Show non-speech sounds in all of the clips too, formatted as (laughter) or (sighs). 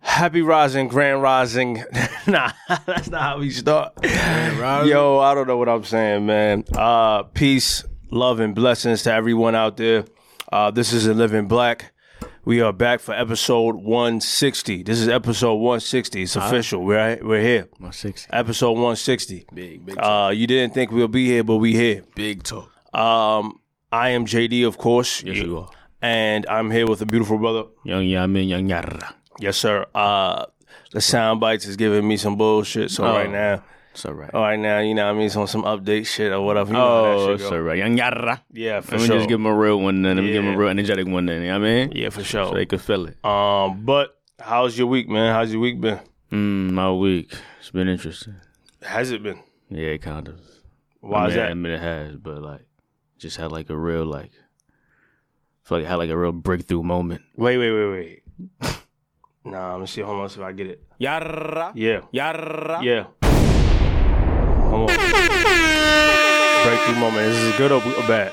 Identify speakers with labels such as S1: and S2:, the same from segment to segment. S1: Happy Rising, Grand Rising. (laughs) nah, that's not how we start. Yo, I don't know what I'm saying, man. Uh, peace, love, and blessings to everyone out there. Uh, this is In Living Black. We are back for episode 160. This is episode 160. It's official. We're we're here.
S2: My six.
S1: Episode 160.
S2: Big, big,
S1: Uh, you didn't think we'll be here, but we here.
S2: big talk.
S1: Um, I am JD, of course.
S2: Yes, you are.
S1: And I'm here with a beautiful brother.
S2: Young Yamin, Young Yarra.
S1: Yes, sir. Uh, the sound bites is giving me some bullshit. So right now,
S2: It's all right.
S1: all right now, you know, what I mean, it's on some update shit or whatever. You know how that
S2: Oh,
S1: shit
S2: it's
S1: go.
S2: all right. Young Yarra.
S1: yeah, for
S2: Let me
S1: sure.
S2: just give him a real one then. Let me give him
S1: Yeah.
S2: a real energetic one then. You know what I mean?
S1: yeah, for
S2: So they
S1: sure.
S2: could feel it.
S1: Um, but how's your week, man? How's your week been?
S2: Mm, my week. It's been interesting.
S1: Has it been?
S2: Yeah, kind of.
S1: Why
S2: I
S1: is
S2: mean, I
S1: that?
S2: admit it has, but like, just had like a real, like, feel like I had like a real breakthrough moment.
S1: Wait, wait, wait, wait. (laughs) nah, let me see. Hold on, see if I get it.
S2: Yarra.
S1: Yeah,
S2: Yarra.
S1: yeah. Hold on. Breakthrough moment. Is this good or or bad?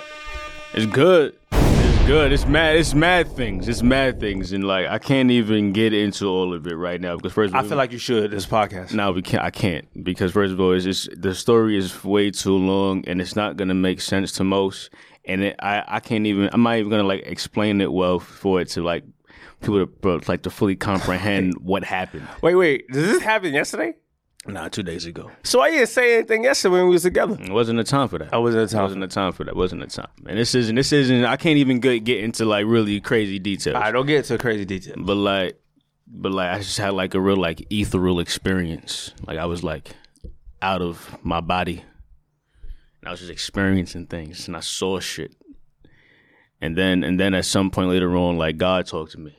S2: It's good. It's good. It's mad. It's mad things. It's mad things, and like I can't even get into all of it right now because first of all,
S1: I feel like you should this podcast.
S2: no, we can't. I can't because first of all, it's just, the story is way too long, and it's not gonna make sense to most. And it, I, I can't even. I'm not even gonna like explain it well for it to like people to for, like to fully comprehend what happened.
S1: Wait, wait. Did this happen yesterday?
S2: Nah, two days ago.
S1: So I didn't say anything yesterday when we was together.
S2: It wasn't a time for that.
S1: I wasn't a
S2: wasn't a time for that. Wasn't a time. And this isn't. This isn't. I can't even get get into like really crazy details.
S1: I don't get to crazy detail.
S2: but like but like i just had like a real like ethereal experience like i was like out of my body and i was just experiencing things and i saw shit and then and then at some point later on like god talked to me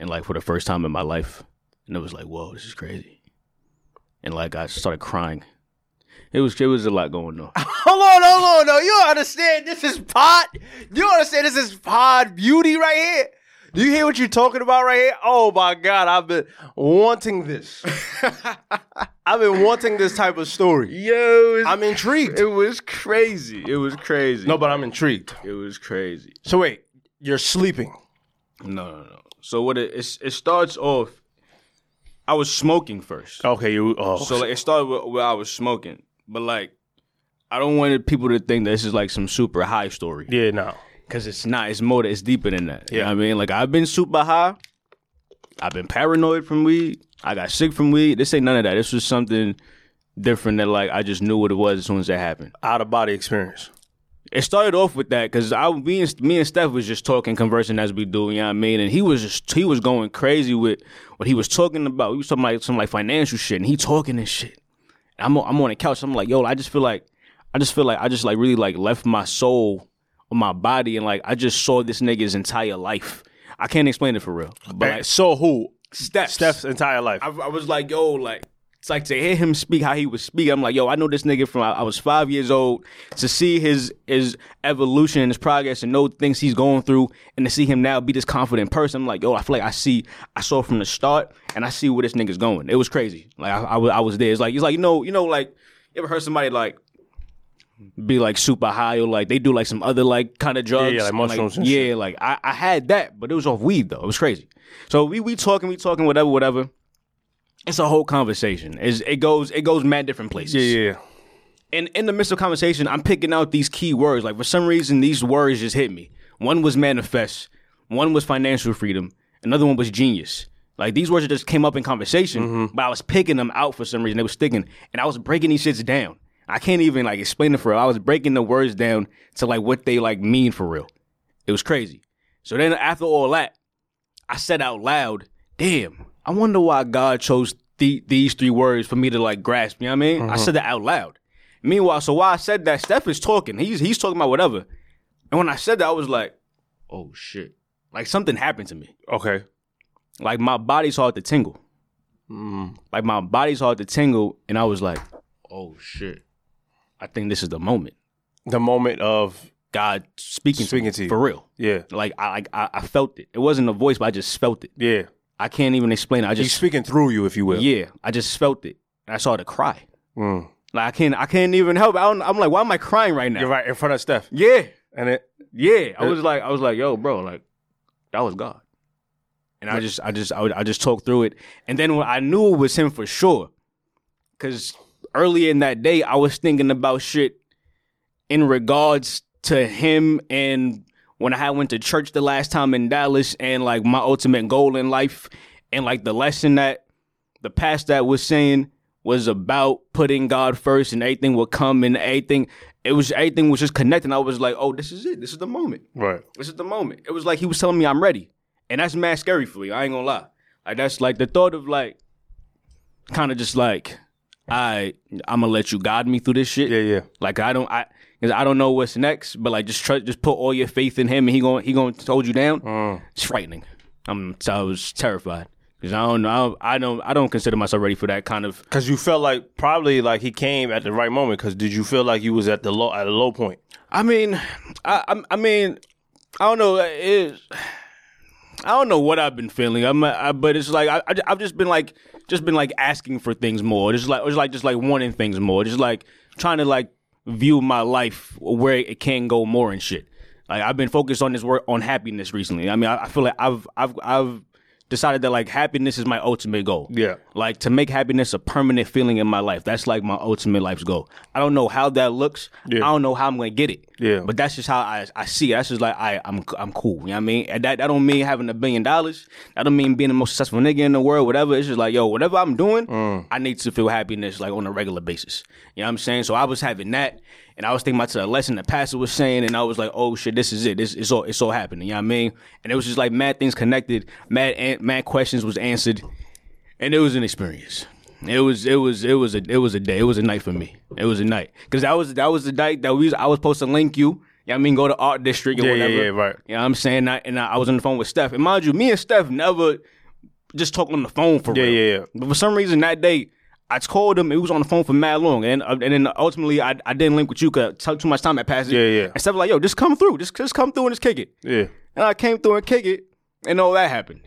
S2: and like for the first time in my life and it was like whoa this is crazy and like i started crying it was it was a lot going on
S1: (laughs) Hold on, hold on, no. You don't understand this is pod. You don't understand this is pod beauty right here. Do you hear what you're talking about right here? Oh my god, I've been wanting (laughs) this. I've been wanting this type of story.
S2: yo
S1: I'm intrigued.
S2: was crazy (laughs) it was crazy
S1: No, but I'm intrigued.
S2: it was crazy
S1: So wait, you're sleeping.
S2: No, no, no. So what it it's, it starts off. I was smoking first,
S1: Okay, you. Oh,
S2: so like it started with, where I was smoking, but like I don't want people to think that this is like some super high story
S1: yeah, no.
S2: because it's not. It's more. It's deeper than that. You know
S1: Yeah.
S2: what I mean, like I've been super high. I've been paranoid from weed. I got sick from weed. This ain't none of that. This was something different that like I just knew what it was as soon as that happened.
S1: Out of body experience.
S2: It started off with that because I me and me and Steph was just talking, conversing as we do, you know what I mean? And he was just he was going crazy with what he was talking about. He was talking like some like financial shit, and he talking and shit. And I'm on- I'm on the couch. I'm like, yo, I just feel like I just feel like I just like really like left my soul on my body, and like I just saw this nigga's entire life. I can't explain it for real, but like,
S1: so who?
S2: Steps.
S1: Steph's entire life.
S2: I, I was like, yo, like it's like to hear him speak how he was speaking. I'm like, yo, I know this nigga from I, I was five years old. To see his his evolution and his progress and know things he's going through, and to see him now be this confident person, I'm like, yo, I feel like I see, I saw from the start, and I see where this nigga's going. It was crazy. Like I, I, was- I was there. It's like it's like you know, you know, like you ever heard somebody like be like super high or like they do like some other like kind of drugs.
S1: yeah, like
S2: and,
S1: mushrooms and
S2: yeah, like I, I had that, but it was off weed though. It was crazy. So we we talking, we talking, whatever, whatever. It's a whole conversation. It's, it goes it goes mad different places.
S1: yeah.
S2: And in the midst of conversation, I'm picking out these key words. Like for some reason, these words just hit me. One was manifest. One was financial freedom. Another one was genius. Like these words just came up in conversation, but I was picking them out for some reason. They were sticking, and I was breaking these shits down. I can't even like explain it for real. I was breaking the words down to like what they like mean for real. It was crazy. So then after all that, I said out loud, damn, I wonder why God chose the, these three words for me to like grasp. You know what I mean? I said that out loud. Meanwhile, so while I said that, Steph is talking. He's he's talking about whatever. And when I said that, I was like, oh shit. Like something happened to me.
S1: Okay.
S2: Like my body's hard to tingle.
S1: Mm.
S2: Like my body's hard to tingle. And I was like, oh shit. I think this is the moment.
S1: The moment of
S2: God speaking,
S1: Speaking
S2: me
S1: to you.
S2: for real.
S1: yeah,
S2: Like I, like I I felt it. It wasn't a voice, but I just felt it.
S1: yeah.
S2: I can't even explain it. I
S1: He's
S2: just
S1: speaking through you, if you will.
S2: Yeah, I just felt it. And I started to cry.
S1: Mm.
S2: Like I can't, I can't even help. it. I don't, I'm like, why am I crying right now?
S1: You're right in front of Steph,
S2: Yeah,
S1: and it
S2: yeah. I was like, I was like, yo, bro, like that was God. and I just I just I, would, I just talked through it, and then when I knew it was him for sure, because earlier in that day I was thinking about shit in regards to him and when I had went to church the last time in Dallas and like my ultimate goal in life and like the lesson that the pastor that was saying was about putting God first and everything will come and everything it was everything was just connecting. I was like, oh, this is it. This is the moment.
S1: Right.
S2: This is the moment. It was like he was telling me I'm ready. And that's mad scary for me. I ain't gonna lie. Like that's like the thought of like kind of just like I I'm gonna let you guide me through this shit.
S1: Yeah, yeah.
S2: Like I don't I cause I don't know what's next, but like just trust just put all your faith in him and he going he going to hold you down. It's frightening. I'm so I was terrified. Cause I don't know, I don't, I don't, I don't consider myself ready for that kind of.
S1: Because you felt like probably like he came at the right moment. Because did you feel like you was at the low at a low point?
S2: I mean, I, I, I mean, I don't know. It, I don't know what I've been feeling. I'm, I, but it's like I, I, I've just been like, just been like asking for things more. Just like, just like, just like wanting things more. Just like trying to like view my life where it can go more and shit. Like I've been focused on this work on happiness recently. I mean, I, I feel like I've, I've, I've decided that like happiness is my ultimate goal.
S1: Yeah.
S2: Like to make happiness a permanent feeling in my life. That's like my ultimate life's goal. I don't know how that looks.
S1: Yeah.
S2: I don't know how I'm gonna get it.
S1: Yeah.
S2: But that's just how I, I see it. That's just like I I'm I'm cool. You know what I mean? And that that don't mean having a billion dollars. That don't mean being the most successful nigga in the world, whatever. It's just like, yo, whatever I'm doing, I need to feel happiness like on a regular basis. You know what I'm saying? So I was having that and I was thinking about the lesson the pastor was saying, and I was like, "Oh shit, this is it. This it's all it's all happening." You know what I mean? And it was just like mad things connected, mad an- mad questions was answered, and it was an experience. It was it was it was a it was a day. It was a night for me. It was a night because that was that was the night that we was, I was supposed to link you. You know what I mean? Go to art district or
S1: Yeah, yeah,
S2: whatever.
S1: yeah, right.
S2: You know what I'm saying? I, and I, I was on the phone with Steph, and mind you, me and Steph never just talk on the phone for
S1: Yeah,
S2: real.
S1: yeah, yeah.
S2: But for some reason that day, I called him. It was on the phone for mad long, and uh, and then ultimately I, I didn't link with you because too much time had passed.
S1: Yeah, yeah.
S2: And stuff like yo, just come through, just just come through and just kick it.
S1: Yeah.
S2: And I came through and kick it, and all that happened.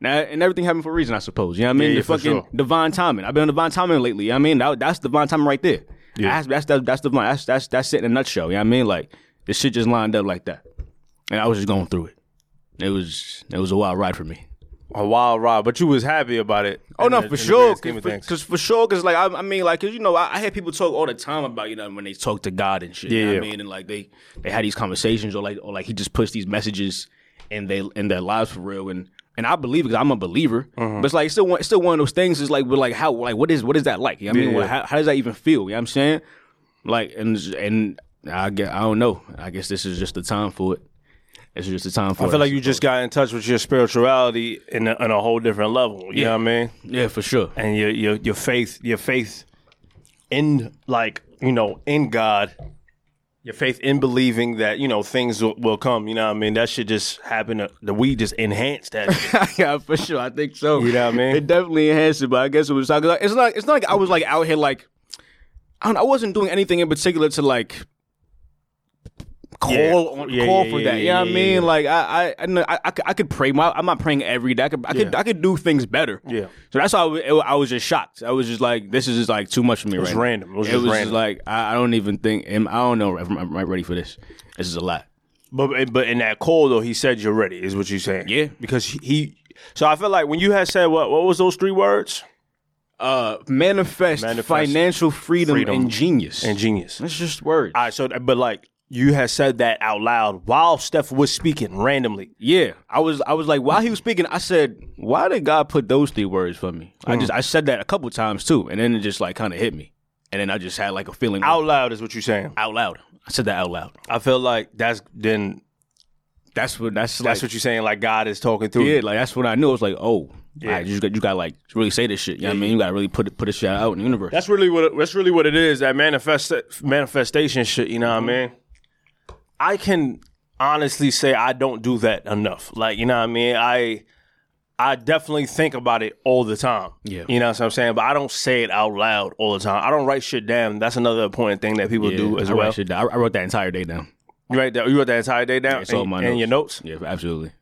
S2: Now and everything happened for a reason, I suppose. You know what I mean?
S1: Yeah, yeah,
S2: the
S1: for
S2: fucking
S1: sure.
S2: divine timing. I've been on divine timing lately. You know what I mean, that, that's divine timing right there.
S1: Yeah.
S2: That's that's that's that's divine. That's that's that's it in a nutshell. You know what I mean? Like this shit just lined up like that, and I was just going through it. It was it was a wild ride for me.
S1: A wild ride, but you was happy about it.
S2: Oh
S1: in
S2: no,
S1: the-
S2: for
S1: in the
S2: sure,
S1: grand scheme of things.
S2: because for sure, because like I, I mean, like because you know, I, I hear people talk all the time about you know when they talk to God and shit. you know
S1: Yeah,
S2: what I
S1: yeah.
S2: mean, and like they they had these conversations or like or like he just pushed these messages in they in their lives for real and. And I believe because I'm a believer,
S1: Uh-huh.
S2: but it's like it's still one, it's still one of those things. Is like, but like, how, like, what is, what is that like? You know what I mean,
S1: Yeah,
S2: What-
S1: yeah.
S2: how, how does that even feel? You know what I'm saying, like, and and I get, I don't know. I guess this is just the time for it. This is just the time for it.
S1: I feel like you just got in touch with your spirituality in a, on a whole different level. You know what I mean?
S2: yeah, for sure.
S1: And your your your faith, your faith in like you know in God, your faith in believing that you know things will, will come. You know what I mean? That shit just happened. To, the weed just enhanced that. (laughs) shit.
S2: yeah, for sure. (laughs) I think so.
S1: You know what I mean?
S2: It definitely enhanced it, but I guess it was like it's not it's not like I was like out here like I don't know, I wasn't doing anything in particular to like call
S1: Yeah.
S2: on
S1: Yeah,
S2: call
S1: yeah,
S2: for
S1: yeah,
S2: that.
S1: yeah,
S2: you know what I
S1: yeah,
S2: mean?
S1: yeah.
S2: Like I I I, know- I, I could, I could pray. My, I'm not praying every day. I could I could
S1: Yeah.
S2: I could do things better.
S1: Yeah.
S2: So that's why I, wa- it, wa- I was just shocked. I was just like, this is just like too much for me. It
S1: was
S2: right now.
S1: random. It was
S2: It
S1: just
S2: was
S1: random.
S2: like I, I don't even think. am- I don't know if I'm, I'm ready for this. This is a lot.
S1: But but in that call though, he said you're ready. Is what you saying?
S2: Yeah.
S1: Because he. he so I feel like when you had said what what was those three words?
S2: Uh, manifest,
S1: Manifest
S2: financial freedom,
S1: freedom
S2: and genius.
S1: And genius.
S2: That's just words.
S1: All right, so but like you had said that out loud while Steph was speaking randomly.
S2: Yeah, I was I was like while he was speaking, I said, "Why did God put those three words for me?" I
S1: Hmm.
S2: just I said that a couple times too, and then it just like kind of hit me, and then I just had like a feeling out
S1: Out loud is what you're saying.
S2: out loud. I said that out loud.
S1: I feel like that's then
S2: That's what that's
S1: that's
S2: like,
S1: what you're saying. Like God is talking through.
S2: yeah,
S1: you.
S2: like that's what I knew. I was like, oh, yeah, you got you got like really say this shit. You know what I mean, you got to really put it put this shit out in the universe.
S1: That's really what it- that's really what it is. That manifest manifestation shit. You know what
S2: Mm-hmm.
S1: I mean? I can honestly say I don't do that enough. Like you know what I mean? I I definitely think about it all the time.
S2: Yeah.
S1: You know what I'm saying? But I don't say it out loud all the time. I don't write shit down. That's another important thing that people
S2: Yeah,
S1: do as
S2: I
S1: well.
S2: Wrote shit down. I I wrote that entire day down.
S1: You write that you wrote that entire day down
S2: It's
S1: and,
S2: all in my
S1: and your notes?
S2: Yeah, absolutely.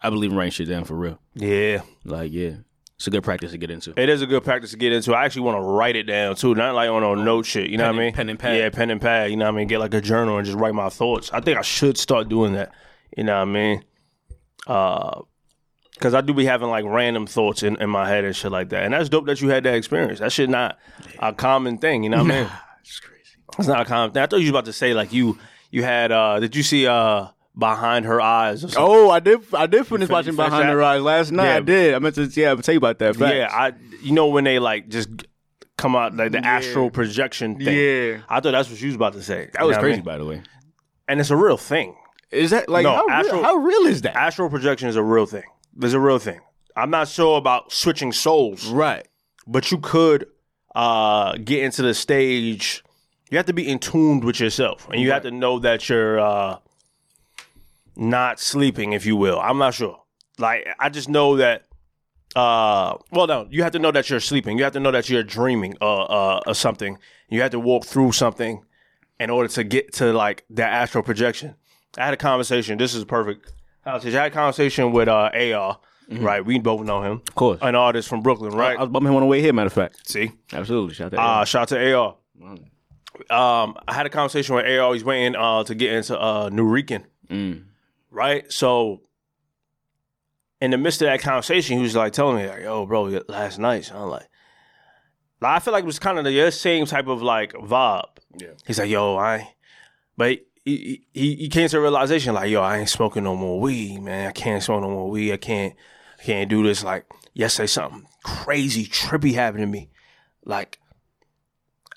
S2: I believe in writing shit down for real.
S1: Yeah.
S2: Like, yeah, it's a good practice to get into.
S1: It is a good practice to get into. I actually want to write it down too, not like on a note shit. You know what I
S2: and-
S1: mean?
S2: pen and pad.
S1: Yeah, pen and pad. You know what I mean? Get like a journal and just write my thoughts. I think I should start doing that. You know what I mean? Uh, Cause I do be having like random thoughts in, in my head and shit like that. And that's dope that you had that experience. That shit not a common thing, you know
S2: (laughs)
S1: what I mean?
S2: It's crazy.
S1: It's not a common thing. I thought you was about to say like you you had uh did you see uh behind her eyes or something?
S2: Oh, I did. I did finish
S1: fin-
S2: watching
S1: you finished
S2: Behind
S1: that?
S2: the Eyes last night.
S1: Yeah.
S2: I did. I meant to. Yeah, I'm tell you about that. Facts.
S1: Yeah, I you know when they like just come out like the astral projection thing.
S2: Yeah.
S1: I thought that's what you was about to say.
S2: that
S1: You
S2: was
S1: know what I
S2: crazy,
S1: mean?
S2: by the way.
S1: And it's a real thing.
S2: Is that like
S1: No,
S2: how,
S1: astral-
S2: real, how real is that?
S1: Astral projection is a real thing. There's a real thing. I'm not sure about switching souls,
S2: right.
S1: but you could uh get into the stage. You have to be in tuned with yourself, and you have to know that you're uh not sleeping, if you will. I'm not sure. Like I just know that. Uh, well, no, you have to know that you're sleeping. You have to know that you're dreaming uh, uh, of something. You have to walk through something in order to get to like that astral projection. I had a conversation. This is perfect. conversation. I had a conversation with uh, AR, right? We both know him, of
S2: course.
S1: an artist from Brooklyn, right?
S2: Mm-hmm. I was bumping him on the way here. Matter of fact.
S1: See,
S2: Absolutely. Shout that.
S1: uh, shout out to AR. Um, I had a conversation with AR. He's waiting uh, to get into uh, New Rican.
S2: Mm.
S1: Right? So, in the midst of that conversation, he was like telling me, like, yo, bro, last night, son, like, like, I feel like it was kind of the same type of like vibe.
S2: Yeah.
S1: He's like, yo, I, ain't-" but he, he, he he came to a realization, like, yo, I ain't smoking no more weed, man. I can't smoke no more weed. I can't, I can't do this. Like, yesterday, something crazy, trippy happened to me. Like,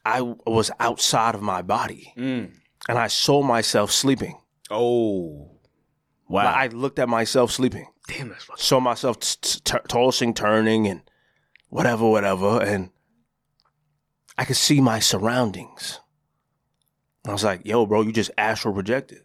S1: I was outside of my body and I saw myself sleeping.
S2: Oh.
S1: Like,
S2: Wow.
S1: I looked at myself sleeping,
S2: Damn, that's fucking.
S1: saw myself t- t- t- tossing, turning, and whatever, whatever. And I could see my surroundings. And I was like, yo, bro, you just astral projected.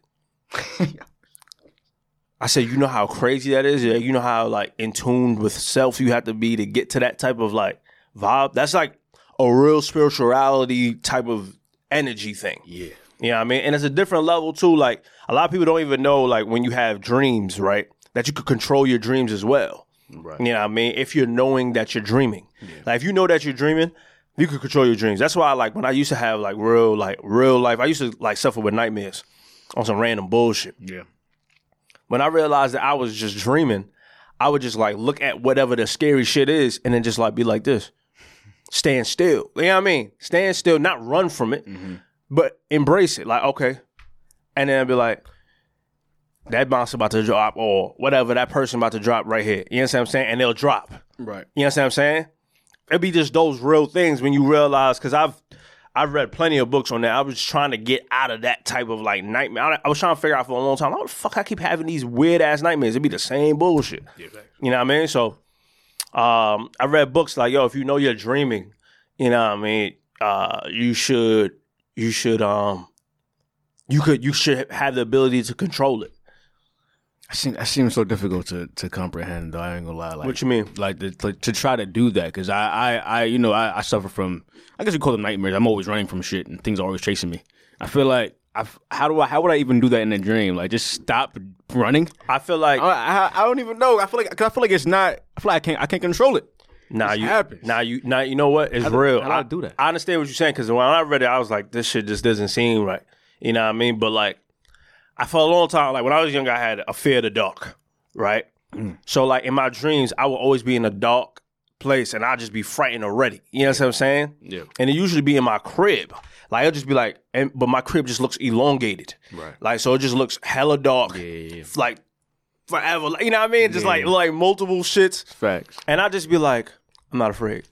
S1: I said, you know how crazy that is? Yeah, you know how like in tune with self you have to be to get to that type of like vibe? That's like a real spirituality type of energy thing.
S2: Yeah.
S1: You know what I mean? And it's a different level too. Like a lot of people don't even know, like when you have dreams, right? That you could control your dreams as well.
S2: Right.
S1: You know what I mean? If you're knowing that you're dreaming. Like if you know that you're dreaming, you could control your dreams. That's why like when I used to have like real like real life, I used to like suffer with nightmares on some random bullshit.
S2: Yeah.
S1: When I realized that I was just dreaming, I would just like look at whatever the scary shit is and then just like be like this. Stand still. You know what I mean? Stand still, not run from it but embrace it. Like, okay. And then I'd be like, that bounce about to drop or whatever, that person about to drop right here. You know what I'm saying? And they'll drop.
S2: Right.
S1: You know what I'm saying? It'd be just those real things when you realize, because I've I've read plenty of books on that. I was trying to get out of that type of like nightmare. I, I was trying to figure out for a long time, how the fuck I keep having these weird ass nightmares? It'd be the same bullshit. You know what I mean? So um, I read books like, yo, if you know you're dreaming, you know what I mean, uh, you should you should um you could you should have the ability to control it.
S2: I seem that seems so difficult to, to comprehend. Though I ain't gonna lie. Like,
S1: What you mean?
S2: like to, to, to try to do that because I, I, I you know I, I suffer from I guess you call them nightmares. I'm always running from shit and things are always chasing me. I feel like I how do I how would I even do that in a dream? Like just stop running.
S1: I feel like
S2: I, I, I don't even know. I feel like cause I feel like it's not. I feel like I can't I can't control it.
S1: Nah, you
S2: happens.
S1: nah you nah you know what? It's real.
S2: how do I do that?
S1: I understand what you're saying because when I read it, I was like, this shit just doesn't seem right. You know what I mean? But like, I for a long time, like when I was younger, I had a fear of the dark, right?
S2: Mm.
S1: So like in my dreams, I would always be in a dark place and I'd just be frightened already. You know what I'm saying?
S2: Yeah.
S1: And it usually be in my crib. Like it'll just be like, and, but my crib just looks elongated.
S2: Right.
S1: Like so, it just looks hella dark.
S2: yeah, yeah.
S1: Like forever. Like, you know what I mean? Just like like multiple shits.
S2: Facts.
S1: And I just be like, I'm not afraid.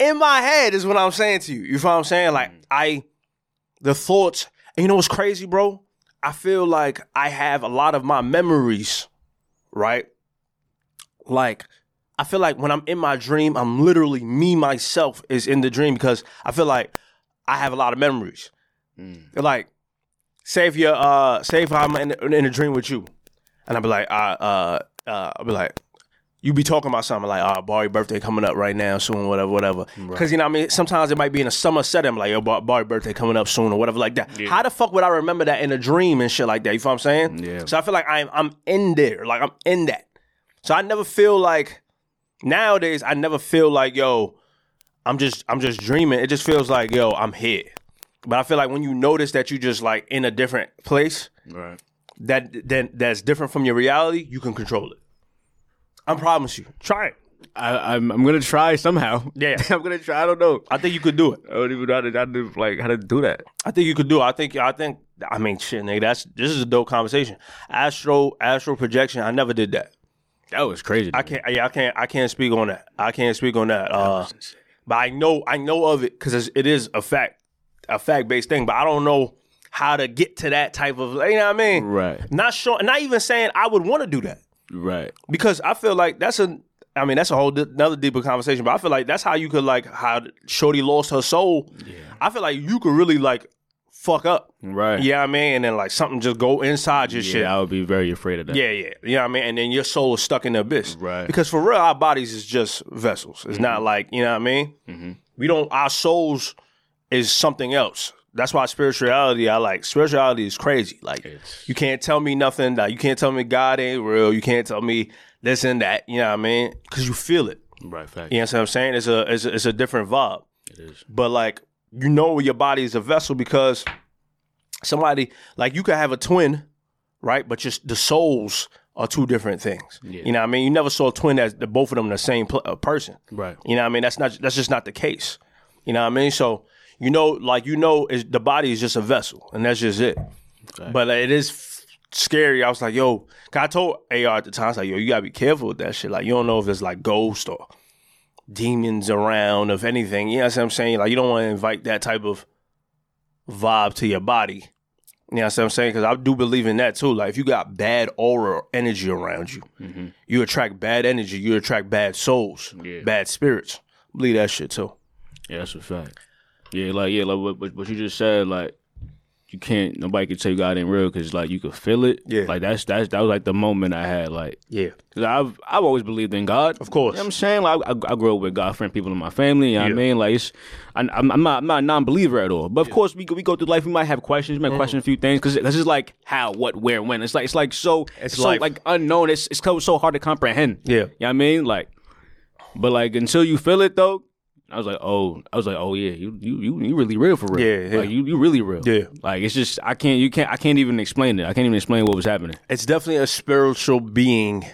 S1: In my head is what I'm saying to you. You feel what I'm saying? Like I the thoughts, and you know what's crazy, bro? I feel like I have a lot of my memories, right? Like I feel like when I'm in my dream, I'm literally me myself is in the dream because I feel like I have a lot of memories. Like, say if you're uh say if I'm in, in a dream with you, and I'll be like, I uh uh I'll be like, you be talking about something like, oh, Barry birthday coming up right now, soon, whatever, whatever. Because you know, what I mean, sometimes it might be in a summer setting, I'm like, yo, Bar- Barry birthday coming up soon, or whatever, like that. How the fuck would I remember that in a dream and shit like that? You feel what I'm saying?
S2: Yeah.
S1: So I feel like I'm I'm in there, like I'm in that. So I never feel like nowadays I never feel like yo, I'm just I'm just dreaming. It just feels like yo, I'm here. But I feel like when you notice that you just like in a different place
S2: Right.
S1: that then that's different from your reality, you can control it. I promise you. Try it.
S2: I, I'm I'm gonna try somehow.
S1: Yeah.
S2: (laughs) I'm gonna try. I don't know.
S1: I think you could do it.
S2: I don't even know how to, how to like how to do that.
S1: I think you could do. It. I think. I think. I mean, shit, nigga. That's this is a dope conversation. Astro, astral projection. I never did that.
S2: That was crazy.
S1: I can't. Yeah, I can't. I can't speak on that. I can't speak on that. Uh, but I know. I know of it because it is a fact, a fact based thing. But I don't know how to get to that type of. You know what I mean?
S2: Right.
S1: Not sure. Not even saying I would want to do that
S2: Right.
S1: because I feel like that's a. I mean, that's a whole di- another deeper conversation. But I feel like that's how you could like how Shorty lost her soul. I feel like you could really like fuck up.
S2: Right.
S1: Yeah, I mean, and then like something just go inside your shit.
S2: I would be very afraid of that.
S1: Yeah, yeah. You know what I mean? And then your soul is stuck in the abyss.
S2: Right.
S1: Because for real, our bodies is just vessels. It's not like, you know what I mean? We don't, our souls is something else. That's why spirituality, I like, spirituality is crazy. Like, you can't tell me nothing. Like, you can't tell me God ain't real. You can't tell me this and that. You know what I mean? Because you feel it.
S2: Right. Fact.
S1: You know what I'm saying? It's a, it's a, it's a different vibe
S2: It is.
S1: but like you know your body is a vessel because somebody like you could have a twin right but just the souls are two different things you know what i mean you never saw a twin that's the both of them the same pl- uh, person
S2: Right.
S1: you know what i mean that's not that's just not the case you know what i mean so you know like you know is the body is just a vessel and that's just it but like, it is f- scary i was like yo 'cause i told ar at the time i was like yo you gotta be careful with that shit like you don't know if it's like ghost or demons around of anything. You know what I'm saying? Like you don't want to invite that type of vibe to your body. You know what I'm saying? Because I do believe in that too. Like if you got bad aura or energy around you, you attract bad energy. You attract bad souls,
S2: Mm-hmm. Yeah.
S1: bad spirits. Believe that shit too.
S2: Yeah, that's a fact. Yeah, like yeah, like what, what- what you just said, like you can't. Nobody can tell you God ain't real because like you could feel it.
S1: Yeah.
S2: like that's that's that was like the moment I had. Like,
S1: Yeah,
S2: 'cause I've I've always believed in God.
S1: of course.
S2: You know what I'm saying like I, I grew up with God friend people in my family. You know
S1: Yeah.
S2: what I mean like it's I, I'm, I'm not I'm not a non-believer at all. But of course we go- we go through life. We might have questions. We
S1: Mm-hmm.
S2: might question a few things because this is like how, what, where, when. It's like it's like so
S1: It's
S2: it's so
S1: life.
S2: like unknown. It's it's so, so hard to comprehend.
S1: Yeah.
S2: you know what I mean like, but like until you feel it though. I was like, oh, I was like, oh yeah, you you you, you really real for real,
S1: Yeah, yeah.
S2: Like, you you really real,
S1: Yeah.
S2: Like it's just I can't you can't I can't even explain it. I can't even explain what was happening.
S1: it's definitely a spiritual being.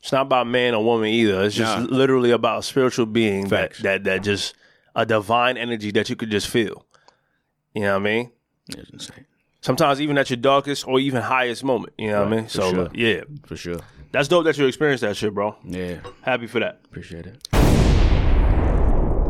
S1: It's not about man or woman either. It's just literally about a spiritual being that,
S2: Facts.
S1: that that just a divine energy that you could just feel. You know what I mean?
S2: It's insane
S1: sometimes even at your darkest or even highest moment. You know what I mean? So
S2: sure.
S1: uh, yeah,
S2: for sure.
S1: that's dope that you experienced that shit, bro.
S2: Yeah,
S1: Happy for that.
S2: appreciate it.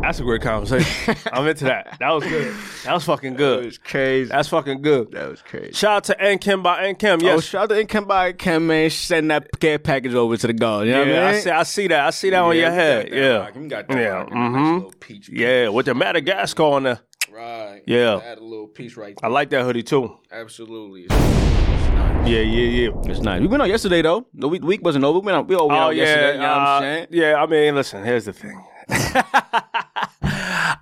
S1: That's a great conversation. I'm into that. That was good. That was fucking good.
S2: crazy.
S1: That's fucking good.
S2: That was crazy.
S1: Shout out to N Kim by N Kim.
S2: Oh,
S1: Yes.
S2: shout out to Inkenbai Ken, man. Send that care package over to the guard. You know what
S1: yeah,
S2: I
S1: I
S2: mean?
S1: see, I see that. I see that on your head. Yeah.
S3: got
S1: that, Yeah, Rock. You got a nice mhm.
S3: peach.
S1: Yeah, with the Madagascar on there.
S3: Right.
S1: Yeah.
S3: Add a little piece right
S1: I like that hoodie too.
S3: there. Absolutely.
S1: Yeah, yeah, yeah.
S2: It's nice. We went out yesterday though. The week, week wasn't over. We went out. We all went
S1: Oh
S2: out
S1: yeah,
S2: yesterday. You know what
S1: uh,
S2: I'm saying?
S1: yeah. I mean, listen. Here's the thing. (laughs)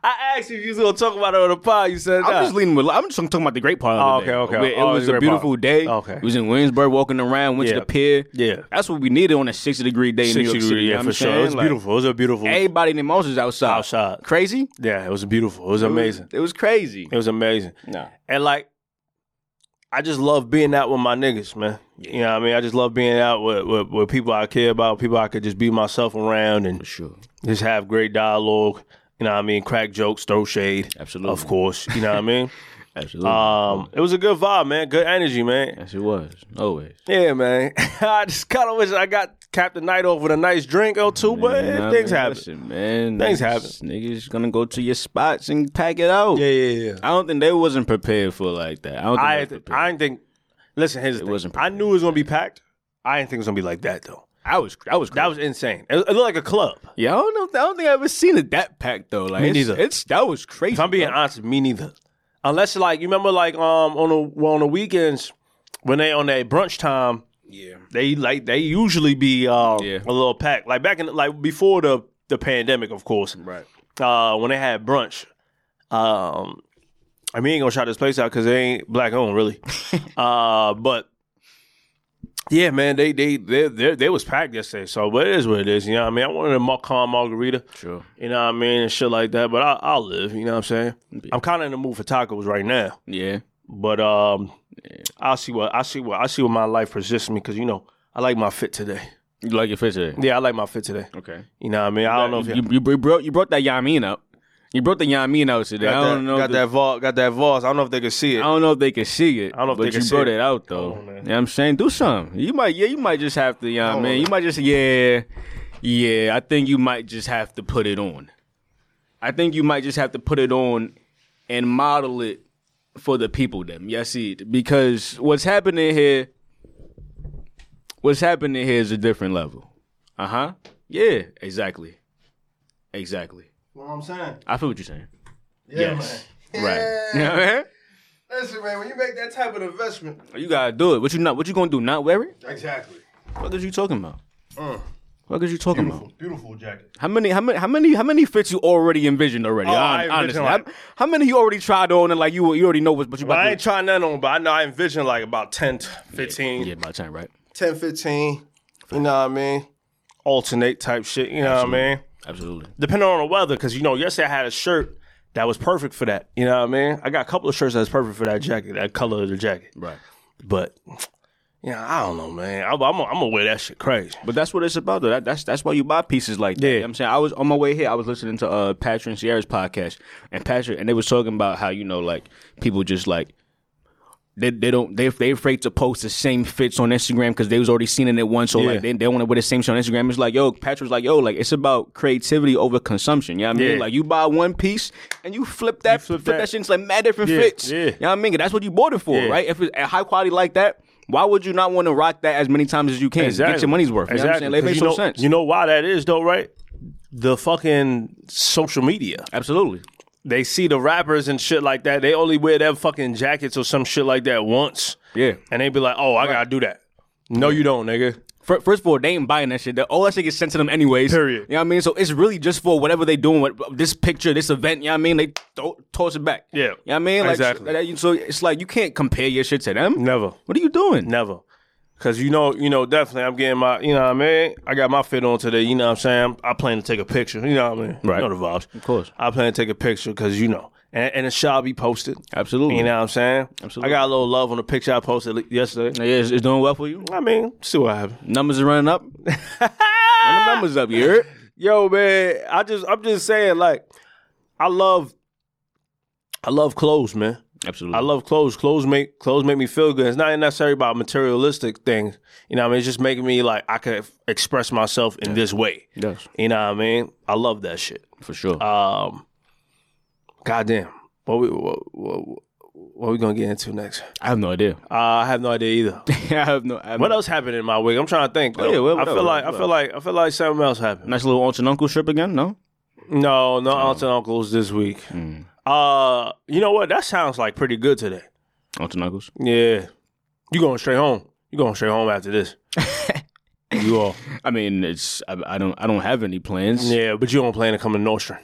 S1: I asked you if you was gonna talk about it on the pod. You said nah.
S2: I'm just leading with. I'm just talking about the great part. Of the
S1: Oh, okay,
S2: day.
S1: okay.
S2: It,
S1: Oh,
S2: was
S1: the
S2: a
S1: great
S2: beautiful
S1: part.
S2: day.
S1: Okay.
S2: It was in Williamsburg, walking around. Went
S1: Yeah.
S2: to the pier.
S1: Yeah.
S2: That's what we needed on a 60 degree day in New York City. you know
S1: yeah,
S2: what
S1: for
S2: I'm
S1: sure.
S2: saying?
S1: It was
S2: Like,
S1: beautiful. It was a beautiful.
S2: Everybody in the monsters outside.
S1: Outside.
S2: Crazy.
S1: Yeah, it was beautiful. It was amazing.
S2: It was crazy.
S1: It was amazing.
S2: No.
S1: And like, I just love being out with my niggas, man. You know what I mean? I just love being out with, with, with people I care about, people I could just be myself around and
S2: Sure.
S1: just have great dialogue. You know what I mean? Crack jokes, throw shade.
S2: Absolutely.
S1: Of course. You know what I mean?
S2: (laughs) Absolutely.
S1: Um, it was a good vibe, man. Good energy, man.
S2: yes, it was. Always.
S1: Yeah, man. (laughs) I just kind of wish I got Captain Night off with a nice drink or two, but
S2: You know what
S1: things
S2: I mean?
S1: happen.
S2: Listen, man.
S1: Things
S2: niggas- Niggas gonna go to your spots and pack it out.
S1: Yeah, yeah, yeah.
S2: I don't think they wasn't prepared for like that. I don't think
S1: I
S2: they was
S1: didn't-
S2: prepared.
S1: I didn't think. Listen, here's the thing.
S2: wasn't
S1: I knew it was gonna be packed. I didn't think it was gonna be like that though.
S2: I, was I was
S1: That was insane. It, it looked like a club.
S2: yeah. I don't know. I don't think I ever seen it that packed though. Like
S1: Me
S2: it's,
S1: neither.
S2: It's that was crazy.
S1: If I'm being
S2: bro.
S1: honest, me neither. Unless like you remember like um on the well, on the weekends when they on their brunch time
S3: Yeah.
S1: they like they usually be um,
S2: Yeah.
S1: a little packed. Like back in like before the the pandemic, of course.
S3: Right.
S1: Uh, when they had brunch, um, I mean, ain't gonna shout this place out because they ain't black owned
S2: (laughs)
S1: really. uh, but yeah, man, they they they they, they was packed yesterday. So, but it is what it is. You know what I mean? I wanted a mar- calm margarita.
S2: Sure.
S1: You know what I mean, and shit like that. But I, I'll live. You know what I'm saying? I'm kind of in the mood for tacos right now.
S2: Yeah.
S1: But um, I'll see what I see what I see what my life persists me because you know I like my fit today.
S2: You like your eh? fit today?
S1: Yeah, I like my fit today.
S2: Okay.
S1: You know what I mean? I don't know if
S2: You, you, you brought you brought that Yamin up. You brought the Yamin out today.
S1: got,
S2: I
S1: that,
S2: don't know.
S1: got
S2: if the-
S1: that Voss. Got that Voss. I don't know if they can see
S2: I
S1: it.
S2: don't know if they can see it. I
S1: don't know if
S2: but
S1: they can
S2: you
S1: see
S2: brought
S1: it.
S2: it out though.
S1: on,
S2: you
S1: man.
S2: know what I'm saying? Do something. You might yeah, you might just have to, yeah,
S1: on,
S2: man. You
S1: man.
S2: might just yeah. Yeah, I think you might just have to put it on. I think you might just have to put it on and model it for the people them. Yes, see, because what's happening here what's happening here is a different level. Uh-huh. Yeah, exactly. Exactly.
S1: You know what I'm saying?
S2: I feel what you're saying.
S1: Yeah,
S2: Yes.
S1: man.
S2: Right. You know what I mean?
S1: Listen, man, when you make that type of investment,
S2: (laughs) You gotta do it. What you not? What you gonna do? Not wear it?
S1: exactly.
S2: What is you talking about?
S1: Mm.
S2: What is you talking about?
S1: beautiful jacket.
S2: How many? How many? How many? How many fits you already envisioned already?
S1: Oh,
S2: Hon-
S1: I envision
S2: honestly,
S1: like-
S2: how, how many you already tried on and like you you already know what's what you
S1: But
S2: about
S1: I
S2: to
S1: ain't trying none on, but I know I envision like about 10, 15,
S2: do? Yeah, by the time right.
S1: 10, 15. You know what I mean? Alternate type shit. You know what I mean?
S2: Absolutely.
S1: Depending on the weather, because you know, yesterday I had a shirt that was perfect for that. You know what I mean? I got a couple of shirts that's perfect for that jacket, that color of the jacket.
S2: Right.
S1: But yeah, I don't know, man. I, I'm gonna I'm gonna wear that shit crazy.
S2: But that's what it's about though. That, that's that's why you buy pieces like that. You know what I'm saying I was on my way here, I was listening to uh Patrick and Sierra's podcast and Patrick and they was talking about how, you know, like people just like they, they don't they they afraid to post the same fits on Instagram because they was already seen it once. So
S1: Yeah.
S2: like they, they want to wear the same shit on Instagram. It's like yo, Patrick's like yo, like it's about creativity over consumption. You know what I mean?
S1: Yeah.
S2: Like you buy one piece and you flip that
S1: flip
S2: flip,
S1: that.
S2: that. shit into like mad different
S1: Yeah,
S2: fits.
S1: yeah.
S2: You know what I mean? That's what you bought it for,
S1: Yeah.
S2: right? If it's at high quality like that. Why would you not want to rock that as many times as you can? Get your money's worth. You know what I'm saying? Like, It
S1: 'Cause
S2: makes
S1: you
S2: no
S1: know,
S2: sense.
S1: You know why that is though, right? The fucking social media.
S2: Absolutely.
S1: They see the rappers and shit like that. They only wear their fucking jackets or some shit like that once.
S2: Yeah.
S1: And they be like, oh, I gotta do that. No, you don't, nigga.
S2: Fir- First of all, they ain't buying that shit. That- All that shit gets sent to them anyways.
S1: Period.
S2: You know what I mean? So it's really just for whatever they doing, what, this picture, this event, you know what I mean? They throw, toss it back.
S1: Yeah.
S2: You know what I mean? Like,
S1: Exactly.
S2: that- that- So it's like you can't compare your shit to them.
S1: Never.
S2: What are you doing?
S1: Never. Cause you know, you know, definitely I'm getting my, you know what I mean? I got my fit on today, you know what I'm saying? I plan to take a picture, you know what I mean?
S2: Right.
S1: You know the vibes. Of
S2: course.
S1: I plan to take a picture because you know. And, and it shall be posted.
S2: Absolutely.
S1: You know what I'm saying?
S2: Absolutely.
S1: I got a little love on the picture I posted le- yesterday.
S2: Yeah, it's, it's doing well for you.
S1: I mean, see what happened.
S2: Numbers are
S1: (laughs)
S2: running up. Run the numbers up, you heard?
S1: Yo, man, I just I'm just saying, like, I love I love clothes, man.
S2: Absolutely.
S1: I love clothes. Clothes make clothes make me feel good. It's not necessarily about materialistic things. You know what I mean? It's just making me like I can f- express myself in this way.
S2: Yes,
S1: You know what I mean? I love that shit.
S2: for sure.
S1: Um goddamn. What we what, what, what we gonna get into next?
S2: I have no idea.
S1: Uh, I have no idea (laughs) either.
S2: (laughs) I have no. I have
S1: What
S2: no-
S1: else happened in my week? I'm trying to think.
S2: yeah, what-
S1: I
S2: what
S1: feel
S2: else?
S1: like I
S2: What
S1: feel like I feel like something else happened.
S2: Nice little aunt and uncle trip again? No.
S1: No, no aunts and uncles this week.
S2: Mm.
S1: Uh, you know what? That sounds like pretty good today.
S2: Aunts and uncles.
S1: Yeah, you going straight home? You going straight home after
S2: (laughs)
S1: this? you all?
S2: I mean, it's I, I don't I don't have any plans.
S1: Yeah, but you don't plan to come to Nordstrom.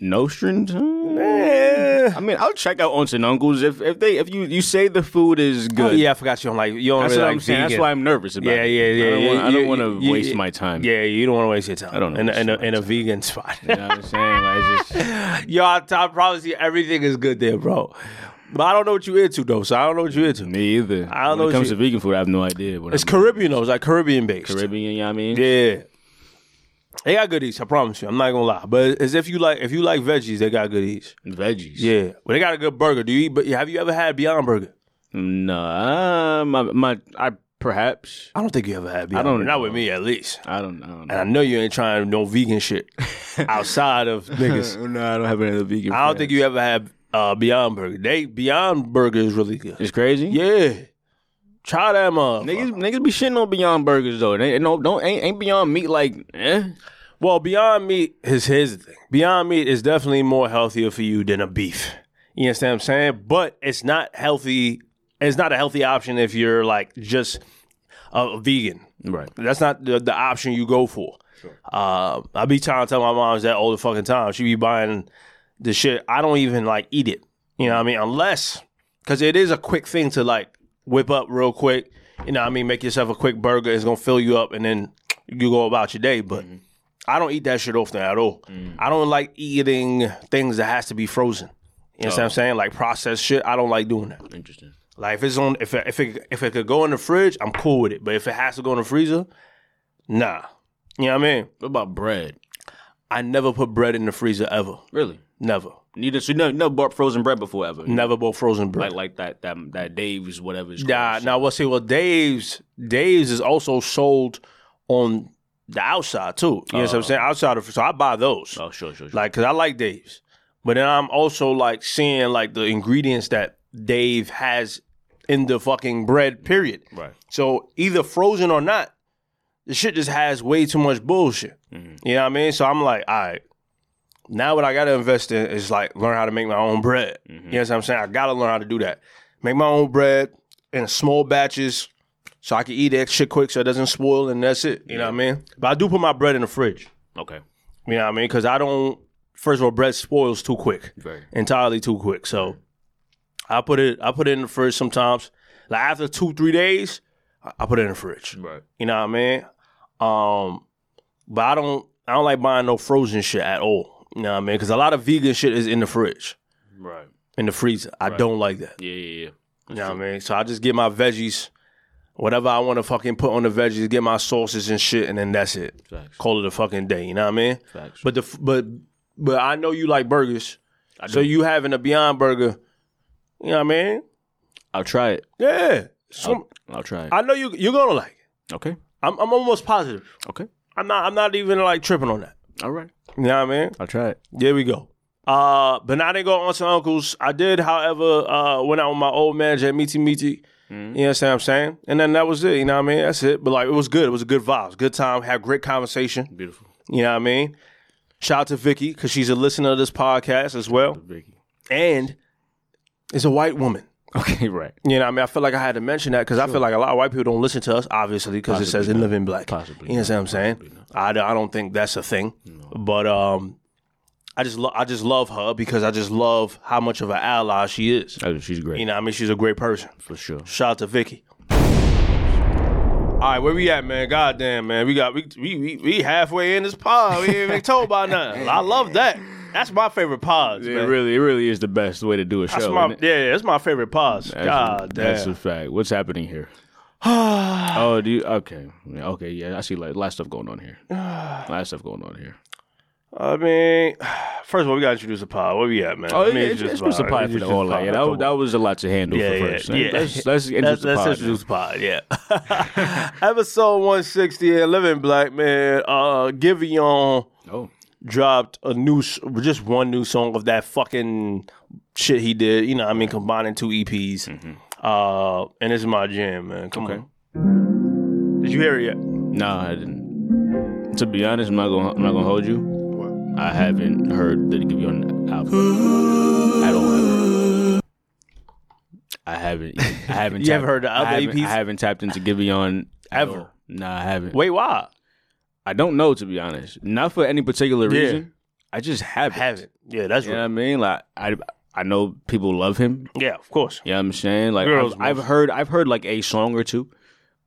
S2: No strings.
S1: Yeah.
S2: Hmm. I mean, I'll check out aunts and uncles if if they if you you say the food is good.
S1: Oh, yeah, I forgot you don't like you don't
S2: that's
S1: really
S2: what
S1: like
S2: I'm saying.
S1: vegan.
S2: That's why I'm nervous about.
S1: Yeah,
S2: it.
S1: yeah, yeah.
S2: I don't
S1: yeah,
S2: wanna- I
S1: yeah,
S2: don't want to
S1: yeah,
S2: waste
S1: yeah.
S2: my time.
S1: Yeah, you don't want to waste your time. I
S2: don't wanna
S1: in, a-
S2: waste
S1: in, a,
S2: my
S1: in a vegan spot. (laughs)
S2: you know what I'm saying. Like, it's just,
S1: Yo, I, I promise you, everything is good there, bro. But I don't know what you into though, so I don't know what you into.
S2: me either.
S1: I don't
S2: when
S1: know
S2: It comes
S1: shit.
S2: to vegan food, I have no idea. What
S1: It's
S2: I'm,
S1: Caribbean though. It's like Caribbean based.
S2: Caribbean. You know what I mean?
S1: Yeah. They got good eats, I promise you. I'm not gonna lie. But as if you like if you like veggies, they got good eats.
S2: Veggies.
S1: Yeah. But they got a good burger. Do you eat but have you ever had Beyond Burger?
S2: No. Uh, my my I perhaps
S1: I don't think you ever had Beyond
S2: don't
S1: Burger. Not with
S2: know.
S1: me at least.
S2: I don't, I don't
S1: And
S2: know.
S1: I know you ain't trying no vegan (laughs) shit outside of
S2: (laughs)
S1: niggas.
S2: no, I don't have any other vegan.
S1: I don't
S2: friends.
S1: think you ever had uh, Beyond Burger. They Beyond Burger is really good.
S2: it's crazy.
S1: Yeah. Try that motherfucker.
S2: Niggas, niggas be shitting on Beyond Burgers though. They, no, don't ain't, ain't Beyond Meat like eh?
S1: Well, Beyond Meat is here's the thing. Beyond Meat is definitely more healthier for you than a beef. You understand what I'm saying? But it's not healthy. It's not a healthy option if you're like just a vegan.
S2: Right.
S1: That's not the, the option you go for. Uh, I be trying to tell my moms that all the fucking time. She be buying the shit. I don't even like eat it. You know what I mean? Unless because it is a quick thing to like whip up real quick. You know what I mean? Make yourself a quick burger. It's gonna fill you up, and then you go about your day. But I don't eat that shit often at all. I don't like eating things that has to be frozen. You know what I'm saying? Like processed shit. I don't like doing that.
S2: Interesting.
S1: Like if it's on, if it, if it if it could go in the fridge, I'm cool with it. But if it has to go in the freezer, Nah. You know what I mean?
S2: What about bread?
S1: I never put bread in the freezer ever.
S2: Really?
S1: Never.
S2: Neither so you never, never bought frozen bread before ever.
S1: Never bought frozen bread.
S2: Mm. Like oh, like that that that Dave's whatever it's
S1: Nah,
S2: called.
S1: now we'll see. Well, Dave's Dave's is also sold on the outside too. You know what I'm saying? Outside of so I buy those
S2: Oh sure, sure, sure.
S1: like because I like Dave's, but then I'm also like seeing like the ingredients that Dave has in the fucking bread. Period.
S2: Right.
S1: So either frozen or not, the shit just has way too much bullshit. You know what I mean? So I'm like, all right. Now what I gotta invest in is like learn how to make my own bread. You know what I'm saying? I gotta learn how to do that. Make my own bread in small batches so I can eat that shit quick so it doesn't spoil and that's it. You know what I mean? But I do put my bread in the fridge.
S2: okay.
S1: You know what I mean? Because I don't. First of all, bread spoils too quick,
S2: Very.
S1: entirely too quick. So I put it. I put it in the fridge sometimes. Like after two, three days, I I put it in the fridge.
S2: Right.
S1: You know what I mean? Um, but I don't. I don't like buying no frozen shit at all. You know what I mean? Because a lot of vegan shit is in the fridge,
S2: Right.
S1: in the freezer. I don't like that.
S2: Yeah, yeah, yeah.
S1: You know what I mean? So I just get my veggies, whatever I want to fucking put on the veggies, get my sauces and shit, and then that's it.
S2: Facts.
S1: Call it a fucking day. You know what I mean?
S2: Facts.
S1: But the f- but but I know you like burgers, so you having a Beyond Burger. You know what I mean?
S2: I'll try it.
S1: Yeah. Some,
S2: I'll try it.
S1: I know you you're gonna like. It.
S2: okay.
S1: I'm I'm almost positive.
S2: Okay.
S1: I'm not I'm not even like tripping on that.
S2: All right.
S1: You know what I mean?
S2: I'll try it.
S1: There we go. Uh, but now they go aunts and uncles. I did, however, uh, went out with my old manager at Meaty Meaty. You know what I'm saying? And then that was it. You know what I mean? That's it. But like, it was good. It was a good vibes. Good time. Had great conversation.
S2: Beautiful.
S1: You know what I mean? Shout out to Vicky because she's a listener of this podcast as well,
S2: Vicky.
S1: and is a white woman.
S2: Okay, (laughs) right.
S1: You know, what I mean, I feel like I had to mention that because I feel like a lot of white people don't listen to us, obviously, because it says in living black.
S2: Possibly
S1: you know what I'm saying? I, d- I don't think that's a thing, but um, I just lo- I just love her because I just love how much of an ally she is.
S2: Oh, she's great.
S1: You know, what I mean, she's a great person.
S2: for sure.
S1: Shout out to Vicky. All right, where we at, man? Goddamn, man, we got we we we, we halfway in this pod. We ain't been told by nothing. I love that. That's my favorite
S2: (laughs)
S1: pods,
S2: It
S1: man.
S2: really, it really is the best way to do a show.
S1: That's my,
S2: isn't it?
S1: yeah, yeah, that's my favorite pods.
S2: That's a-
S1: God damn.
S2: That's a fact. What's
S1: (sighs)
S2: happening here? oh, do you? Okay, Yeah, okay, yeah. I see. Like, lot of stuff going
S1: (sighs)
S2: on here. A lot of stuff going on here.
S1: I mean, first of all, we gotta introduce the pod. Where we at, man? Let me
S2: it's,
S1: introduce
S2: it's
S1: the pod.
S2: been supplied for
S1: Introduce
S2: Oh, the
S1: the
S2: whole
S1: pod.
S2: lot. Yeah, that, was- that was a lot to handle
S1: Yeah,
S2: for
S1: yeah,
S2: first.
S1: yeah.
S2: Let's, let's introduce
S1: Let's,
S2: the
S1: let's
S2: pod.
S1: introduce the pod, yeah.
S2: (laughs)
S1: Episode 160 and Living Black, man. Uh, Giveon
S2: Oh,
S1: dropped a new, s- just one new song of that fucking shit he did. You know, what I mean, combining two EPs. Uh, and it's my jam, man. Come
S2: Mm-hmm. Okay.
S1: on. Did you hear it yet?
S2: nah, I didn't. To be honest, I'm not gonna, I'm not gonna hold you.
S1: What?
S2: I haven't heard that give you an album at all. Ever. I haven't. I
S1: (laughs)
S2: haven't.
S1: You
S2: tapped-
S1: haven't heard the other
S2: I haven't,
S1: EPs?
S2: I haven't tapped into Giveon at
S1: Ever.
S2: all. Nah, I haven't.
S1: Wait, why?
S2: I don't know to be honest. Not for any particular
S1: Yeah.
S2: reason. I just haven't.
S1: Haven't. Yeah, that's
S2: You know what
S1: right.
S2: I mean? Like I, I know people love him.
S1: Yeah, of course.
S2: You know what I'm saying? Like
S1: Girls
S2: I've, I've heard I've heard like a song or two,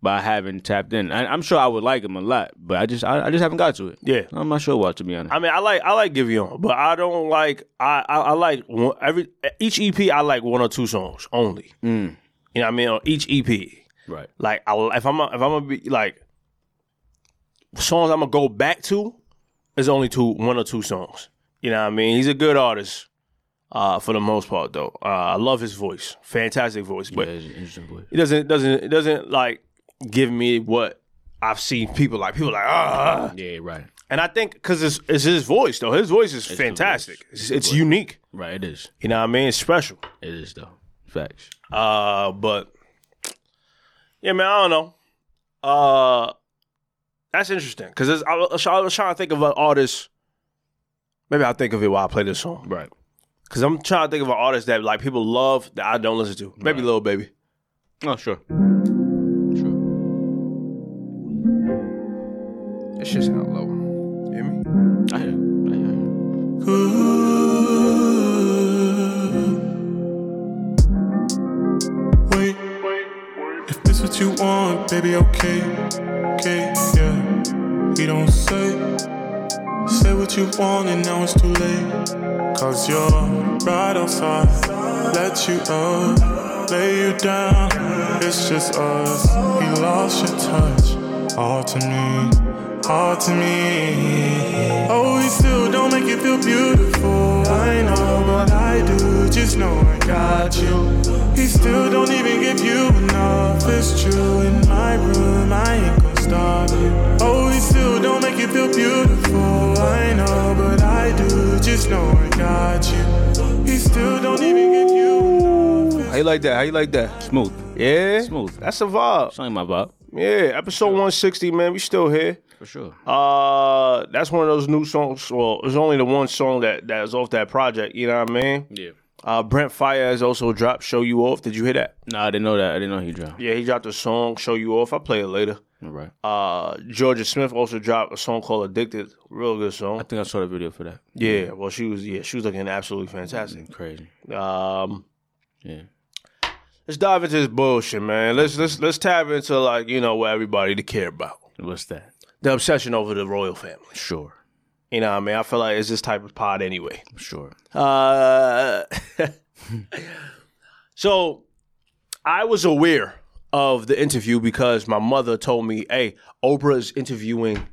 S2: but I haven't tapped in. I, I'm sure I would like him a lot, but I just I, I just haven't got to it.
S1: Yeah.
S2: I'm not sure what to be honest.
S1: I mean, I like I like Giveon, but I don't like I I, I like one, every each EP. I like one or two songs only. You know what I mean? On each EP,
S2: right.
S1: like I, if I'm a, if I'm gonna be like songs, I'm gonna go back to is only two one or two songs. You know what I mean? He's a good artist uh, for the most part, though. Uh, I love his voice, fantastic voice, but
S2: Yeah, it's an interesting voice.
S1: it doesn't doesn't it doesn't like give me what I've seen people like people like ah.
S2: Yeah, right.
S1: And I think because it's, it's his voice though. His voice is fantastic. It's, it's unique.
S2: Right, it is.
S1: You know what I mean? It's special.
S2: It is though. Facts.
S1: Uh, but yeah, man, I don't know. Uh, that's interesting because I, was- I was trying to think of an artist. Maybe I'll think of it while I play this song.
S2: Right.
S1: Cause I'm trying to think of an artist that like people love that I don't listen to. Maybe Lil Baby.
S2: Oh sure. Sure.
S3: That shit sound low. hear me?
S2: I hear. you. I hear. you.
S4: Wait, if this what you want, baby, okay, okay, yeah. We don't say, say what you want, and now it's too late. Cause you're right outside, let you up, lay you down. It's just us, we lost your touch, all to me. hard to me. Oh, we still don't make it feel beautiful. I know, but I do. Just know I got you. He still don't even give you enough. It's true. In my room, I ain't gonna stop you. Oh, we still don't make it feel beautiful. I know, but I do. Just know I got you. He still don't even give you enough.
S1: How you like that? How you like that?
S2: Smooth.
S1: Yeah,
S2: Smooth.
S1: That's a vibe.
S2: It's only my vibe.
S1: Yeah, episode 160, man. We still here.
S2: For sure.
S1: Uh, that's one of those new songs. Well, it's only the one song that that is off that project. You know what I mean?
S2: Yeah.
S1: Uh, Brent Fire has also dropped "Show You Off." Did you hear that?
S2: Nah, I didn't know that. I didn't know he dropped.
S1: Yeah, he dropped a song "Show You Off." I'll play it later.
S2: All right.
S1: Uh, Georgia Smith also dropped a song called "Addicted." Real good
S2: I
S1: song.
S2: think I saw the video for that.
S1: Yeah. Well, she was yeah she was looking absolutely fantastic.
S2: Crazy.
S1: Um,
S2: Yeah.
S1: let's dive into this bullshit, man. Let's let's let's tap into like you know what everybody to care about
S2: What's that?
S1: the obsession over the royal family.
S2: Sure.
S1: You know what I mean? I feel like it's this type of pod anyway.
S2: Sure.
S1: Uh, (laughs) so I was aware of the interview because my mother told me, "Hey, Oprah's interviewing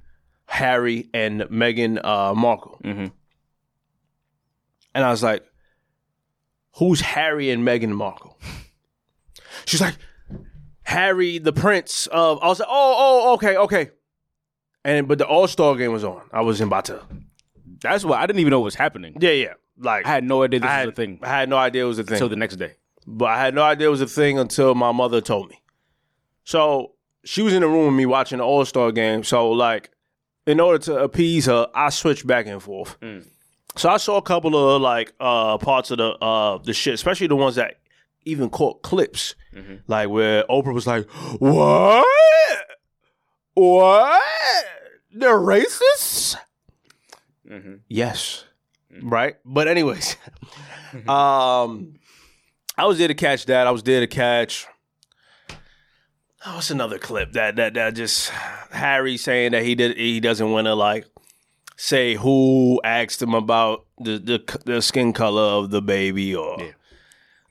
S1: Harry and Meghan uh, Markle,"
S2: Mhm.
S1: and I was like, "Who's Harry and Meghan Markle?" (laughs) She's like, "Harry, the Prince of." I was like, "Oh, oh, okay, okay." And but the All Star game was on. I was about to.
S2: That's why I didn't even know what was happening.
S1: Yeah, yeah. Like
S2: I had no idea this
S1: I
S2: was a
S1: had,
S2: thing
S1: I had no idea it was a thing.
S2: until the next day.
S1: but I had no idea it was a thing until my mother told me. So she was in the room with me watching the All Star game. So like, in order to appease her, I switched back and forth. So I saw a couple of like uh, parts of the uh, the shit, especially the ones that even caught clips, like where Oprah was like, "What? What? They're racist." Yes. Right? But anyways, um I was there to catch that. I was there to catch Oh, what's another clip that that that just Harry saying that he did he doesn't want to like say who asked him about the the, c- the skin color of the baby or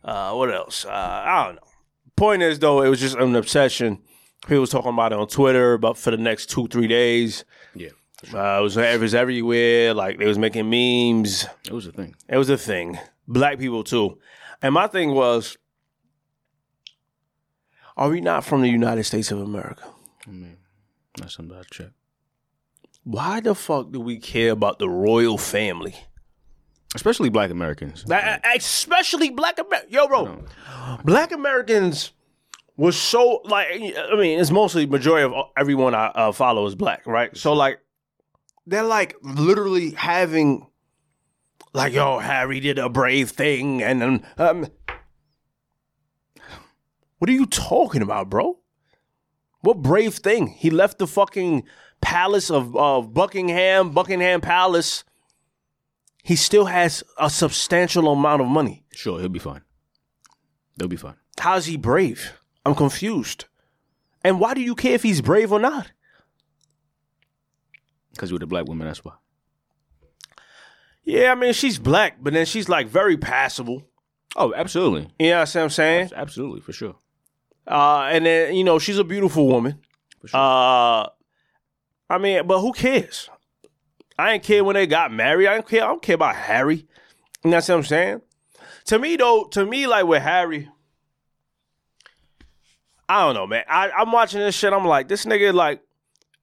S1: uh what else? Uh, I don't know. Point is though, it was just an obsession. People was talking about it on Twitter about for the next two three days.
S2: Yeah.
S1: Uh, it was it was everywhere. Like they was making memes.
S2: It was a thing.
S1: It was a thing. Black people too. And my thing was, are we not from the United States of America?
S2: That's something I check.
S1: Why the fuck do we care about the royal family?
S2: Especially black Americans.
S1: That- uh, Especially black Americans. Yo, bro, black Americans was so like. I mean, it's mostly majority of everyone I uh, follow is black, right? So like, they're like literally having, like, yo, Harry did a brave thing, and um, um what are you talking about, bro? What brave thing? He left the fucking palace of of Buckingham, Buckingham Palace. He still has a substantial amount of money.
S2: Sure, he'll be fine. They'll be fine.
S1: How's he brave? I'm confused. And why do you care if he's brave or not?
S2: Because you're the black woman, that's why.
S1: Yeah, I mean, she's black, but then she's like very passable.
S2: Oh, absolutely.
S1: You know what I'm saying?
S2: Absolutely, for sure.
S1: Uh, and then, you know, she's a beautiful woman. Uh, I mean, but who cares? I ain't care when they got married. I don't care. I don't care about Harry. You know what I'm saying? To me, though, to me, like with Harry, I don't know, man. I, I'm watching this shit. I'm like, this nigga, like,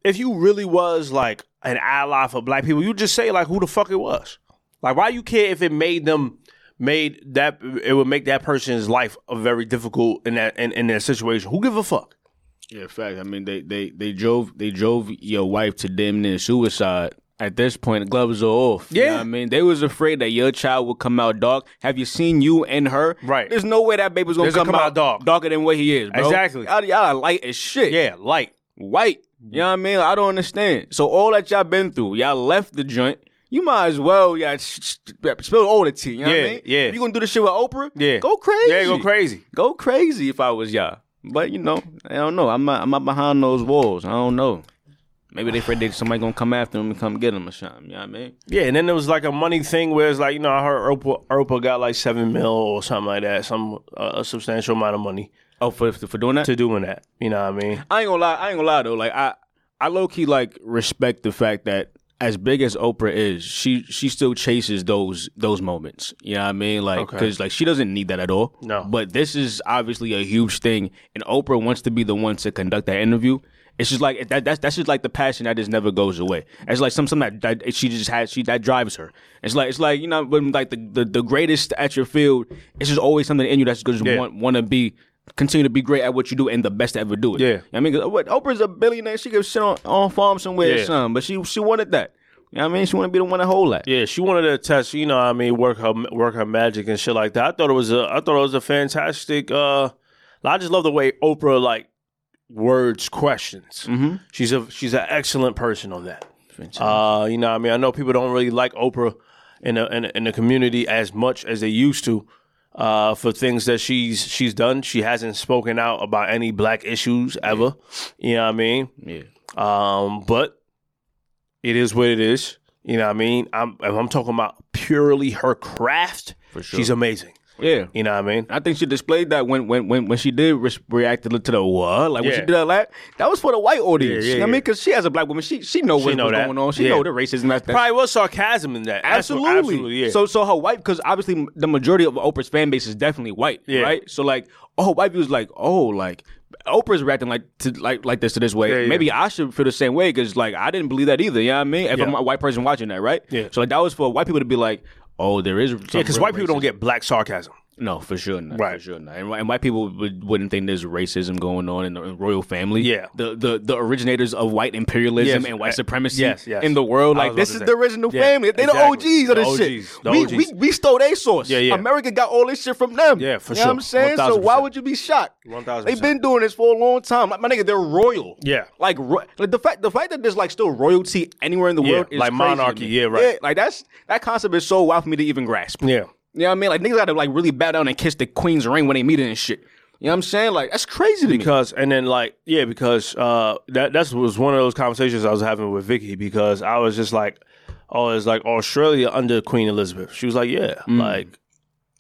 S1: if you really was like an ally for black people, you just say like who the fuck it was. Like, why you care if it made them made that it would make that person's life a very difficult in that in, in their situation? Who give a fuck?
S2: Yeah, fact. I mean, they they they drove they drove your wife to damn near suicide. At this point, the gloves are off. You know
S1: Yeah.
S2: what I mean, they was afraid that your child would come out dark. Have you seen you and her?
S1: Right.
S2: There's no way that baby's gonna
S1: There's gonna
S2: come,
S1: come
S2: out,
S1: out dark.
S2: darker than what he is. Bro.
S1: Exactly.
S2: Y'all, y'all are light as shit.
S1: Yeah, like
S2: White. You know what I mean? I don't understand. So all that y'all been through, y'all left the joint. You might as well, y'all sh- sh- spill all the tea. You know what
S1: Yeah,
S2: I mean?
S1: yeah.
S2: If you gonna do the shit with Oprah?
S1: Yeah.
S2: Go crazy.
S1: Yeah, go crazy.
S2: go crazy if I was y'all. But you know, I don't know. I'm not, I'm not behind those walls. I don't know. Maybe they afraid that somebody gonna come after them and come get them or something. You know what I mean?
S1: Yeah, and then there was like a money thing where it's like you know I heard Oprah, Oprah got like seven mil or something like that, some uh, a substantial amount of money
S2: Oh, for for doing that?
S1: to doing that. You know what I mean?
S2: I ain't gonna lie. I ain't gonna lie though. Like I, I low key like respect the fact that as big as Oprah is, she she still chases those those moments. You know what I mean? Like
S1: Okay.
S2: because like she doesn't need that at all.
S1: No.
S2: But this is obviously a huge thing, and Oprah wants to be the one to conduct that interview. It's just like that. That's that's just like the passion that just never goes away. It's like some something that, that she just has. She that drives her. It's like it's like you know when like the, the, the greatest at your field. It's just always something in you that's going to
S1: Yeah.
S2: want want to be continue to be great at what you do and the best to ever do it.
S1: Yeah.
S2: You know what I mean, 'Cause what Oprah's a billionaire. She could sit on on farm somewhere
S1: Yeah.
S2: or something, but she she wanted that. You know what I mean? She wanted to be the one to hold that.
S1: Yeah, she wanted to test, you know, what I mean, work her work her magic and shit like that. I thought it was a I thought it was a fantastic uh I just love the way Oprah like words questions. Mm-hmm. She's a she's an excellent person on that. Uh, you know, what I mean, I know people don't really like Oprah in the in, the- in the community as much as they used to. Uh, for things that she's she's done, she hasn't spoken out about any black issues ever. You know what I mean?
S2: Yeah.
S1: Um, but it is what it is. You know what I mean? I'm if I'm talking about purely her craft. For
S2: sure.
S1: She's amazing.
S2: Yeah.
S1: You know what I mean?
S2: I think she displayed that when when when, when she did re- react to the- to the what like when
S1: Yeah.
S2: she did that la- that was for the white audience.
S1: Yeah, yeah,
S2: you know what I mean,
S1: yeah.
S2: because she as a black woman, she she know what's,
S1: know
S2: what's
S1: that.
S2: going on. She
S1: Yeah.
S2: know the racism. That's, that's
S1: Probably was sarcasm in that. That's what-
S2: absolutely.
S1: yeah.
S2: So so her white because obviously the majority of Oprah's fan base is definitely white.
S1: Yeah.
S2: Right. So like oh white viewers like oh like. Oprah's reacting like to like like this to this way.
S1: Yeah, yeah.
S2: Maybe I should feel the same way because like I didn't believe that either. You know what I mean? If
S1: Yeah.
S2: I'm a white person watching that, right?
S1: Yeah.
S2: So like that was for white people to be like, oh, there is
S1: yeah, because white people don't get black sarcasm.
S2: no, for sure not.
S1: Right.
S2: For sure not. And, wh- and white people would, wouldn't think there's racism going on in the royal family.
S1: Yeah.
S2: The the, the originators of white imperialism
S1: Yes.
S2: and white
S1: Uh,
S2: supremacy
S1: yes, yes.
S2: in the world.
S1: I
S2: Like,
S1: was
S2: this
S1: about
S2: is
S1: to
S2: the
S1: say.
S2: original
S1: Yeah,
S2: family. They
S1: exactly.
S2: the OGs of
S1: The
S2: this
S1: OGs,
S2: shit.
S1: the
S2: we,
S1: OGs.
S2: we, we stole their source.
S1: Yeah, yeah.
S2: America got all this shit from them.
S1: Yeah, for
S2: You know what I'm
S1: sure.
S2: saying? So
S1: 1000%.
S2: why would you be shocked?
S1: 1000%.
S2: They've been doing this for a long time. Like, my nigga, they're royal.
S1: Yeah.
S2: Like, ro- like the fact the fact that there's like still royalty anywhere in the
S1: Yeah,
S2: world is
S1: like
S2: crazy to
S1: monarchy.
S2: me.
S1: Yeah, right.
S2: like that's that concept is so wild for me to even grasp.
S1: Yeah.
S2: You know what I mean? Like niggas gotta like really bow down and kiss the queen's ring when they meet her and shit. You know what I'm saying? Like that's crazy to me.
S1: Because and then like yeah, because uh that that was one of those conversations I was having with Vicky because I was just like, oh, it's like Australia under Queen Elizabeth. She was like, yeah, like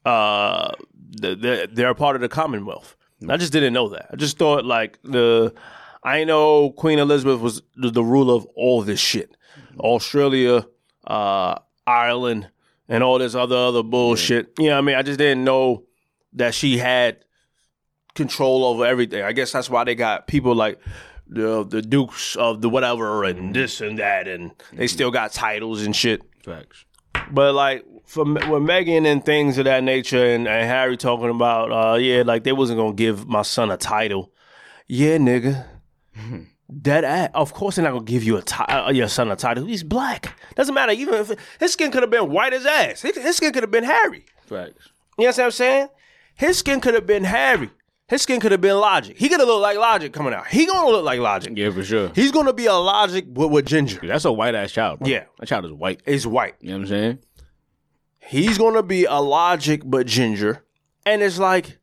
S1: uh th- th- they're a part of the Commonwealth. I just didn't know that. I just thought like the I know Queen Elizabeth was the, the ruler of all this shit, Australia, uh, Ireland, and all this other other bullshit. You know what I mean? I just didn't know that she had control over everything. I guess that's why they got people like the the dukes of the whatever and this and that, and they still got titles and shit.
S2: Facts.
S1: But like for Me- with Megan and things of that nature, and, and Harry talking about, uh, yeah, like they wasn't gonna give my son a title. Yeah, nigga. Dead ass. Of course, they're not gonna give you a ti- uh, your son a title. He's black. Doesn't matter. Even if his skin could have been white as ass, his, his skin could have been Harry.
S2: Facts.
S1: You know what I'm saying? His skin could have been Harry. His skin could have been Logic. He could have looked like Logic coming out. He gonna look like Logic.
S2: Yeah, for sure.
S1: He's gonna be a Logic but with ginger.
S2: That's a white ass child, bro.
S1: Yeah.
S2: That child is white.
S1: Is white.
S2: You know what I'm saying?
S1: He's gonna be a Logic but ginger, and it's like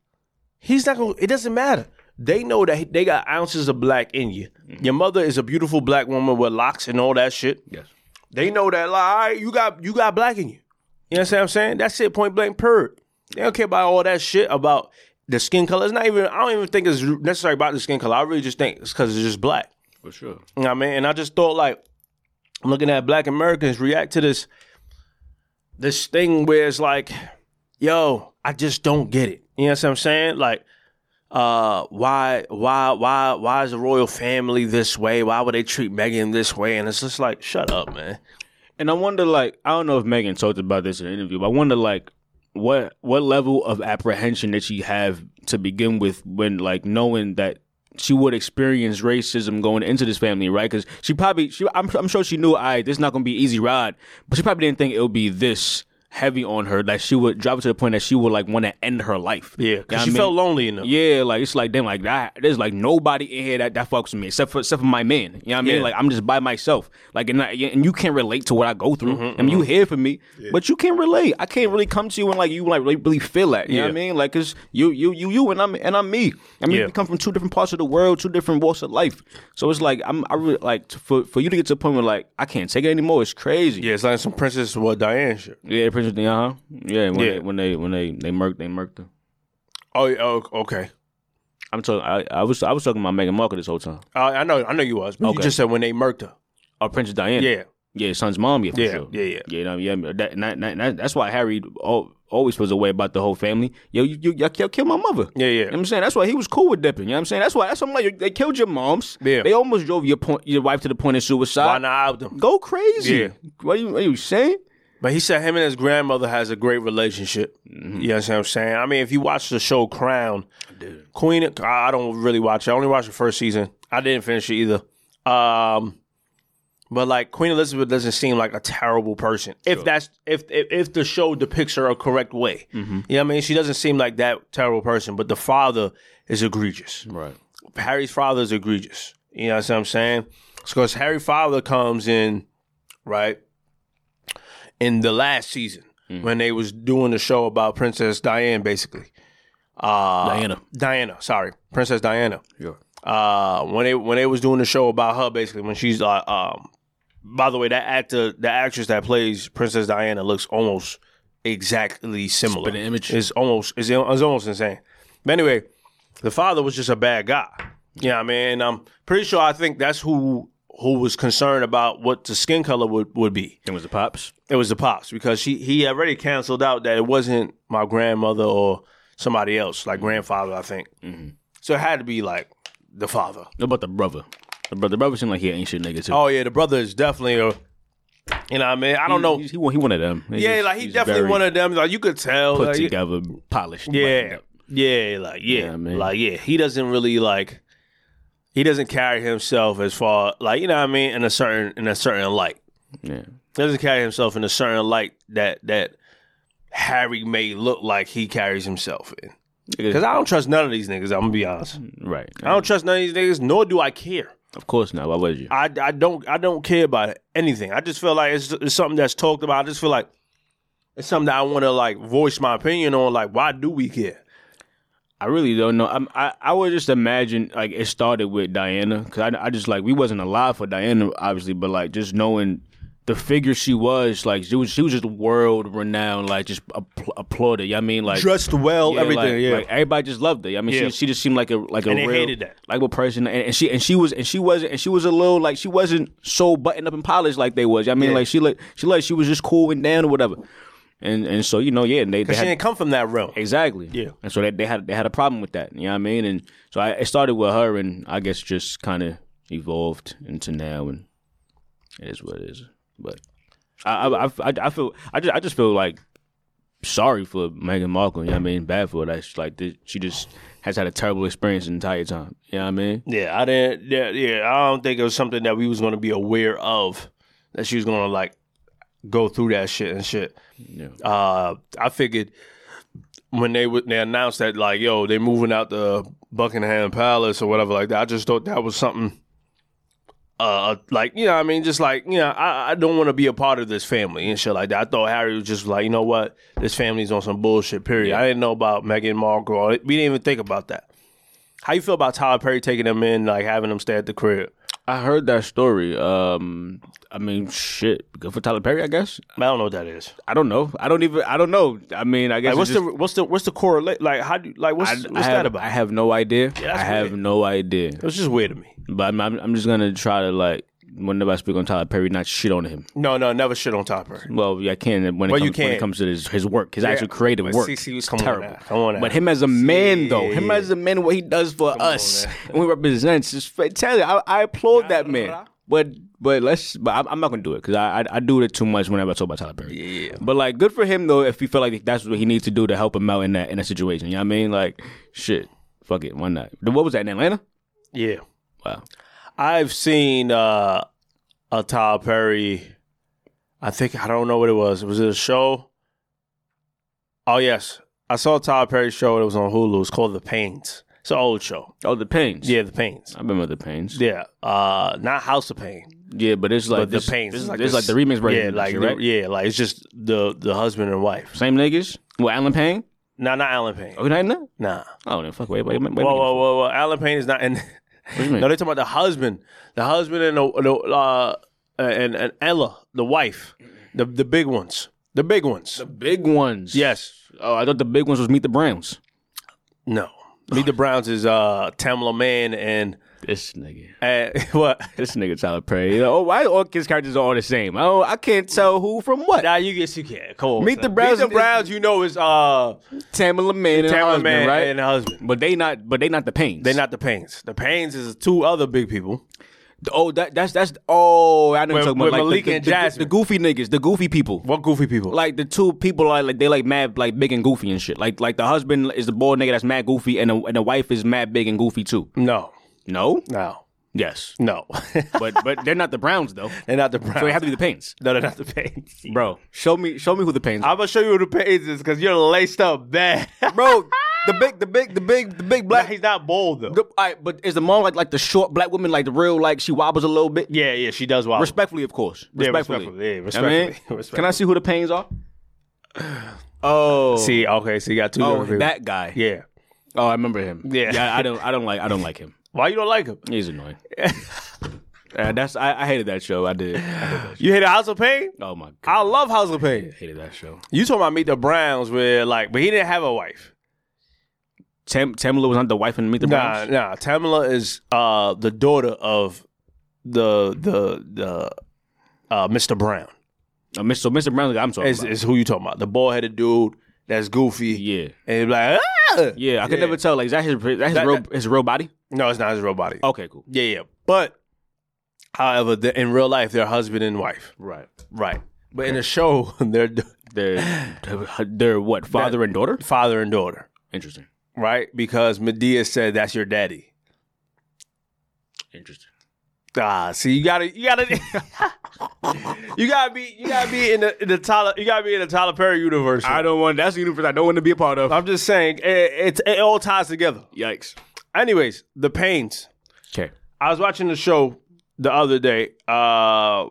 S1: he's not gonna. It doesn't matter. They know that they got ounces of black in you. Your mother is a beautiful black woman with locks and all that shit.
S2: Yes.
S1: They know that like, all right, you got you got black in you. You know what I'm saying? That's it, point blank period. They don't care about all that shit about the skin color. It's not even I don't even think it's necessary about the skin color. I really just think it's cause it's just black.
S2: For sure.
S1: You know what I mean? And I just thought like looking at black Americans react to this this thing where it's like, yo, I just don't get it. You know what I'm saying? Like, uh, why why why why is the royal family this way? Why would they treat Megan this way? And it's just like, shut up, man.
S2: And I wonder like I don't know if Megan talked about this in an interview, but I wonder like what what level of apprehension did she have to begin with when like knowing that she would experience racism going into this family, right? Because she probably she I'm, I'm sure she knew, all right, this is not gonna be an easy ride, but she probably didn't think it would be this heavy on her that she would drop it to the point that she would like want to end her life.
S1: Yeah,
S2: You know what
S1: because
S2: I
S1: she
S2: mean?
S1: felt lonely enough.
S2: Yeah, like it's like damn, like that. There's like nobody in here that, that fucks with me except for except for my man. You know what I mean?
S1: Yeah.
S2: Like I'm just by myself. Like and, I, and you can't relate to what I go through. I mean, you here for me, but you can't relate. I can't really come to you and like you like really, really feel that. You know what I
S1: Yeah.
S2: mean? Like cause you you you you and I'm and I'm me. I mean,
S1: Yeah.
S2: we come from two different parts of the world, two different walks of life. So it's like I'm I really like t- for for you to get to a point where like I can't take it anymore. It's crazy.
S1: Yeah, it's like some Princess what Diane shit.
S2: yeah, Prince uh huh. Yeah, when
S1: Yeah.
S2: They, when they when they they murked they murked her.
S1: Oh, yeah, oh, okay.
S2: I'm talking. I, I was I was talking about Meghan Markle this whole time.
S1: Uh, I know, I know you was. But You
S2: Okay.
S1: just said when they murked her.
S2: Oh, Princess Diana.
S1: Yeah.
S2: yeah, son's mom. Yeah, for
S1: Yeah,
S2: sure.
S1: yeah, yeah.
S2: You know, yeah. That, and that, and that- that's why Harry al always was away about the whole family. Yo, you, you, y'all kill- kill my mother.
S1: Yeah, yeah.
S2: You know what I'm saying that's why he was cool with dipping. You know what I'm saying that's why that's why I'm like they killed your moms.
S1: Yeah.
S2: they almost drove your point, your wife to the point of suicide.
S1: Why not out them?
S2: Go crazy.
S1: Yeah.
S2: What are you, what are you saying?
S1: But he said him and his grandmother has a great relationship. You know what I'm saying? I mean, if you watch the show Crown, Queen, I I don't really watch it. I only watched the first season. I didn't finish it either. Um, but like Queen Elizabeth doesn't seem like a terrible person. If that's if, if if the show depicts her a correct way, you know what I mean. She doesn't seem like that terrible person. But the father is egregious.
S2: Right.
S1: Harry's father is egregious. You know what I'm saying? Because Harry father comes in, right, in the last season when they was doing the show about Princess Diane, basically. Uh,
S2: Diana.
S1: Diana, sorry, Princess Diana.
S2: Yeah.
S1: Uh, when they when they was doing the show about her, basically when she's uh, um, by the way, that actor, the actress that plays Princess Diana, looks almost exactly similar.
S2: Spitting image.
S1: It's almost it's, it's almost insane. But anyway, the father was just a bad guy. Yeah, I mean, I'm pretty sure I think that's who who was concerned about what the skin color would, would be.
S2: It was the pops.
S1: It was the pops because she he already canceled out that it wasn't my grandmother or somebody else, like grandfather, I think. So it had to be like the father.
S2: What about the brother? The brother, the brother seemed like he an ancient nigga too.
S1: Oh yeah, the brother is definitely a. You know, what I mean, I don't know.
S2: He, he, one- he one of them.
S1: yeah, like he definitely one of them. Like you could tell.
S2: put
S1: like,
S2: together, polished. buttoned
S1: Yeah,
S2: up.
S1: yeah, like yeah,
S2: Yeah, man.
S1: like yeah. He doesn't really like. He doesn't carry himself as far like you know what I mean in a certain in a certain light.
S2: yeah.
S1: He doesn't carry himself in a certain light that that Harry may look like he carries himself in. Because I don't trust none of these niggas. I'm gonna be honest.
S2: Right.
S1: I don't trust none of these niggas, nor do I care.
S2: Of course not. Why would you?
S1: I, I don't I don't care about anything. I just feel like it's, it's something that's talked about. I just feel like it's something that I want to like voice my opinion on. Like, why do we care?
S2: I really don't know. I'm, I I would just imagine like it started with Diana because I, I just like we wasn't alive for Diana obviously, but like just knowing the figure she was, like she was she was just world renowned, like just apl- applauded. You know what I mean, like
S1: Dressed well,
S2: Yeah,
S1: everything.
S2: like-
S1: yeah,
S2: like, everybody just loved her. I mean,
S1: Yeah.
S2: she, she just seemed like a like a
S1: And they
S2: real
S1: hated that.
S2: like a person, and, and she and she was and she wasn't and she was a little like she wasn't so buttoned up and polished like they was. I mean,
S1: Yeah.
S2: like she like she like she was just cool and down or whatever. And and so you know, yeah, and they, they
S1: she
S2: had,
S1: didn't come from that realm.
S2: Exactly.
S1: Yeah.
S2: And so they, they had they had a problem with that. You know what I mean? And so I it started with her, and I guess just kind of evolved into now, and it is what it is. But I I, I, I- I feel I just I just feel like sorry for Meghan Markle. You know what I mean? Bad for her. That's like that she just has had a terrible experience the entire time. You know what I mean?
S1: Yeah, I didn't. Yeah, yeah, I don't think it was something that we was gonna be aware of that she was gonna like go through that shit and shit.
S2: Yeah.
S1: Uh, I figured when they would they announced that like yo they moving out the Buckingham Palace or whatever like that, I just thought that was something. Uh, like you know, what I mean, just like you know, I, I don't want to be a part of this family and shit like that. I thought Harry was just like, you know what, this family's on some bullshit. Period. I didn't know about Meghan Markle. We didn't even think about that. How you feel about Tyler Perry taking them in, like having them stay at the crib?
S2: I heard that story. Um, I mean, shit. Good for Tyler Perry, I guess.
S1: I don't know what that is.
S2: I don't know. I don't even. I don't know. I mean, I
S1: Like,
S2: guess it's
S1: what's
S2: just-
S1: the what's the what's the correlate? Like, how do you, like what's
S2: I-
S1: what's
S2: I
S1: that
S2: have,
S1: about?
S2: I have no idea.
S1: that's
S2: I have
S1: weird.
S2: no idea.
S1: it was just weird to me.
S2: But I'm, I'm, I'm just gonna try to like whenever I speak on Tyler Perry, not shit on him.
S1: No, no, never shit on Tyler Perry.
S2: Well, yeah, I can when it,
S1: Well,
S2: comes,
S1: you
S2: when
S1: can.
S2: it comes to his, his work, his actual creative
S1: but
S2: work.
S1: CC was-
S2: it's
S1: come on
S2: terrible.
S1: now, come on now.
S2: But him as a man, though, him as a man, what he does for us (laughs) and what he represents is fantastic. I, I applaud that man. But but let's but I'm, I'm not gonna do it because I, I I do it too much whenever I talk about Tyler Perry. Yeah. But like, good for him though if he felt like that's what he needs to do to help him out in that in that situation. You know what I mean? Like, shit, fuck it, why not? What was that in Atlanta?
S1: Yeah,
S2: Wow.
S1: I've seen uh, a Tyler Perry. I think I don't know what it was. Was it a show? Oh yes, I saw a Tyler Perry show. It was on Hulu. It's called The Pains. It's an old show.
S2: Oh, the pains.
S1: Yeah, The Pains.
S2: I remember the pains. Yeah,
S1: Yeah, uh, not House of Pain.
S2: but it's like
S1: but
S2: this,
S1: the pains.
S2: This,
S1: is
S2: like, this, is like the remix version.
S1: Yeah,
S2: of this
S1: like
S2: shit,
S1: the-
S2: right?
S1: yeah, like it's just the the husband and wife.
S2: Same niggas. Well, Alan Payne.
S1: No, not Alan Payne.
S2: Oh, you not in that?
S1: Nah.
S2: Oh, then fuck. Wait, wait, wait. wait
S1: Whoa, whoa, whoa, whoa! Alan Payne is not in. (laughs)
S2: do you mean?
S1: no, they're talking about the husband, the husband and the, the uh, and and Ella, the wife, the the big ones, the big ones.
S2: Big ones.
S1: yes. (laughs)
S2: Oh, I thought the big ones was Meet the Browns.
S1: No. Meet the Browns is uh, Tamla Man and
S2: This nigga.
S1: uh, (laughs) what?
S2: This nigga Tyler (laughs) Perry. He's like, oh, why all his characters are all the same? Oh, I can't tell who from what.
S1: Nah, you guess you can't. Come on,
S2: Meet
S1: son.
S2: the Browns
S1: Meet
S2: is-
S1: the Browns, you know is uh,
S2: Tamala Man and her
S1: Tamla
S2: husband,
S1: Man
S2: right?
S1: and her husband.
S2: but they not. But they not the pains.
S1: They're not the Pains. The Pains is two other big people.
S2: Oh, that, that's that's. Oh, I
S1: With-
S2: know what you're talking
S1: with
S2: about like the-
S1: Malik
S2: the,
S1: and
S2: the-
S1: Jasmine.
S2: the goofy niggas, the goofy people.
S1: What goofy people?
S2: Like the two people are like they like mad like big and goofy and shit. Like like the husband is the bald nigga that's mad goofy and the, and the wife is mad big and goofy too.
S1: no,
S2: No.
S1: no,
S2: Yes.
S1: no. (laughs)
S2: But but they're not the Browns (laughs) though.
S1: they're not the Browns.
S2: So they have to be the Pains,
S1: no, they're not the (laughs) Pains.
S2: bro. Show me show me who the Pains. Are.
S1: I'm gonna show you who the Pains is because you're laced up (laughs) bad,
S2: Bro, the big the big the big the big
S1: Nah,
S2: black.
S1: he's not bold though.
S2: The, all right, but is the mom like like the short black woman like the real like she wobbles a little bit?
S1: yeah, yeah, she does wild.
S2: Respectfully, of course. Respectfully.
S1: respectfully, yeah,
S2: You know what I
S1: respectfully, (laughs)
S2: mean?
S1: respectfully.
S2: Can I see who the
S1: (sighs)
S2: pains are? Oh,
S1: See, okay, so you got two
S2: oh,
S1: different people.
S2: that guy.
S1: yeah.
S2: Oh, I remember him.
S1: Yeah.
S2: I don't. I don't like. I don't like him.
S1: Why you don't like him?
S2: He's
S1: (laughs)
S2: annoying. Uh, that's. I, I hated that show. I did. I hated that show.
S1: You hit House of Pain?
S2: Oh my god.
S1: I love House of Pain.
S2: I hated that show.
S1: You talking about Meet the Browns where like, but he didn't have a wife.
S2: Tam Tamala was not the wife in Meet the
S1: Nah,
S2: Browns.
S1: nah. Tamala is uh the daughter of the the the uh Mr. Brown.
S2: Uh, Mr. So Mr. Brown's the guy I'm talking
S1: Is
S2: about.
S1: is who you talking about? The bald headed dude that's goofy.
S2: yeah.
S1: And he's like, ah!
S2: Yeah. I could never tell. Like, is that his? Is that his
S1: That-
S2: real? his real body?
S1: No, it's not his real body.
S2: Okay. Cool.
S1: Yeah, yeah. But however, the, in real life, they're husband and wife.
S2: Right.
S1: Right. But in the show, (laughs) they're
S2: (gasps) They're they're what? Father and daughter?
S1: father and daughter.
S2: Interesting.
S1: Right? Because Medea said that's your daddy.
S2: Interesting.
S1: Ah, see, you gotta, you gotta, (laughs) you gotta be, you gotta be in the, in the Tyler, you gotta be in the Tyler Perry universe.
S2: I don't want. That's the universe I don't want to be a part of.
S1: I'm just saying, it, it's it all ties together.
S2: Yikes.
S1: Anyways, the pains.
S2: Okay.
S1: I was watching the show the other day, uh,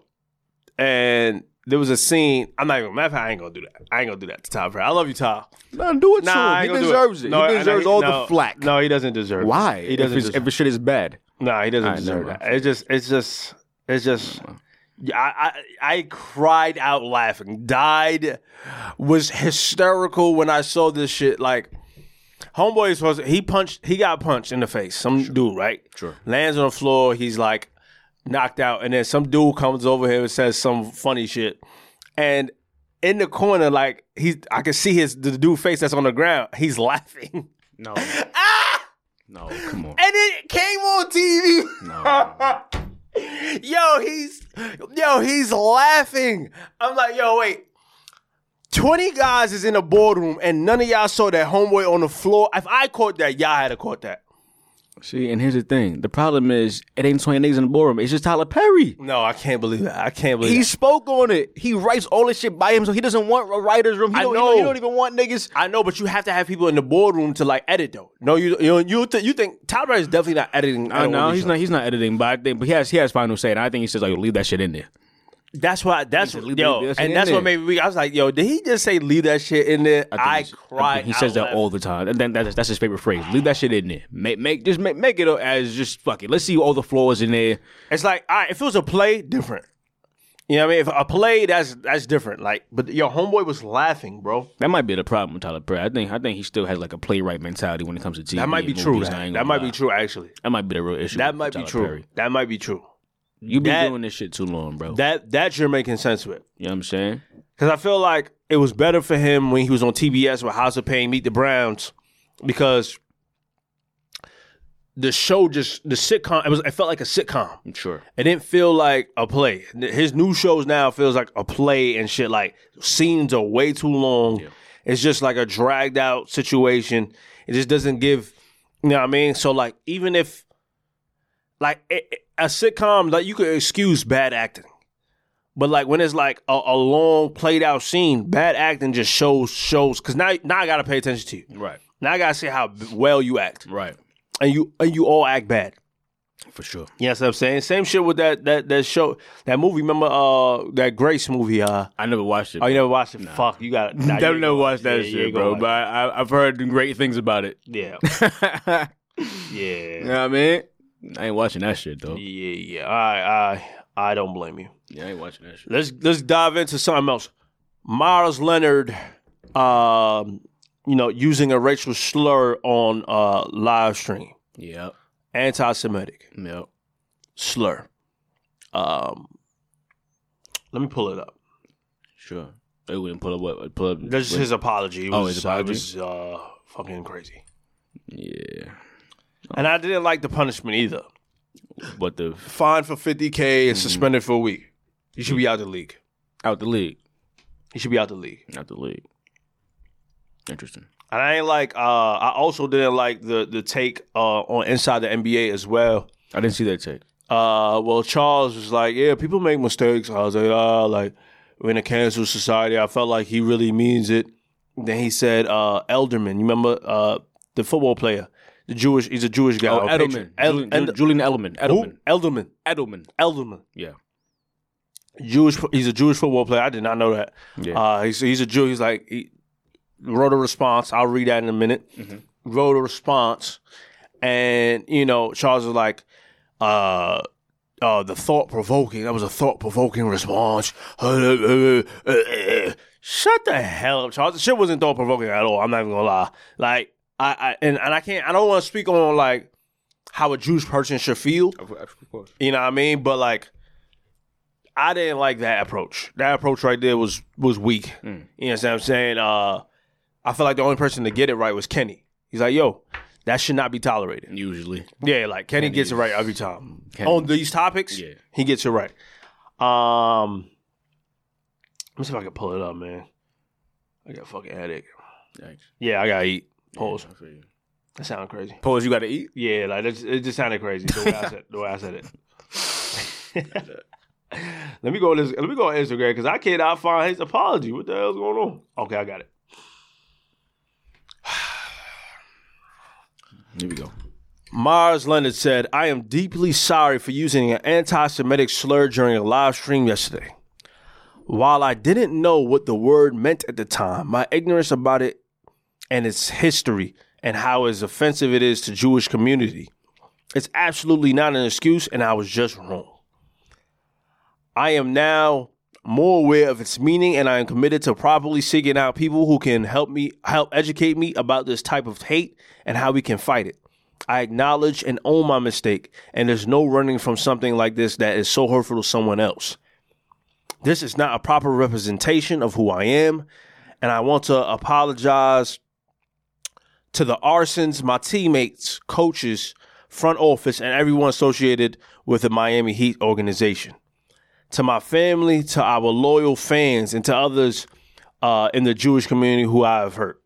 S1: and there was a scene. I'm not even. Matter of fact, I ain't gonna do that. I ain't gonna do that to Tyler Perry. I love you, Tyler.
S2: Nah, do
S1: I ain't
S2: it to him.
S1: gonna
S2: He
S1: do
S2: deserves it.
S1: No,
S2: he
S1: I-
S2: deserves
S1: no,
S2: all
S1: no.
S2: the flack.
S1: No, he doesn't deserve. it.
S2: Why?
S1: He doesn't.
S2: if, it's,
S1: deserve
S2: if his shit is bad.
S1: Nah, he doesn't
S2: Alright,
S1: deserve
S2: never
S1: that. It's just, it's just, it's just. Yeah, I, I I cried out laughing, died, was hysterical when I saw this shit. Like, homeboy is supposed to, he punched, he got punched in the face. Some dude, right?
S2: Sure.
S1: Lands on the floor. He's like knocked out, and then some dude comes over here and says some funny shit, and in the corner, like he's, I can see his the dude face that's on the ground. He's laughing. (laughs)
S2: (laughs) No.
S1: Ah!
S2: No, come on.
S1: and it came on TV. (laughs) yo, he's yo, he's laughing. I'm like, yo, wait. 20 guys is in a boardroom and none of y'all saw that homeboy on the floor. If I caught that, y'all had to caught that.
S2: See, and here's the thing. The problem is, it ain't 20 niggas in the boardroom. It's just Tyler Perry.
S1: No, I can't believe that. I can't believe
S2: He
S1: that.
S2: spoke on it. He writes all this shit by himself. He doesn't want a writer's room. He
S1: I
S2: don't,
S1: know.
S2: He don't even want niggas.
S1: I know, but you have to have people in the boardroom to like edit though. No, you you you, th- you think Tyler is definitely not editing.
S2: I
S1: don't
S2: Uh, no,
S1: want
S2: he's
S1: these
S2: not. He's not editing, but I think, but he has, he has final say, and I think he says like, leave that shit in there.
S1: That's why. That's
S2: said, "Leave
S1: yo,
S2: that- that shit
S1: and
S2: in
S1: that's what made
S2: there."
S1: me. I was like, yo, did he just say leave that shit in there?
S2: think
S1: I,
S2: he's-
S1: cried.
S2: think He
S1: out
S2: says that
S1: loud.
S2: all the time. And then that's that's his favorite phrase. Leave that shit in there. Make make just make make it as just fuck it. Let's see all the flaws in there.
S1: It's like, all right, if it was a play, different. You know what I mean? If a play, that's that's different. Like, but your homeboy was laughing, bro.
S2: That might be the problem with Tyler Perry. I think I think he still has like a playwright mentality when it comes to TV.
S1: That might be
S2: and
S1: true.
S2: movies. I
S1: That,
S2: ain't
S1: that
S2: gonna
S1: might
S2: lie.
S1: be true. Actually,
S2: That might be the real issue.
S1: that
S2: with
S1: might be
S2: Tyler
S1: true.
S2: Perry.
S1: That might be true.
S2: You been
S1: That-
S2: doing this shit too long, bro.
S1: That that you're making sense with.
S2: you know what I'm saying?
S1: Because I feel like it was better for him when he was on TBS with House of Pain, Meet the Browns, because the show just the sitcom. It was. It felt like a sitcom.
S2: I'm sure.
S1: It didn't feel like a play. His new shows now feels like a play and shit. Like scenes are way too long. It's just like a dragged out situation. It just doesn't give. You know what I mean? So like, even if like it, it- a sitcom, like you could excuse bad acting, but like when it's like a, a long played out scene, bad acting just shows shows. Because now now I gotta pay attention to you.
S2: Right.
S1: Now I gotta see how b- well you act,
S2: Right.
S1: and you and you all act bad.
S2: For sure.
S1: Yes, I'm saying same shit with that that that show that movie. Remember uh that Grace movie? Uh,
S2: I never watched it.
S1: oh, you never watched it? Fuck, you
S2: (laughs)
S1: got. Nah, you
S2: Never
S1: ain't
S2: never
S1: gonna-
S2: watched that
S1: yeah, you
S2: shit,
S1: ain't gonna
S2: bro.
S1: watch
S2: But I, I- I've heard great things about it. (laughs)
S1: it. yeah,
S2: yeah. (laughs) You
S1: yeah,
S2: know what I mean? I ain't watching that shit though.
S1: yeah, yeah. I I I don't blame you.
S2: Yeah, I ain't watching that shit.
S1: Let's let's dive into something else. Miles Leonard, um, you know, using a racial slur on uh, live stream,
S2: Yep.
S1: anti-Semitic
S2: Yep.
S1: slur. Um, let me pull it up.
S2: Sure. They wouldn't pull up what pull up.
S1: That's just his apology. It
S2: Oh,
S1: was,
S2: his apology?
S1: It was uh, fucking crazy.
S2: yeah. Oh.
S1: And I didn't like the punishment either.
S2: But the
S1: Fined for 50K
S2: Mm-hmm.
S1: and suspended for a week. He should be out the league.
S2: out the league.
S1: He Mm-hmm. should be out the league.
S2: Out the league. Interesting.
S1: And I ain't like, uh, I also didn't like the, the take uh, on Inside the NBA as well.
S2: I didn't see that take.
S1: uh, well, Charles was like, yeah, people make mistakes. I was like, ah, like we're in a cancel society. I felt like he really means it. Then he said, uh, Elderman, you remember uh, the football player, the Jewish, he's a Jewish guy.
S2: Oh,
S1: on
S2: Edelman.
S1: Patreon. El-
S2: Julian,
S1: and-
S2: Julian Edelman. Edelman.
S1: who? Elderman,
S2: Edelman.
S1: Elderman,
S2: Yeah.
S1: Jewish. He's a Jewish football player. I did not know that.
S2: Yeah.
S1: Uh, he's he's a Jew. He's like he wrote a response. I'll read that in a minute.
S2: Mm-hmm.
S1: Wrote a response, and you know Charles was like, uh, uh, the thought provoking. That was a thought provoking response. Shut the hell up, Charles. The shit wasn't thought provoking at all. I'm not even gonna lie. Like I, I and, and I can't. I don't want to speak on like how a Jewish person should feel. You know what I mean? But like, I didn't like that approach. That approach right there was was weak.
S2: Mm.
S1: You know what I'm saying? Uh, I feel like the only person to get it right was Kenny. He's like, yo, that should not be tolerated.
S2: Usually.
S1: Yeah, like Kenny, gets it right every time
S2: Kenny.
S1: on these topics.
S2: Yeah.
S1: he gets it right. Um, let me see if I can pull it up, man. I got a fucking headache.
S2: Thanks.
S1: Yeah, I gotta eat. Pause.
S2: I feel you.
S1: That sounds crazy.
S2: Pause. You got to eat.
S1: Yeah, like that's, it just sounded crazy the way I said the way I said it. (laughs) let me go. to This, let me go on Instagram because I cannot find his apology. What the hell's going on? Okay, I got it.
S2: Here we go.
S1: Mars Leonard said, I am deeply sorry for using an anti Semitic slur during a live stream yesterday. While I didn't know what the word meant at the time, my ignorance about it and its history and how as offensive it is to Jewish community, it's absolutely not an excuse and I was just wrong. I am now more aware of its meaning and I am committed to properly seeking out people who can help me help educate me about this type of hate and how we can fight it. I acknowledge and own my mistake, and there's no running from something like this that is so hurtful to someone else. This is not a proper representation of who I am, and I want to apologize to the arsons, my teammates, coaches, front office, and everyone associated with the Miami Heat organization. To my family, to our loyal fans, and to others uh, in the Jewish community who I have hurt.